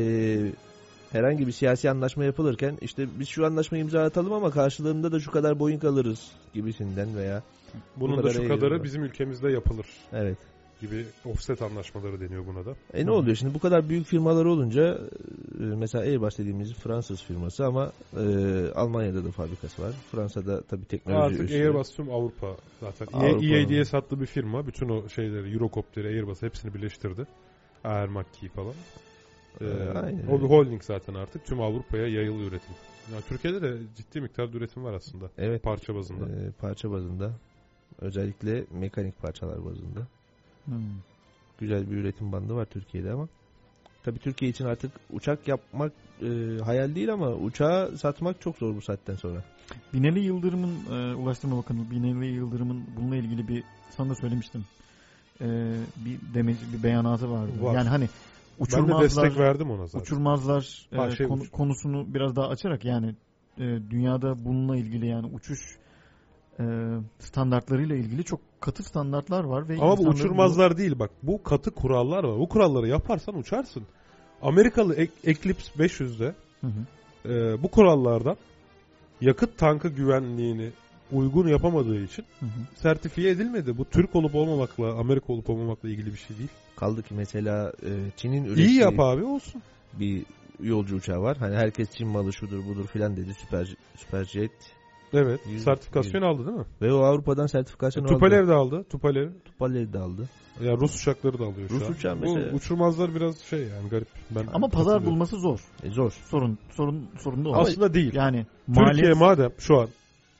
Speaker 4: herhangi bir siyasi anlaşma yapılırken işte biz şu anlaşmayı imza atalım ama karşılığında da şu kadar Boeing alırız gibisinden veya
Speaker 2: Bunun da
Speaker 4: Bunlara
Speaker 2: şu
Speaker 4: eğiliyorlar.
Speaker 2: kadarı bizim ülkemizde yapılır
Speaker 4: evet
Speaker 2: gibi offset anlaşmaları deniyor buna da.
Speaker 4: E ne oluyor şimdi bu kadar büyük firmalar olunca e, mesela Airbus dediğimiz Fransız firması ama e, Almanya'da da fabrikası var. Fransa'da tabii teknoloji
Speaker 2: Artık
Speaker 4: üstü.
Speaker 2: Airbus tüm Avrupa zaten. E
Speaker 4: Avrupa.
Speaker 2: EA diye sattığı bir firma. Bütün o şeyleri Eurocopter'i, Airbus hepsini birleştirdi. Air Macki'yi falan. Ee,
Speaker 4: Ee, aynen
Speaker 2: o bir
Speaker 4: öyle.
Speaker 2: holding zaten artık. Tüm Avrupa'ya yayılı üretim. Ya Türkiye'de de ciddi miktarda üretim var aslında.
Speaker 4: Evet
Speaker 2: Parça bazında.
Speaker 4: e, parça bazında özellikle mekanik parçalar bazında
Speaker 3: Hmm.
Speaker 4: güzel bir üretim bandı var Türkiye'de ama tabii Türkiye için artık uçak yapmak e, hayal değil ama uçağı satmak çok zor bu saatten sonra.
Speaker 3: Binali Yıldırım'ın e, Ulaştırma Bakanı Binali Yıldırım'ın bununla ilgili bir sana da söylemiştim. E, bir demeci bir beyanatı vardı.
Speaker 2: Var.
Speaker 3: Yani hani
Speaker 2: ben de
Speaker 3: uçurmazlar
Speaker 2: destek verdim ona zaten.
Speaker 3: uçurmazlar e,
Speaker 2: Ha, şey,
Speaker 3: konu-
Speaker 2: uç-
Speaker 3: konusunu biraz daha açarak yani e, dünyada bununla ilgili yani uçuş e, standartlarıyla ilgili çok katı standartlar var ve
Speaker 2: Ama bu
Speaker 3: insanların
Speaker 2: uçurmazlar değil bak. Bu katı kurallar var. Bu kuralları yaparsan uçarsın. Amerikalı Ek- Eclipse 500'de
Speaker 3: bunu- Hı hı.
Speaker 2: e, bu kurallardan yakıt tankı güvenliğini uygun yapamadığı için
Speaker 3: Hı hı.
Speaker 2: sertifiye edilmedi. Bu Türk olup olmamakla, Amerika olup olmamakla ilgili bir şey değil.
Speaker 4: Kaldı ki mesela e, Çin'in ürettiği...
Speaker 2: İyi yap abi olsun.
Speaker 4: bir yolcu uçağı var. Hani herkes Çin malı şudur budur filan dedi. Süper Süperjet
Speaker 2: Evet.
Speaker 4: Yüz-
Speaker 2: sertifikasyon aldı değil mi? E,
Speaker 4: ve o Avrupa'dan sertifikasyon aldı.
Speaker 2: Tupalev de aldı. Tupalev.
Speaker 4: Tupalev de aldı.
Speaker 2: Ya Rus uçakları da alıyor
Speaker 4: Rus
Speaker 2: şu an.
Speaker 4: uçağı
Speaker 2: Bu
Speaker 4: mesela.
Speaker 2: uçurmazlar biraz şey yani garip. Ben
Speaker 3: Ama pazar
Speaker 2: katılıyorum.
Speaker 3: bulması zor.
Speaker 4: E zor.
Speaker 3: Sorun sorun sorun da o.
Speaker 2: Aslında değil.
Speaker 3: Yani
Speaker 2: Türkiye
Speaker 3: maliyet
Speaker 2: madem şu an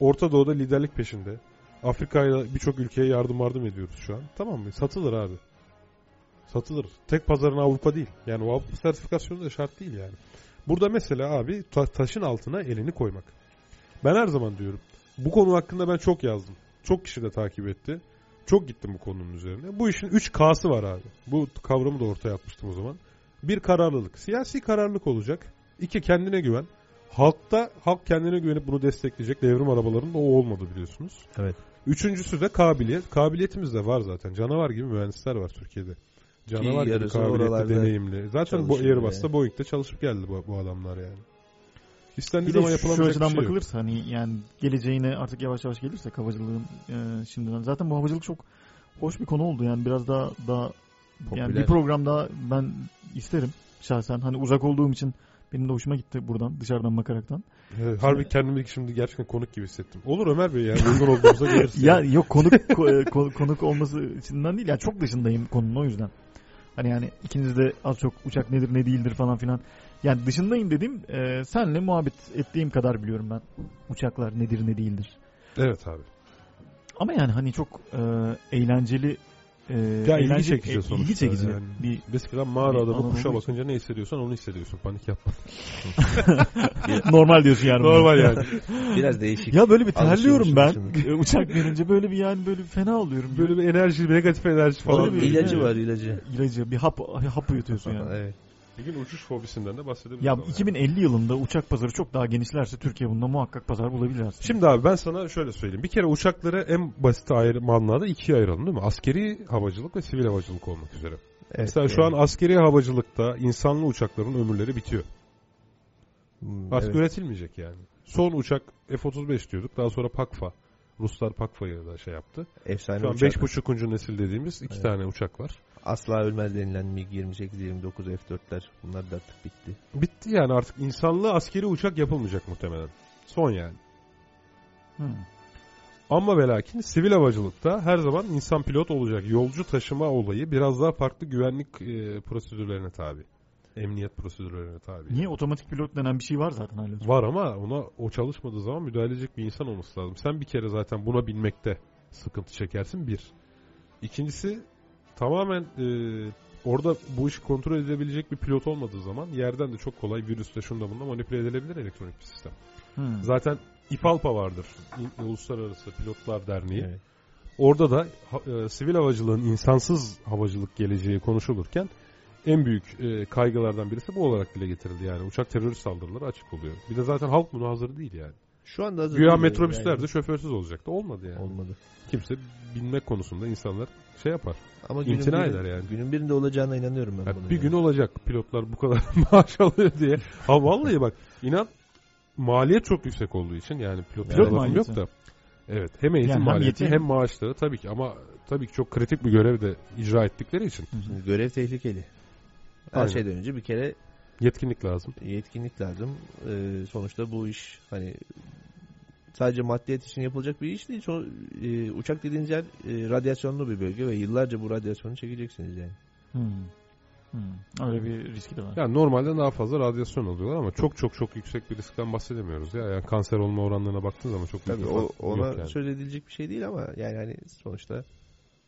Speaker 2: Orta Doğu'da liderlik peşinde. Afrika'ya birçok ülkeye yardım yardım ediyoruz şu an. Tamam mı? Satılır abi. Satılır. Tek pazarın Avrupa değil. Yani o Avrupa sertifikasyonu da şart değil yani. Burada mesela abi ta- taşın altına elini koymak. Ben her zaman diyorum. Bu konu hakkında ben çok yazdım. Çok kişi de takip etti. Çok gittim bu konunun üzerine. Bu işin 3K'sı var abi. Bu kavramı da ortaya atmıştım o zaman. Bir kararlılık. Siyasi kararlılık olacak. İki kendine güven. Halkta halk kendine güvenip bunu destekleyecek devrim arabalarının da o olmadı biliyorsunuz.
Speaker 4: Evet.
Speaker 2: Üçüncüsü de kabiliyet. Kabiliyetimiz de var zaten. Canavar gibi mühendisler var Türkiye'de. Canavar gibi
Speaker 4: yarısı
Speaker 2: kabiliyetli
Speaker 4: oralarda
Speaker 2: deneyimli. Zaten bu
Speaker 4: çalışıyor
Speaker 2: Airbus'ta
Speaker 4: yani.
Speaker 2: Boeing'de çalışıp geldi bu, bu adamlar yani. İstendiği
Speaker 3: Bir de
Speaker 2: zaman
Speaker 3: şu- şu
Speaker 2: yapılamayacak bir
Speaker 3: açıdan
Speaker 2: şey yok.
Speaker 3: bakılırsa hani yani geleceğine artık yavaş yavaş gelirse havacılığın e, şimdiden. Zaten bu havacılık çok hoş bir konu oldu yani biraz daha daha
Speaker 4: Popüler.
Speaker 3: Yani bir program daha ben isterim şahsen. Hani uzak olduğum için benim de hoşuma gitti buradan dışarıdan bakaraktan.
Speaker 2: Evet, harbi kendimi şimdi gerçekten konuk gibi hissettim. Olur Ömer Bey yani uygun olduğunuza gelirsin.
Speaker 3: Ya yok konuk ko- e, ko- konuk olması içinden değil. Yani çok dışındayım konunun o yüzden. Hani yani ikiniz de az çok uçak nedir ne değildir falan filan. Yani dışındayım dediğim e, senle muhabbet ettiğim kadar biliyorum ben. Uçaklar nedir ne değildir.
Speaker 2: Evet abi.
Speaker 3: Ama yani hani çok e, eğlenceli e,
Speaker 2: Ya ilgi
Speaker 3: eğlence-
Speaker 2: çekici
Speaker 3: e,
Speaker 2: sonuçta
Speaker 3: ilgi çekici
Speaker 2: yani.
Speaker 3: bir
Speaker 2: Eskiden mağara
Speaker 3: Bir
Speaker 2: adamı
Speaker 3: anlamı
Speaker 2: kuşa
Speaker 3: yok.
Speaker 2: bakınca ne hissediyorsan onu hissediyorsun. Panik yapma.
Speaker 3: normal diyorsun yani. bunu.
Speaker 2: Normal yani.
Speaker 4: Biraz değişik.
Speaker 3: Ya böyle bir
Speaker 4: Alışıyormuşum
Speaker 3: terliyorum ben. Uçak verince böyle bir yani böyle fena oluyorum. Böyle
Speaker 2: Böyle bir enerji, bir negatif enerji falan.
Speaker 3: Öyle bir
Speaker 2: böyle.
Speaker 3: ilaç-
Speaker 4: ilacı var ilacı.
Speaker 3: ilacı bir hap hap uyutuyorsun yani.
Speaker 4: Evet.
Speaker 2: Bir gün uçuş fobisinden de bahsedebiliriz.
Speaker 3: Ya
Speaker 2: ama yani.
Speaker 3: 2050 yılında uçak pazarı çok daha genişlerse Türkiye bunda muhakkak pazar bulabilir aslında.
Speaker 2: Şimdi abi ben sana şöyle söyleyeyim. Bir kere uçakları en basit ayrım anlamda ikiye ayıralım değil mi? Askeri havacılık ve sivil havacılık olmak üzere. Mesela şu an askeri havacılıkta insanlı uçakların ömürleri bitiyor.
Speaker 4: Hmm,
Speaker 2: Artık üretilmeyecek yani. Son uçak F-35 diyorduk. Daha sonra Pakfa. Ruslar Pakfa'yı da şey yaptı.
Speaker 4: efsane
Speaker 2: Şu an
Speaker 4: uçak.
Speaker 2: 5.5. nesil dediğimiz iki
Speaker 4: Evet.
Speaker 2: tane uçak var.
Speaker 4: Asla ölmez denilen MiG 28, 29 F4'ler. Bunlar da artık bitti.
Speaker 2: Bitti yani artık insanlı askeri uçak yapılmayacak muhtemelen. Son yani.
Speaker 3: Hmm.
Speaker 2: Ama ve lakin sivil havacılıkta her zaman insan pilot olacak. Yolcu taşıma olayı biraz daha farklı güvenlik e, prosedürlerine tabi. Emniyet prosedürlerine tabi.
Speaker 3: Niye otomatik pilot denen bir şey var zaten hala.
Speaker 2: Var ama ona o çalışmadığı zaman müdahale edecek bir insan olması lazım. Sen bir kere zaten buna binmekte sıkıntı çekersin bir. İkincisi tamamen e, orada bu işi kontrol edebilecek bir pilot olmadığı zaman yerden de çok kolay virüsle şunda bunda manipüle edilebilir elektronik bir sistem.
Speaker 3: Hmm.
Speaker 2: Zaten İFALPA vardır. İ- Uluslararası Pilotlar Derneği.
Speaker 4: Evet.
Speaker 2: Orada da ha- e, sivil havacılığın insansız havacılık geleceği konuşulurken en büyük e, kaygılardan birisi bu olarak dile getirildi yani. Uçak terörist saldırıları açık oluyor. Bir de zaten halk buna hazır değil yani.
Speaker 4: Şu anda hazır
Speaker 2: Güya
Speaker 4: değil yani.
Speaker 2: metrobüsler de şoförsüz olacaktı. Olmadı yani.
Speaker 4: olmadı.
Speaker 2: Kimse binmek konusunda insanlar şey yapar.
Speaker 4: Ama günün
Speaker 2: İmtina
Speaker 4: birinde-
Speaker 2: eder yani.
Speaker 4: Günün birinde olacağına inanıyorum ben
Speaker 2: Ya
Speaker 4: bunun
Speaker 2: bir
Speaker 4: yani.
Speaker 2: gün olacak pilotlar bu kadar maaş alıyor diye. Ha vallahi bak inan maliyet çok yüksek olduğu için yani pilot,
Speaker 4: Pilot
Speaker 2: pilot
Speaker 3: maliyeti.
Speaker 2: yok da. Evet hem eğitim
Speaker 3: Yani hem
Speaker 2: maliyeti hem,
Speaker 3: yetim-
Speaker 2: maaşları tabii ki ama tabii ki çok kritik bir görev de icra ettikleri için
Speaker 4: Şimdi görev tehlikeli. Her
Speaker 2: Aynen.
Speaker 4: şeyden önce bir kere
Speaker 2: yetkinlik lazım.
Speaker 4: yetkinlik lazım. Ee, sonuçta bu iş hani sadece maddiyet için yapılacak bir iş değil. Son, e, uçak dediğiniz yer e, radyasyonlu bir bölge ve yıllarca bu radyasyonu çekeceksiniz yani.
Speaker 3: Hmm. Hmm. Öyle bir riski de var.
Speaker 2: Yani normalde daha fazla radyasyon alıyorlar ama çok çok çok yüksek bir riskten bahsedemiyoruz ya. Yani kanser olma oranlarına baktığın zaman çok
Speaker 4: Tabii
Speaker 2: bir
Speaker 4: o,
Speaker 2: fark
Speaker 4: ona
Speaker 2: yok yani.
Speaker 4: söz edilecek bir şey değil ama yani hani sonuçta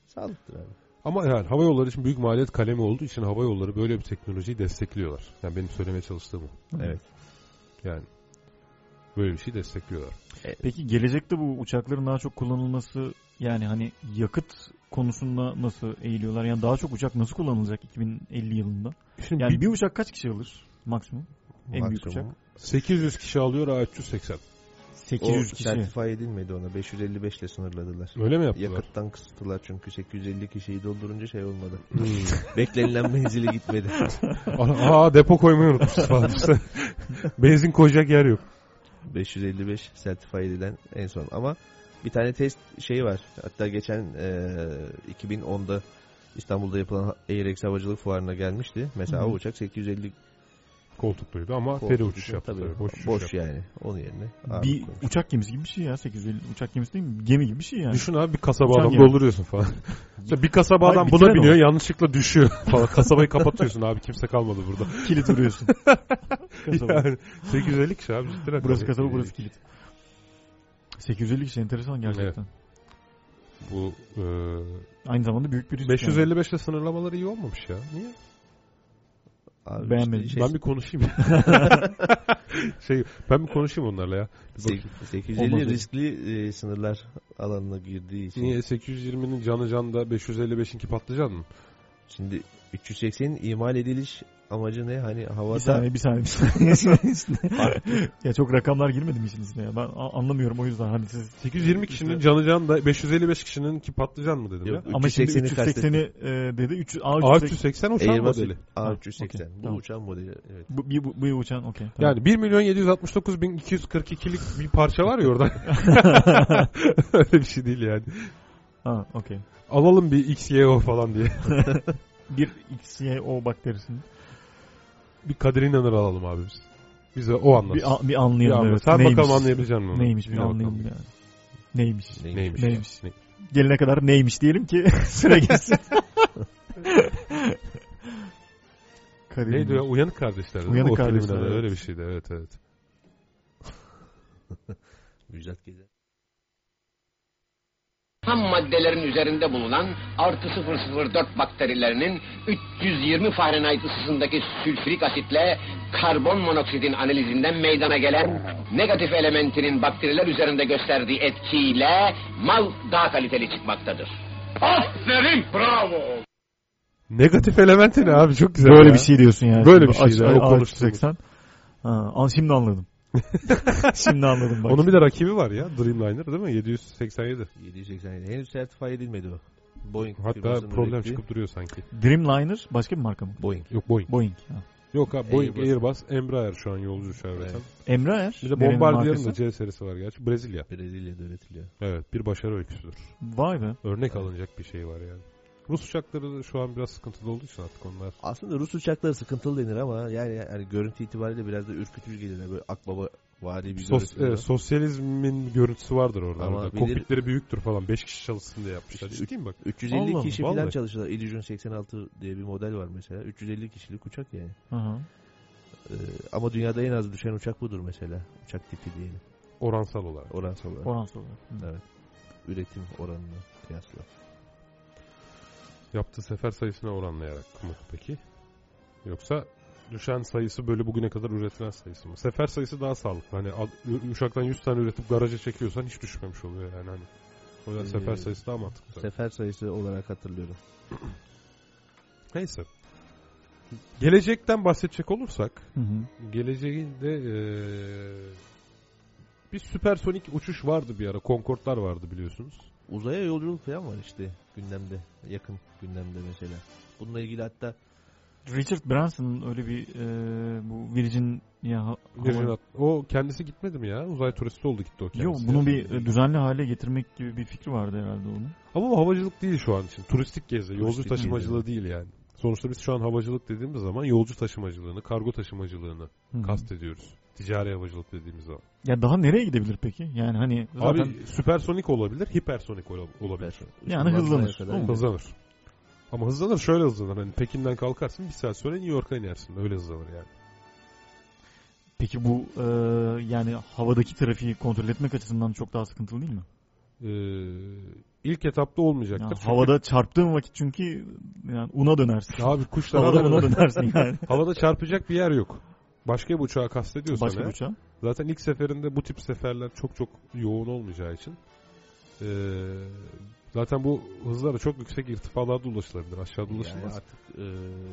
Speaker 4: sağlıktır abi.
Speaker 2: Ama yani hava yolları için büyük maliyet kalemi olduğu için hava yolları böyle bir teknolojiyi destekliyorlar. Yani benim söylemeye çalıştığım bu.
Speaker 4: Evet.
Speaker 2: Yani böyle bir şey destekliyorlar.
Speaker 3: Peki gelecekte bu uçakların daha çok kullanılması yani hani yakıt konusunda nasıl eğiliyorlar? Yani daha çok uçak nasıl kullanılacak 2050 yılında?
Speaker 2: Şimdi
Speaker 3: Yani
Speaker 2: bir-
Speaker 3: bir uçak kaç kişi alır maksimum? En büyük
Speaker 4: Maksimum.
Speaker 2: 800 kişi alıyor A380.
Speaker 4: O
Speaker 3: 800 kişi.
Speaker 4: sertifiye edilmedi ona. 555 ile sınırladılar.
Speaker 2: Öyle mi yaptılar?
Speaker 4: Yakıttan kısıttılar çünkü 850 kişiyi doldurunca şey olmadı.
Speaker 2: Hmm.
Speaker 4: Beklenilen menzili gitmedi.
Speaker 2: Aa aa, depo koymayı unutmuşuz falan işte. Benzin koyacak yer yok.
Speaker 4: 555 sertifiye edilen en son. Ama bir tane test şeyi var. Hatta geçen e, eee, 2010'da İstanbul'da yapılan AirX havacılık fuarına gelmişti. Mesela
Speaker 3: Hı hı.
Speaker 4: o uçak 850
Speaker 2: Koltukluydu ama
Speaker 4: koltuk
Speaker 2: teri
Speaker 4: için
Speaker 2: uçuş yaptı.
Speaker 4: tabii.
Speaker 2: Tabii. Boş, uçuş
Speaker 4: boş
Speaker 2: yaptı.
Speaker 4: yani. Onun yerine
Speaker 3: Bir
Speaker 4: ağırlık koymuş.
Speaker 3: uçak gemisi gibi bir şey ya 850 uçak gemisi değil mi? Gemi gibi bir şey yani.
Speaker 2: Düşün abi bir kasaba
Speaker 3: Uçan
Speaker 2: adam
Speaker 3: gemi.
Speaker 2: dolduruyorsun falan. İşte bir kasaba
Speaker 3: Hayır,
Speaker 2: adam
Speaker 3: bir
Speaker 2: buna
Speaker 3: tren o.
Speaker 2: biniyor yanlışlıkla düşüyor falan. Kasabayı kapatıyorsun abi kimse kalmadı burada.
Speaker 3: Kilit vuruyorsun. Kasaba.
Speaker 2: Yani 850 kişi abi ciddi rakam. E,
Speaker 3: Burası kasaba burası kilit. 850 kişi enteresan gerçekten.
Speaker 2: Bu e,
Speaker 3: Aynı zamanda büyük bir risk.
Speaker 2: 555 ile sınırlamaları iyi olmamış ya. Niye?
Speaker 4: Abi
Speaker 3: beğenmedim.
Speaker 4: Işte şey,
Speaker 2: Ben bir konuşayım. şey ben bir konuşayım onlarla ya. Bir bakayım.
Speaker 4: şey, sek- 850
Speaker 3: Olmaz öyle.
Speaker 4: riskli eee, sınırlar alanına girdiği için.
Speaker 2: Niye 820'nin canı can da 555'inki patlayacak mı?
Speaker 4: Şimdi 380'in imal ediliş amacı ne? Hani
Speaker 3: Yani. Bir
Speaker 4: havada
Speaker 3: saniye bir saniye. bir saniye. ya çok rakamlar girmedi mi işin içine ya? Ben a- anlamıyorum o yüzden. Hani siz
Speaker 2: 820 kişinin canı can da 555 kişinin ki patlayacak mı dedim
Speaker 4: Yok,
Speaker 2: ya.
Speaker 3: ama şimdi
Speaker 4: 380'i kastetti.
Speaker 3: 380'i e, dedi. 3 A380.
Speaker 2: A380 uçağın
Speaker 4: Airbus
Speaker 2: modeli.
Speaker 4: A380.
Speaker 3: Ha,
Speaker 4: Bu
Speaker 3: tamam.
Speaker 4: uçağın modeli. Evet.
Speaker 3: Bu, bir, bu, bu uçağın okey. Tamam.
Speaker 2: Yani 1 milyon 769 bin 242'lik bir parça var ya orada. Öyle bir şey değil yani.
Speaker 3: Ha okey.
Speaker 2: Alalım bir XYO falan diye.
Speaker 3: bir XYO bakterisini.
Speaker 2: Bir Kadir İnanır alalım abi biz. Bize o anlatsın.
Speaker 3: Bir, a- bir
Speaker 2: Bir
Speaker 3: anlayalım.
Speaker 2: anlat.
Speaker 3: evet.
Speaker 2: Sen
Speaker 3: Neymiş?
Speaker 2: bakalım anlayabilecek misin? onu?
Speaker 3: Neymiş bir
Speaker 2: Yine bakalım.
Speaker 3: anlayalım yani. Neymiş?
Speaker 2: Neymiş?
Speaker 3: Neymiş?
Speaker 2: Ne-
Speaker 3: Gelene kadar neymiş diyelim ki süre geçsin. Karim.
Speaker 2: Neydi ya? Uyanık kardeşler. değil mi?
Speaker 3: Uyanık
Speaker 2: O filmin
Speaker 3: Kardeşler,
Speaker 2: adı
Speaker 3: evet.
Speaker 2: Öyle bir şeydi evet evet.
Speaker 4: Müjdat Gezer.
Speaker 6: ham maddelerin üzerinde bulunan artı 004 bakterilerinin 320 Fahrenheit ısısındaki sülfürik asitle karbon monoksidin analizinden meydana gelen negatif elementinin bakteriler üzerinde gösterdiği etkiyle mal daha kaliteli çıkmaktadır. Aferin bravo.
Speaker 2: Negatif elementi ne abi çok güzel.
Speaker 3: Böyle
Speaker 2: ya.
Speaker 3: bir şey diyorsun yani.
Speaker 2: Böyle bir
Speaker 3: Şimdi
Speaker 2: şey
Speaker 3: aç-
Speaker 2: ya, o
Speaker 3: aç-
Speaker 2: konuştuğumuz.
Speaker 3: 80. Ha, an- şimdi anladım. şimdi anladım bak.
Speaker 2: Onun bir de rakibi var ya Dreamliner değil mi? 787.
Speaker 4: 787. Henüz sertifiye edilmedi o. Boeing
Speaker 2: Hatta
Speaker 4: firmasının
Speaker 2: problem
Speaker 4: ürettiği
Speaker 2: çıkıp duruyor sanki.
Speaker 3: Dreamliner başka bir marka mı?
Speaker 4: Boeing.
Speaker 2: Yok Boeing.
Speaker 3: Boeing. Ha.
Speaker 2: Yok abi Boeing
Speaker 4: Airbus.
Speaker 2: Airbus, Embraer şu an yolcu uçağı üreten.
Speaker 4: Evet.
Speaker 3: Emre Er.
Speaker 2: Bir de
Speaker 3: nerenin
Speaker 2: Bombardier'in de
Speaker 3: markası?
Speaker 2: C serisi var gerçi. Brezilya.
Speaker 4: Brezilya'da üretiliyor.
Speaker 2: Evet bir başarı öyküsüdür.
Speaker 3: Vay be.
Speaker 2: Örnek alınacak bir şey var yani. Rus uçakları da şu an biraz sıkıntılı olduğu için artık onlar.
Speaker 4: Aslında Rus uçakları sıkıntılı denir ama yani, yani görüntü itibariyle biraz da ürkütücü gelir. Böyle akbaba vari bir
Speaker 2: Sos-
Speaker 4: görüntü var.
Speaker 2: e, sosyalizmin görüntüsü vardır orada.
Speaker 4: Ama
Speaker 2: Orada
Speaker 4: bilir-
Speaker 2: Kokpitleri büyüktür falan. 5 kişi çalışsın diye yapmışlar.
Speaker 4: İşte-
Speaker 2: Ciddiyim bak.
Speaker 4: 350
Speaker 3: Allah'ım,
Speaker 4: kişi
Speaker 2: vallahi.
Speaker 4: falan çalışıyorlar. Illusion 86 diye bir model var mesela. 350 kişilik uçak yani.
Speaker 3: Hı hı.
Speaker 4: Ee, ama dünyada en az düşen uçak budur mesela. Uçak tipi diyelim.
Speaker 2: Oransal olarak.
Speaker 4: Oransal olarak.
Speaker 3: Oransal olarak. Hı.
Speaker 4: Evet. Üretim oranını kıyasla.
Speaker 2: Yaptığı sefer sayısına oranlayarak mı peki? Yoksa düşen sayısı bölü bugüne kadar üretilen sayısı mı? Sefer sayısı daha sağlıklı. Hani al- ü- uçaktan 100 tane üretip garaja çekiyorsan hiç düşmemiş oluyor yani. Hani. O yüzden
Speaker 4: Ee,
Speaker 2: sefer sayısı daha mantıklı.
Speaker 4: Sefer sayısı olarak hatırlıyorum.
Speaker 2: Neyse. Gelecekten bahsedecek olursak
Speaker 3: Hı hı.
Speaker 2: geleceğinde eee bir süpersonik uçuş vardı bir ara. Concorde'lar vardı biliyorsunuz.
Speaker 4: Uzaya yolculuk falan var işte gündemde. Yakın gündemde mesela. Bununla ilgili hatta
Speaker 3: Richard Branson'ın öyle bir e, bu Virgin ya
Speaker 2: Virgin At- o kendisi gitmedi mi ya? Uzay turisti oldu gitti o kendisi.
Speaker 3: Yok bunu bir e, düzenli hale getirmek gibi bir fikri vardı herhalde onun.
Speaker 2: Ama bu havacılık değil şu an için. Turistik gezi, yolcu
Speaker 4: Turistik
Speaker 2: taşımacılığı değil yani. Sonuçta biz şu an havacılık dediğimiz zaman yolcu taşımacılığını, kargo taşımacılığını
Speaker 3: Hı hı.
Speaker 2: kastediyoruz. Ticari havacılık dediğimiz zaman.
Speaker 3: Ya daha nereye gidebilir peki? Yani hani zaten
Speaker 2: Abi süpersonik olabilir, hipersonik ola- olabilir.
Speaker 3: yani hızlanır. değil mi?
Speaker 2: Hızlanır. Ama hızlanır şöyle hızlanır. Hani Pekin'den kalkarsın bir saat sonra New York'a inersin. Öyle hızlanır yani.
Speaker 3: Peki bu e, yani havadaki trafiği kontrol etmek açısından çok daha sıkıntılı değil mi?
Speaker 2: Ee, ilk etapta olmayacaktır.
Speaker 3: Yani
Speaker 2: Çünkü-
Speaker 3: havada çarptığın vakit çünkü yani una dönersin.
Speaker 2: Abi kuşlar
Speaker 3: Havada
Speaker 2: havada,
Speaker 3: una dönersin yani.
Speaker 2: havada çarpacak bir yer yok. Başka bir uçağı kastediyorsan
Speaker 3: Başka bir
Speaker 2: eğer-
Speaker 3: uçağa.
Speaker 2: Zaten ilk seferinde bu tip seferler çok çok yoğun olmayacağı için eee, zaten bu hızlara çok yüksek irtifalarda ulaşılabilir. Aşağıda
Speaker 4: Yani
Speaker 2: ulaşılmaz.
Speaker 4: artık e,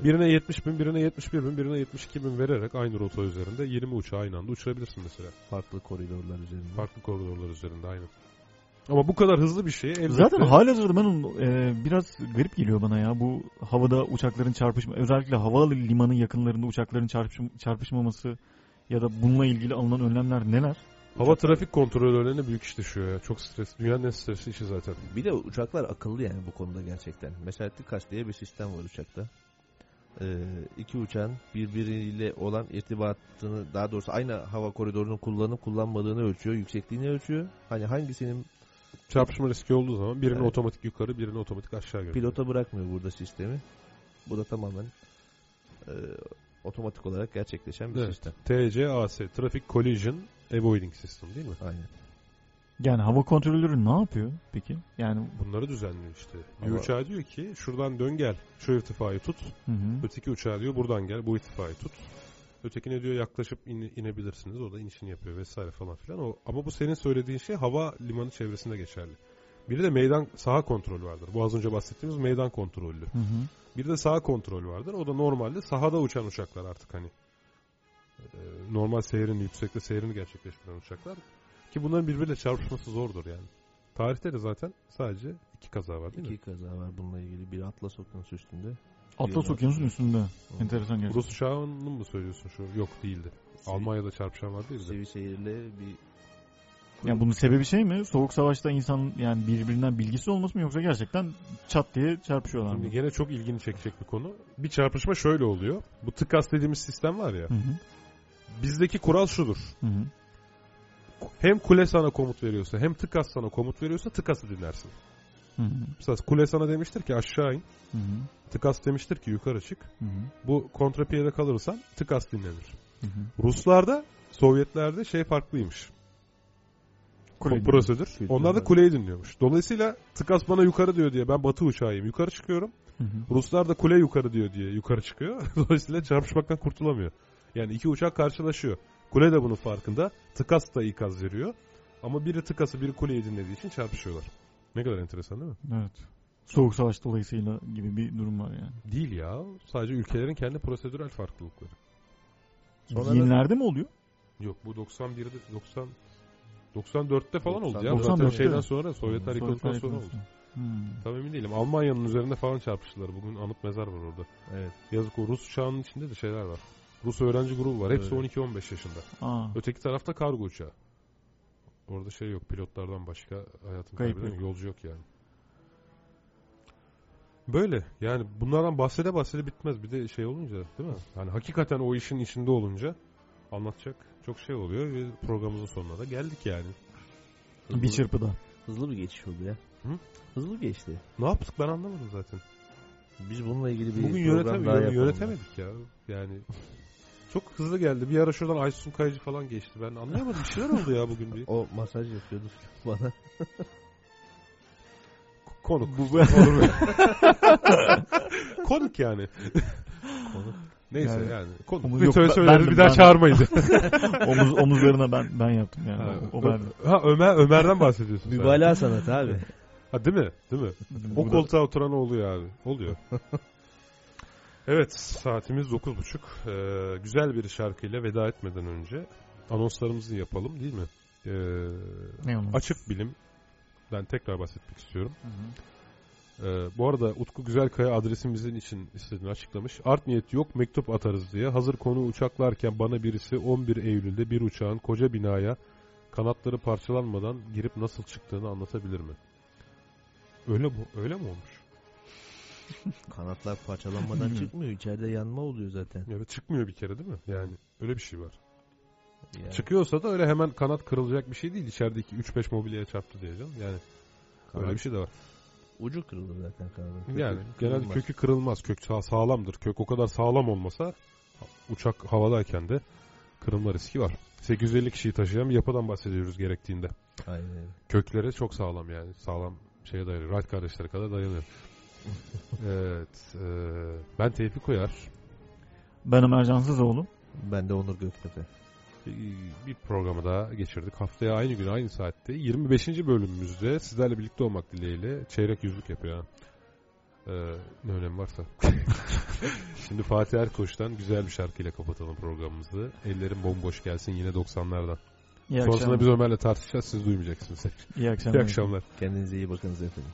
Speaker 2: Birine 70 bin, birine 71 bin, birine 72 bin vererek aynı rota üzerinde 20 uçağı aynı anda uçurabilirsin mesela.
Speaker 4: farklı koridorlar üzerinde.
Speaker 2: Farklı koridorlar üzerinde aynı. Ama bu kadar hızlı bir şey elbette.
Speaker 3: Zaten halihazırda ben onu e, biraz garip geliyor bana ya bu havada uçakların çarpışma özellikle havalimanı yakınlarında uçakların çarpışm- çarpışmaması ya da bununla ilgili alınan önlemler neler?
Speaker 2: hava trafik kontrolörlerine büyük iş düşüyor ya. Çok stres. Dünyanın en stresli işi zaten.
Speaker 4: Bir de uçaklar akıllı yani bu konuda gerçekten. Mesela TİKAS diye bir sistem var uçakta. Ee, iki uçağın birbiriyle olan irtibatını daha doğrusu aynı hava koridorunu kullanıp kullanmadığını ölçüyor. Yüksekliğini ölçüyor. Hani hangisinin
Speaker 2: Çarpışma riski olduğu zaman birini
Speaker 4: Evet.
Speaker 2: otomatik yukarı, birini otomatik aşağı gönderiyor.
Speaker 4: pilota bırakmıyor burada sistemi. Bu da tamamen e, otomatik olarak gerçekleşen bir
Speaker 2: Evet.
Speaker 4: sistem.
Speaker 2: TCAS, Traffic Collision Avoiding System değil mi?
Speaker 4: Aynen.
Speaker 3: Yani hava kontrolörü ne yapıyor peki? Yani
Speaker 2: Bunları düzenliyor işte. Bir
Speaker 4: Ama-
Speaker 2: uçağa diyor ki şuradan dön gel şu irtifayı tut.
Speaker 3: hı hı.
Speaker 2: Öteki uçağa diyor buradan gel bu irtifayı tut. Ötekine diyor yaklaşıp in- inebilirsiniz. O da inişini yapıyor vesaire falan filan. O, ama bu senin söylediğin şey hava limanı çevresinde geçerli. Bir de meydan saha kontrolü vardır. Bu az önce bahsettiğimiz meydan kontrolü.
Speaker 3: Hı hı.
Speaker 2: Bir de saha kontrolü vardır. O da normalde sahada uçan uçaklar artık hani. Ee, Normal seyrini, yüksekte seyrini gerçekleştiren uçaklar. Ki bunların birbiriyle çarpışması zordur yani. Tarihte de zaten sadece iki kaza var değil
Speaker 4: İki
Speaker 2: mi?
Speaker 4: kaza var bununla ilgili. Biri Atlas Okyanusu üstünde.
Speaker 3: Atlas Okyanusu'nun üstünde. Enteresan gerçekten.
Speaker 2: Rus uçağını mı söylüyorsun şu? Yok değildi.
Speaker 4: Sivi-
Speaker 2: Almanya'da çarpışan var değil mi?
Speaker 4: Sivişehir'le bir
Speaker 3: Yani bunun sebebi şey mi? Soğuk savaşta insan yani birbirinden bilgisi olması mı yoksa gerçekten çat diye çarpışıyorlar mı?
Speaker 2: Şimdi gene çok ilgini çekecek bir konu. Bir çarpışma şöyle oluyor. Bu tıkas dediğimiz sistem var ya.
Speaker 3: Hı hı,
Speaker 2: Bizdeki kural şudur.
Speaker 3: hı hı.
Speaker 2: Hem kule sana komut veriyorsa hem tıkas sana komut veriyorsa tıkası dinlersin.
Speaker 3: Hı hı,
Speaker 2: Mesela kule sana demiştir ki aşağı in.
Speaker 3: hı hı,
Speaker 2: Tıkas demiştir ki yukarı çık.
Speaker 3: hı hı,
Speaker 2: Bu kontrapiyede kalırsan tıkas dinlenir.
Speaker 3: hı hı.
Speaker 2: Ruslarda, Sovyetlerde şey farklıymış.
Speaker 3: Kule-
Speaker 2: Bu prosedür.
Speaker 4: Kültür
Speaker 2: Onlar da
Speaker 4: var.
Speaker 2: kuleyi dinliyormuş. Dolayısıyla tıkas bana yukarı diyor diye ben batı uçağıyım. Yukarı çıkıyorum.
Speaker 3: Hı hı.
Speaker 2: Ruslar da kule yukarı diyor diye yukarı çıkıyor. Dolayısıyla çarpışmaktan kurtulamıyor. Yani iki uçak karşılaşıyor. Kule de bunun farkında. Tıkas da ikaz veriyor. Ama biri tıkası biri kuleyi dinlediği için çarpışıyorlar. Ne kadar enteresan değil mi?
Speaker 3: Evet. Soğuk savaş dolayısıyla gibi bir durum var yani.
Speaker 2: Değil ya. Sadece ülkelerin kendi prosedürel farklılıkları.
Speaker 4: Sonra da-
Speaker 3: Yinlerde mi oluyor?
Speaker 2: Yok bu 91'de 90 94'te falan oldu ya.
Speaker 3: 94'te.
Speaker 2: Zaten şeyden sonra Sovyetler
Speaker 3: Soğuk
Speaker 2: yıkıldıktan
Speaker 3: savaş
Speaker 2: sonra oldu.
Speaker 3: dolayısıyla. Hmm.
Speaker 2: Tam emin değilim. Almanya'nın üzerinde falan çarpıştılar. Bugün anıt mezar var orada.
Speaker 4: Evet.
Speaker 2: Yazık o Rus uçağının içinde de şeyler var. Rus öğrenci grubu var. Hepsi
Speaker 4: Evet.
Speaker 2: 12-15 yaşında.
Speaker 3: Aa.
Speaker 2: Öteki tarafta kargo uçağı. Orada şey yok. Pilotlardan başka hayatını
Speaker 3: Kayıp
Speaker 2: kaybeden
Speaker 3: yok.
Speaker 2: yolcu yok yani. Böyle. Yani bunlardan bahsede bahsede bitmez. Bir de şey olunca değil mi? Yani hakikaten o işin içinde olunca anlatacak çok şey oluyor ve programımızın sonuna da geldik yani.
Speaker 4: Hızlı,
Speaker 3: Bir çırpıda.
Speaker 4: hızlı bir geçiş oldu ya.
Speaker 2: Hı?
Speaker 4: Hızlı geçti.
Speaker 2: Ne yaptık ben anlamadım zaten.
Speaker 4: Biz bununla ilgili bir
Speaker 2: Bugün
Speaker 4: program
Speaker 2: yönetem
Speaker 4: daha yapalım.
Speaker 2: yönetemedik ya. Yani çok hızlı geldi. Bir ara şuradan Aysun Kayıcı falan geçti. Ben anlayamadım. Bir şeyler oldu ya bugün bir.
Speaker 4: O masaj yapıyordu bana.
Speaker 2: Konuk.
Speaker 3: Bu
Speaker 2: konuk yani. konuk. Neyse
Speaker 3: Yani-
Speaker 2: yani, konuk.
Speaker 3: Yok,
Speaker 2: Bir söyle
Speaker 3: ben-
Speaker 2: söyleriz
Speaker 3: bendim,
Speaker 2: bir daha
Speaker 3: ben-
Speaker 2: çağırmayız.
Speaker 3: omuz, omuzlarına ben ben yaptım yani.
Speaker 2: ha,
Speaker 3: o, o ben.
Speaker 2: ha, Ömer Ömer'den bahsediyorsun. sen.
Speaker 4: Mübalağa sanatı abi.
Speaker 2: Ha değil mi? Değil mi?
Speaker 3: Bu
Speaker 2: O
Speaker 3: da-
Speaker 2: koltuğa oturan oluyor abi. Oluyor. evet saatimiz 9.30. Ee, güzel bir şarkıyla veda etmeden önce anonslarımızı yapalım değil mi? Ee,
Speaker 3: Ne onun?
Speaker 2: Açık bilimden tekrar bahsetmek istiyorum.
Speaker 3: Hı hı.
Speaker 2: Ee, bu arada Utku Güzelkaya adresimizin için istediğini açıklamış. Art niyet yok mektup atarız diye. Hazır konu uçaklarken bana birisi 11 Eylül'de bir uçağın koca binaya kanatları parçalanmadan girip nasıl çıktığını anlatabilir mi? Öyle bu öyle mi olmuş?
Speaker 4: Kanatlar parçalanmadan
Speaker 3: Hı.
Speaker 4: çıkmıyor. İçeride yanma oluyor zaten.
Speaker 2: Evet çıkmıyor bir kere değil mi? Yani öyle bir şey var.
Speaker 4: Yani
Speaker 2: Çıkıyorsa da öyle hemen kanat kırılacak bir şey değil. İçerideki 3-5 mobilyaya çarptı diyeceğim. Yani öyle
Speaker 4: kanat-
Speaker 2: bir şey de var.
Speaker 4: Ucu kırılır zaten kanadın. Kökü
Speaker 2: Yani genelde
Speaker 4: kırılmaz.
Speaker 2: kökü kırılmaz. Kök sağ- sağlamdır. Kök o kadar sağlam olmasa uçak havadayken de kırılma riski var. 850 kişiyi taşıyan bir yapıdan bahsediyoruz gerektiğinde.
Speaker 4: Aynen. öyle.
Speaker 2: Kökleri çok sağlam yani. Sağlam şeye dayanıyor. Wright kardeşleri kadar dayanıyor. evet. e, ben Tevfik Koyar.
Speaker 3: Ben Ömer Cansızoğlu.
Speaker 4: Ben de Onur Göktepe.
Speaker 2: Ee, Bir programı daha geçirdik. Haftaya aynı gün aynı saatte 25. bölümümüzde sizlerle birlikte olmak dileğiyle çeyrek yüzlük yapıyor. ha. Ee, ne önemi varsa. Şimdi Fatih Erkoç'tan güzel bir şarkıyla kapatalım programımızı. Ellerim bomboş gelsin yine 90'lardan.
Speaker 3: İyi
Speaker 2: Sonrasında
Speaker 3: akşamlar.
Speaker 2: biz Ömer'le tartışacağız siz duymayacaksınız.
Speaker 3: İyi akşamlar.
Speaker 2: İyi akşamlar.
Speaker 4: Kendinize iyi bakınız efendim.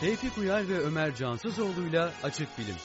Speaker 1: Tevfik Uyar ve Ömer Cansızoğlu'yla Açık Bilim.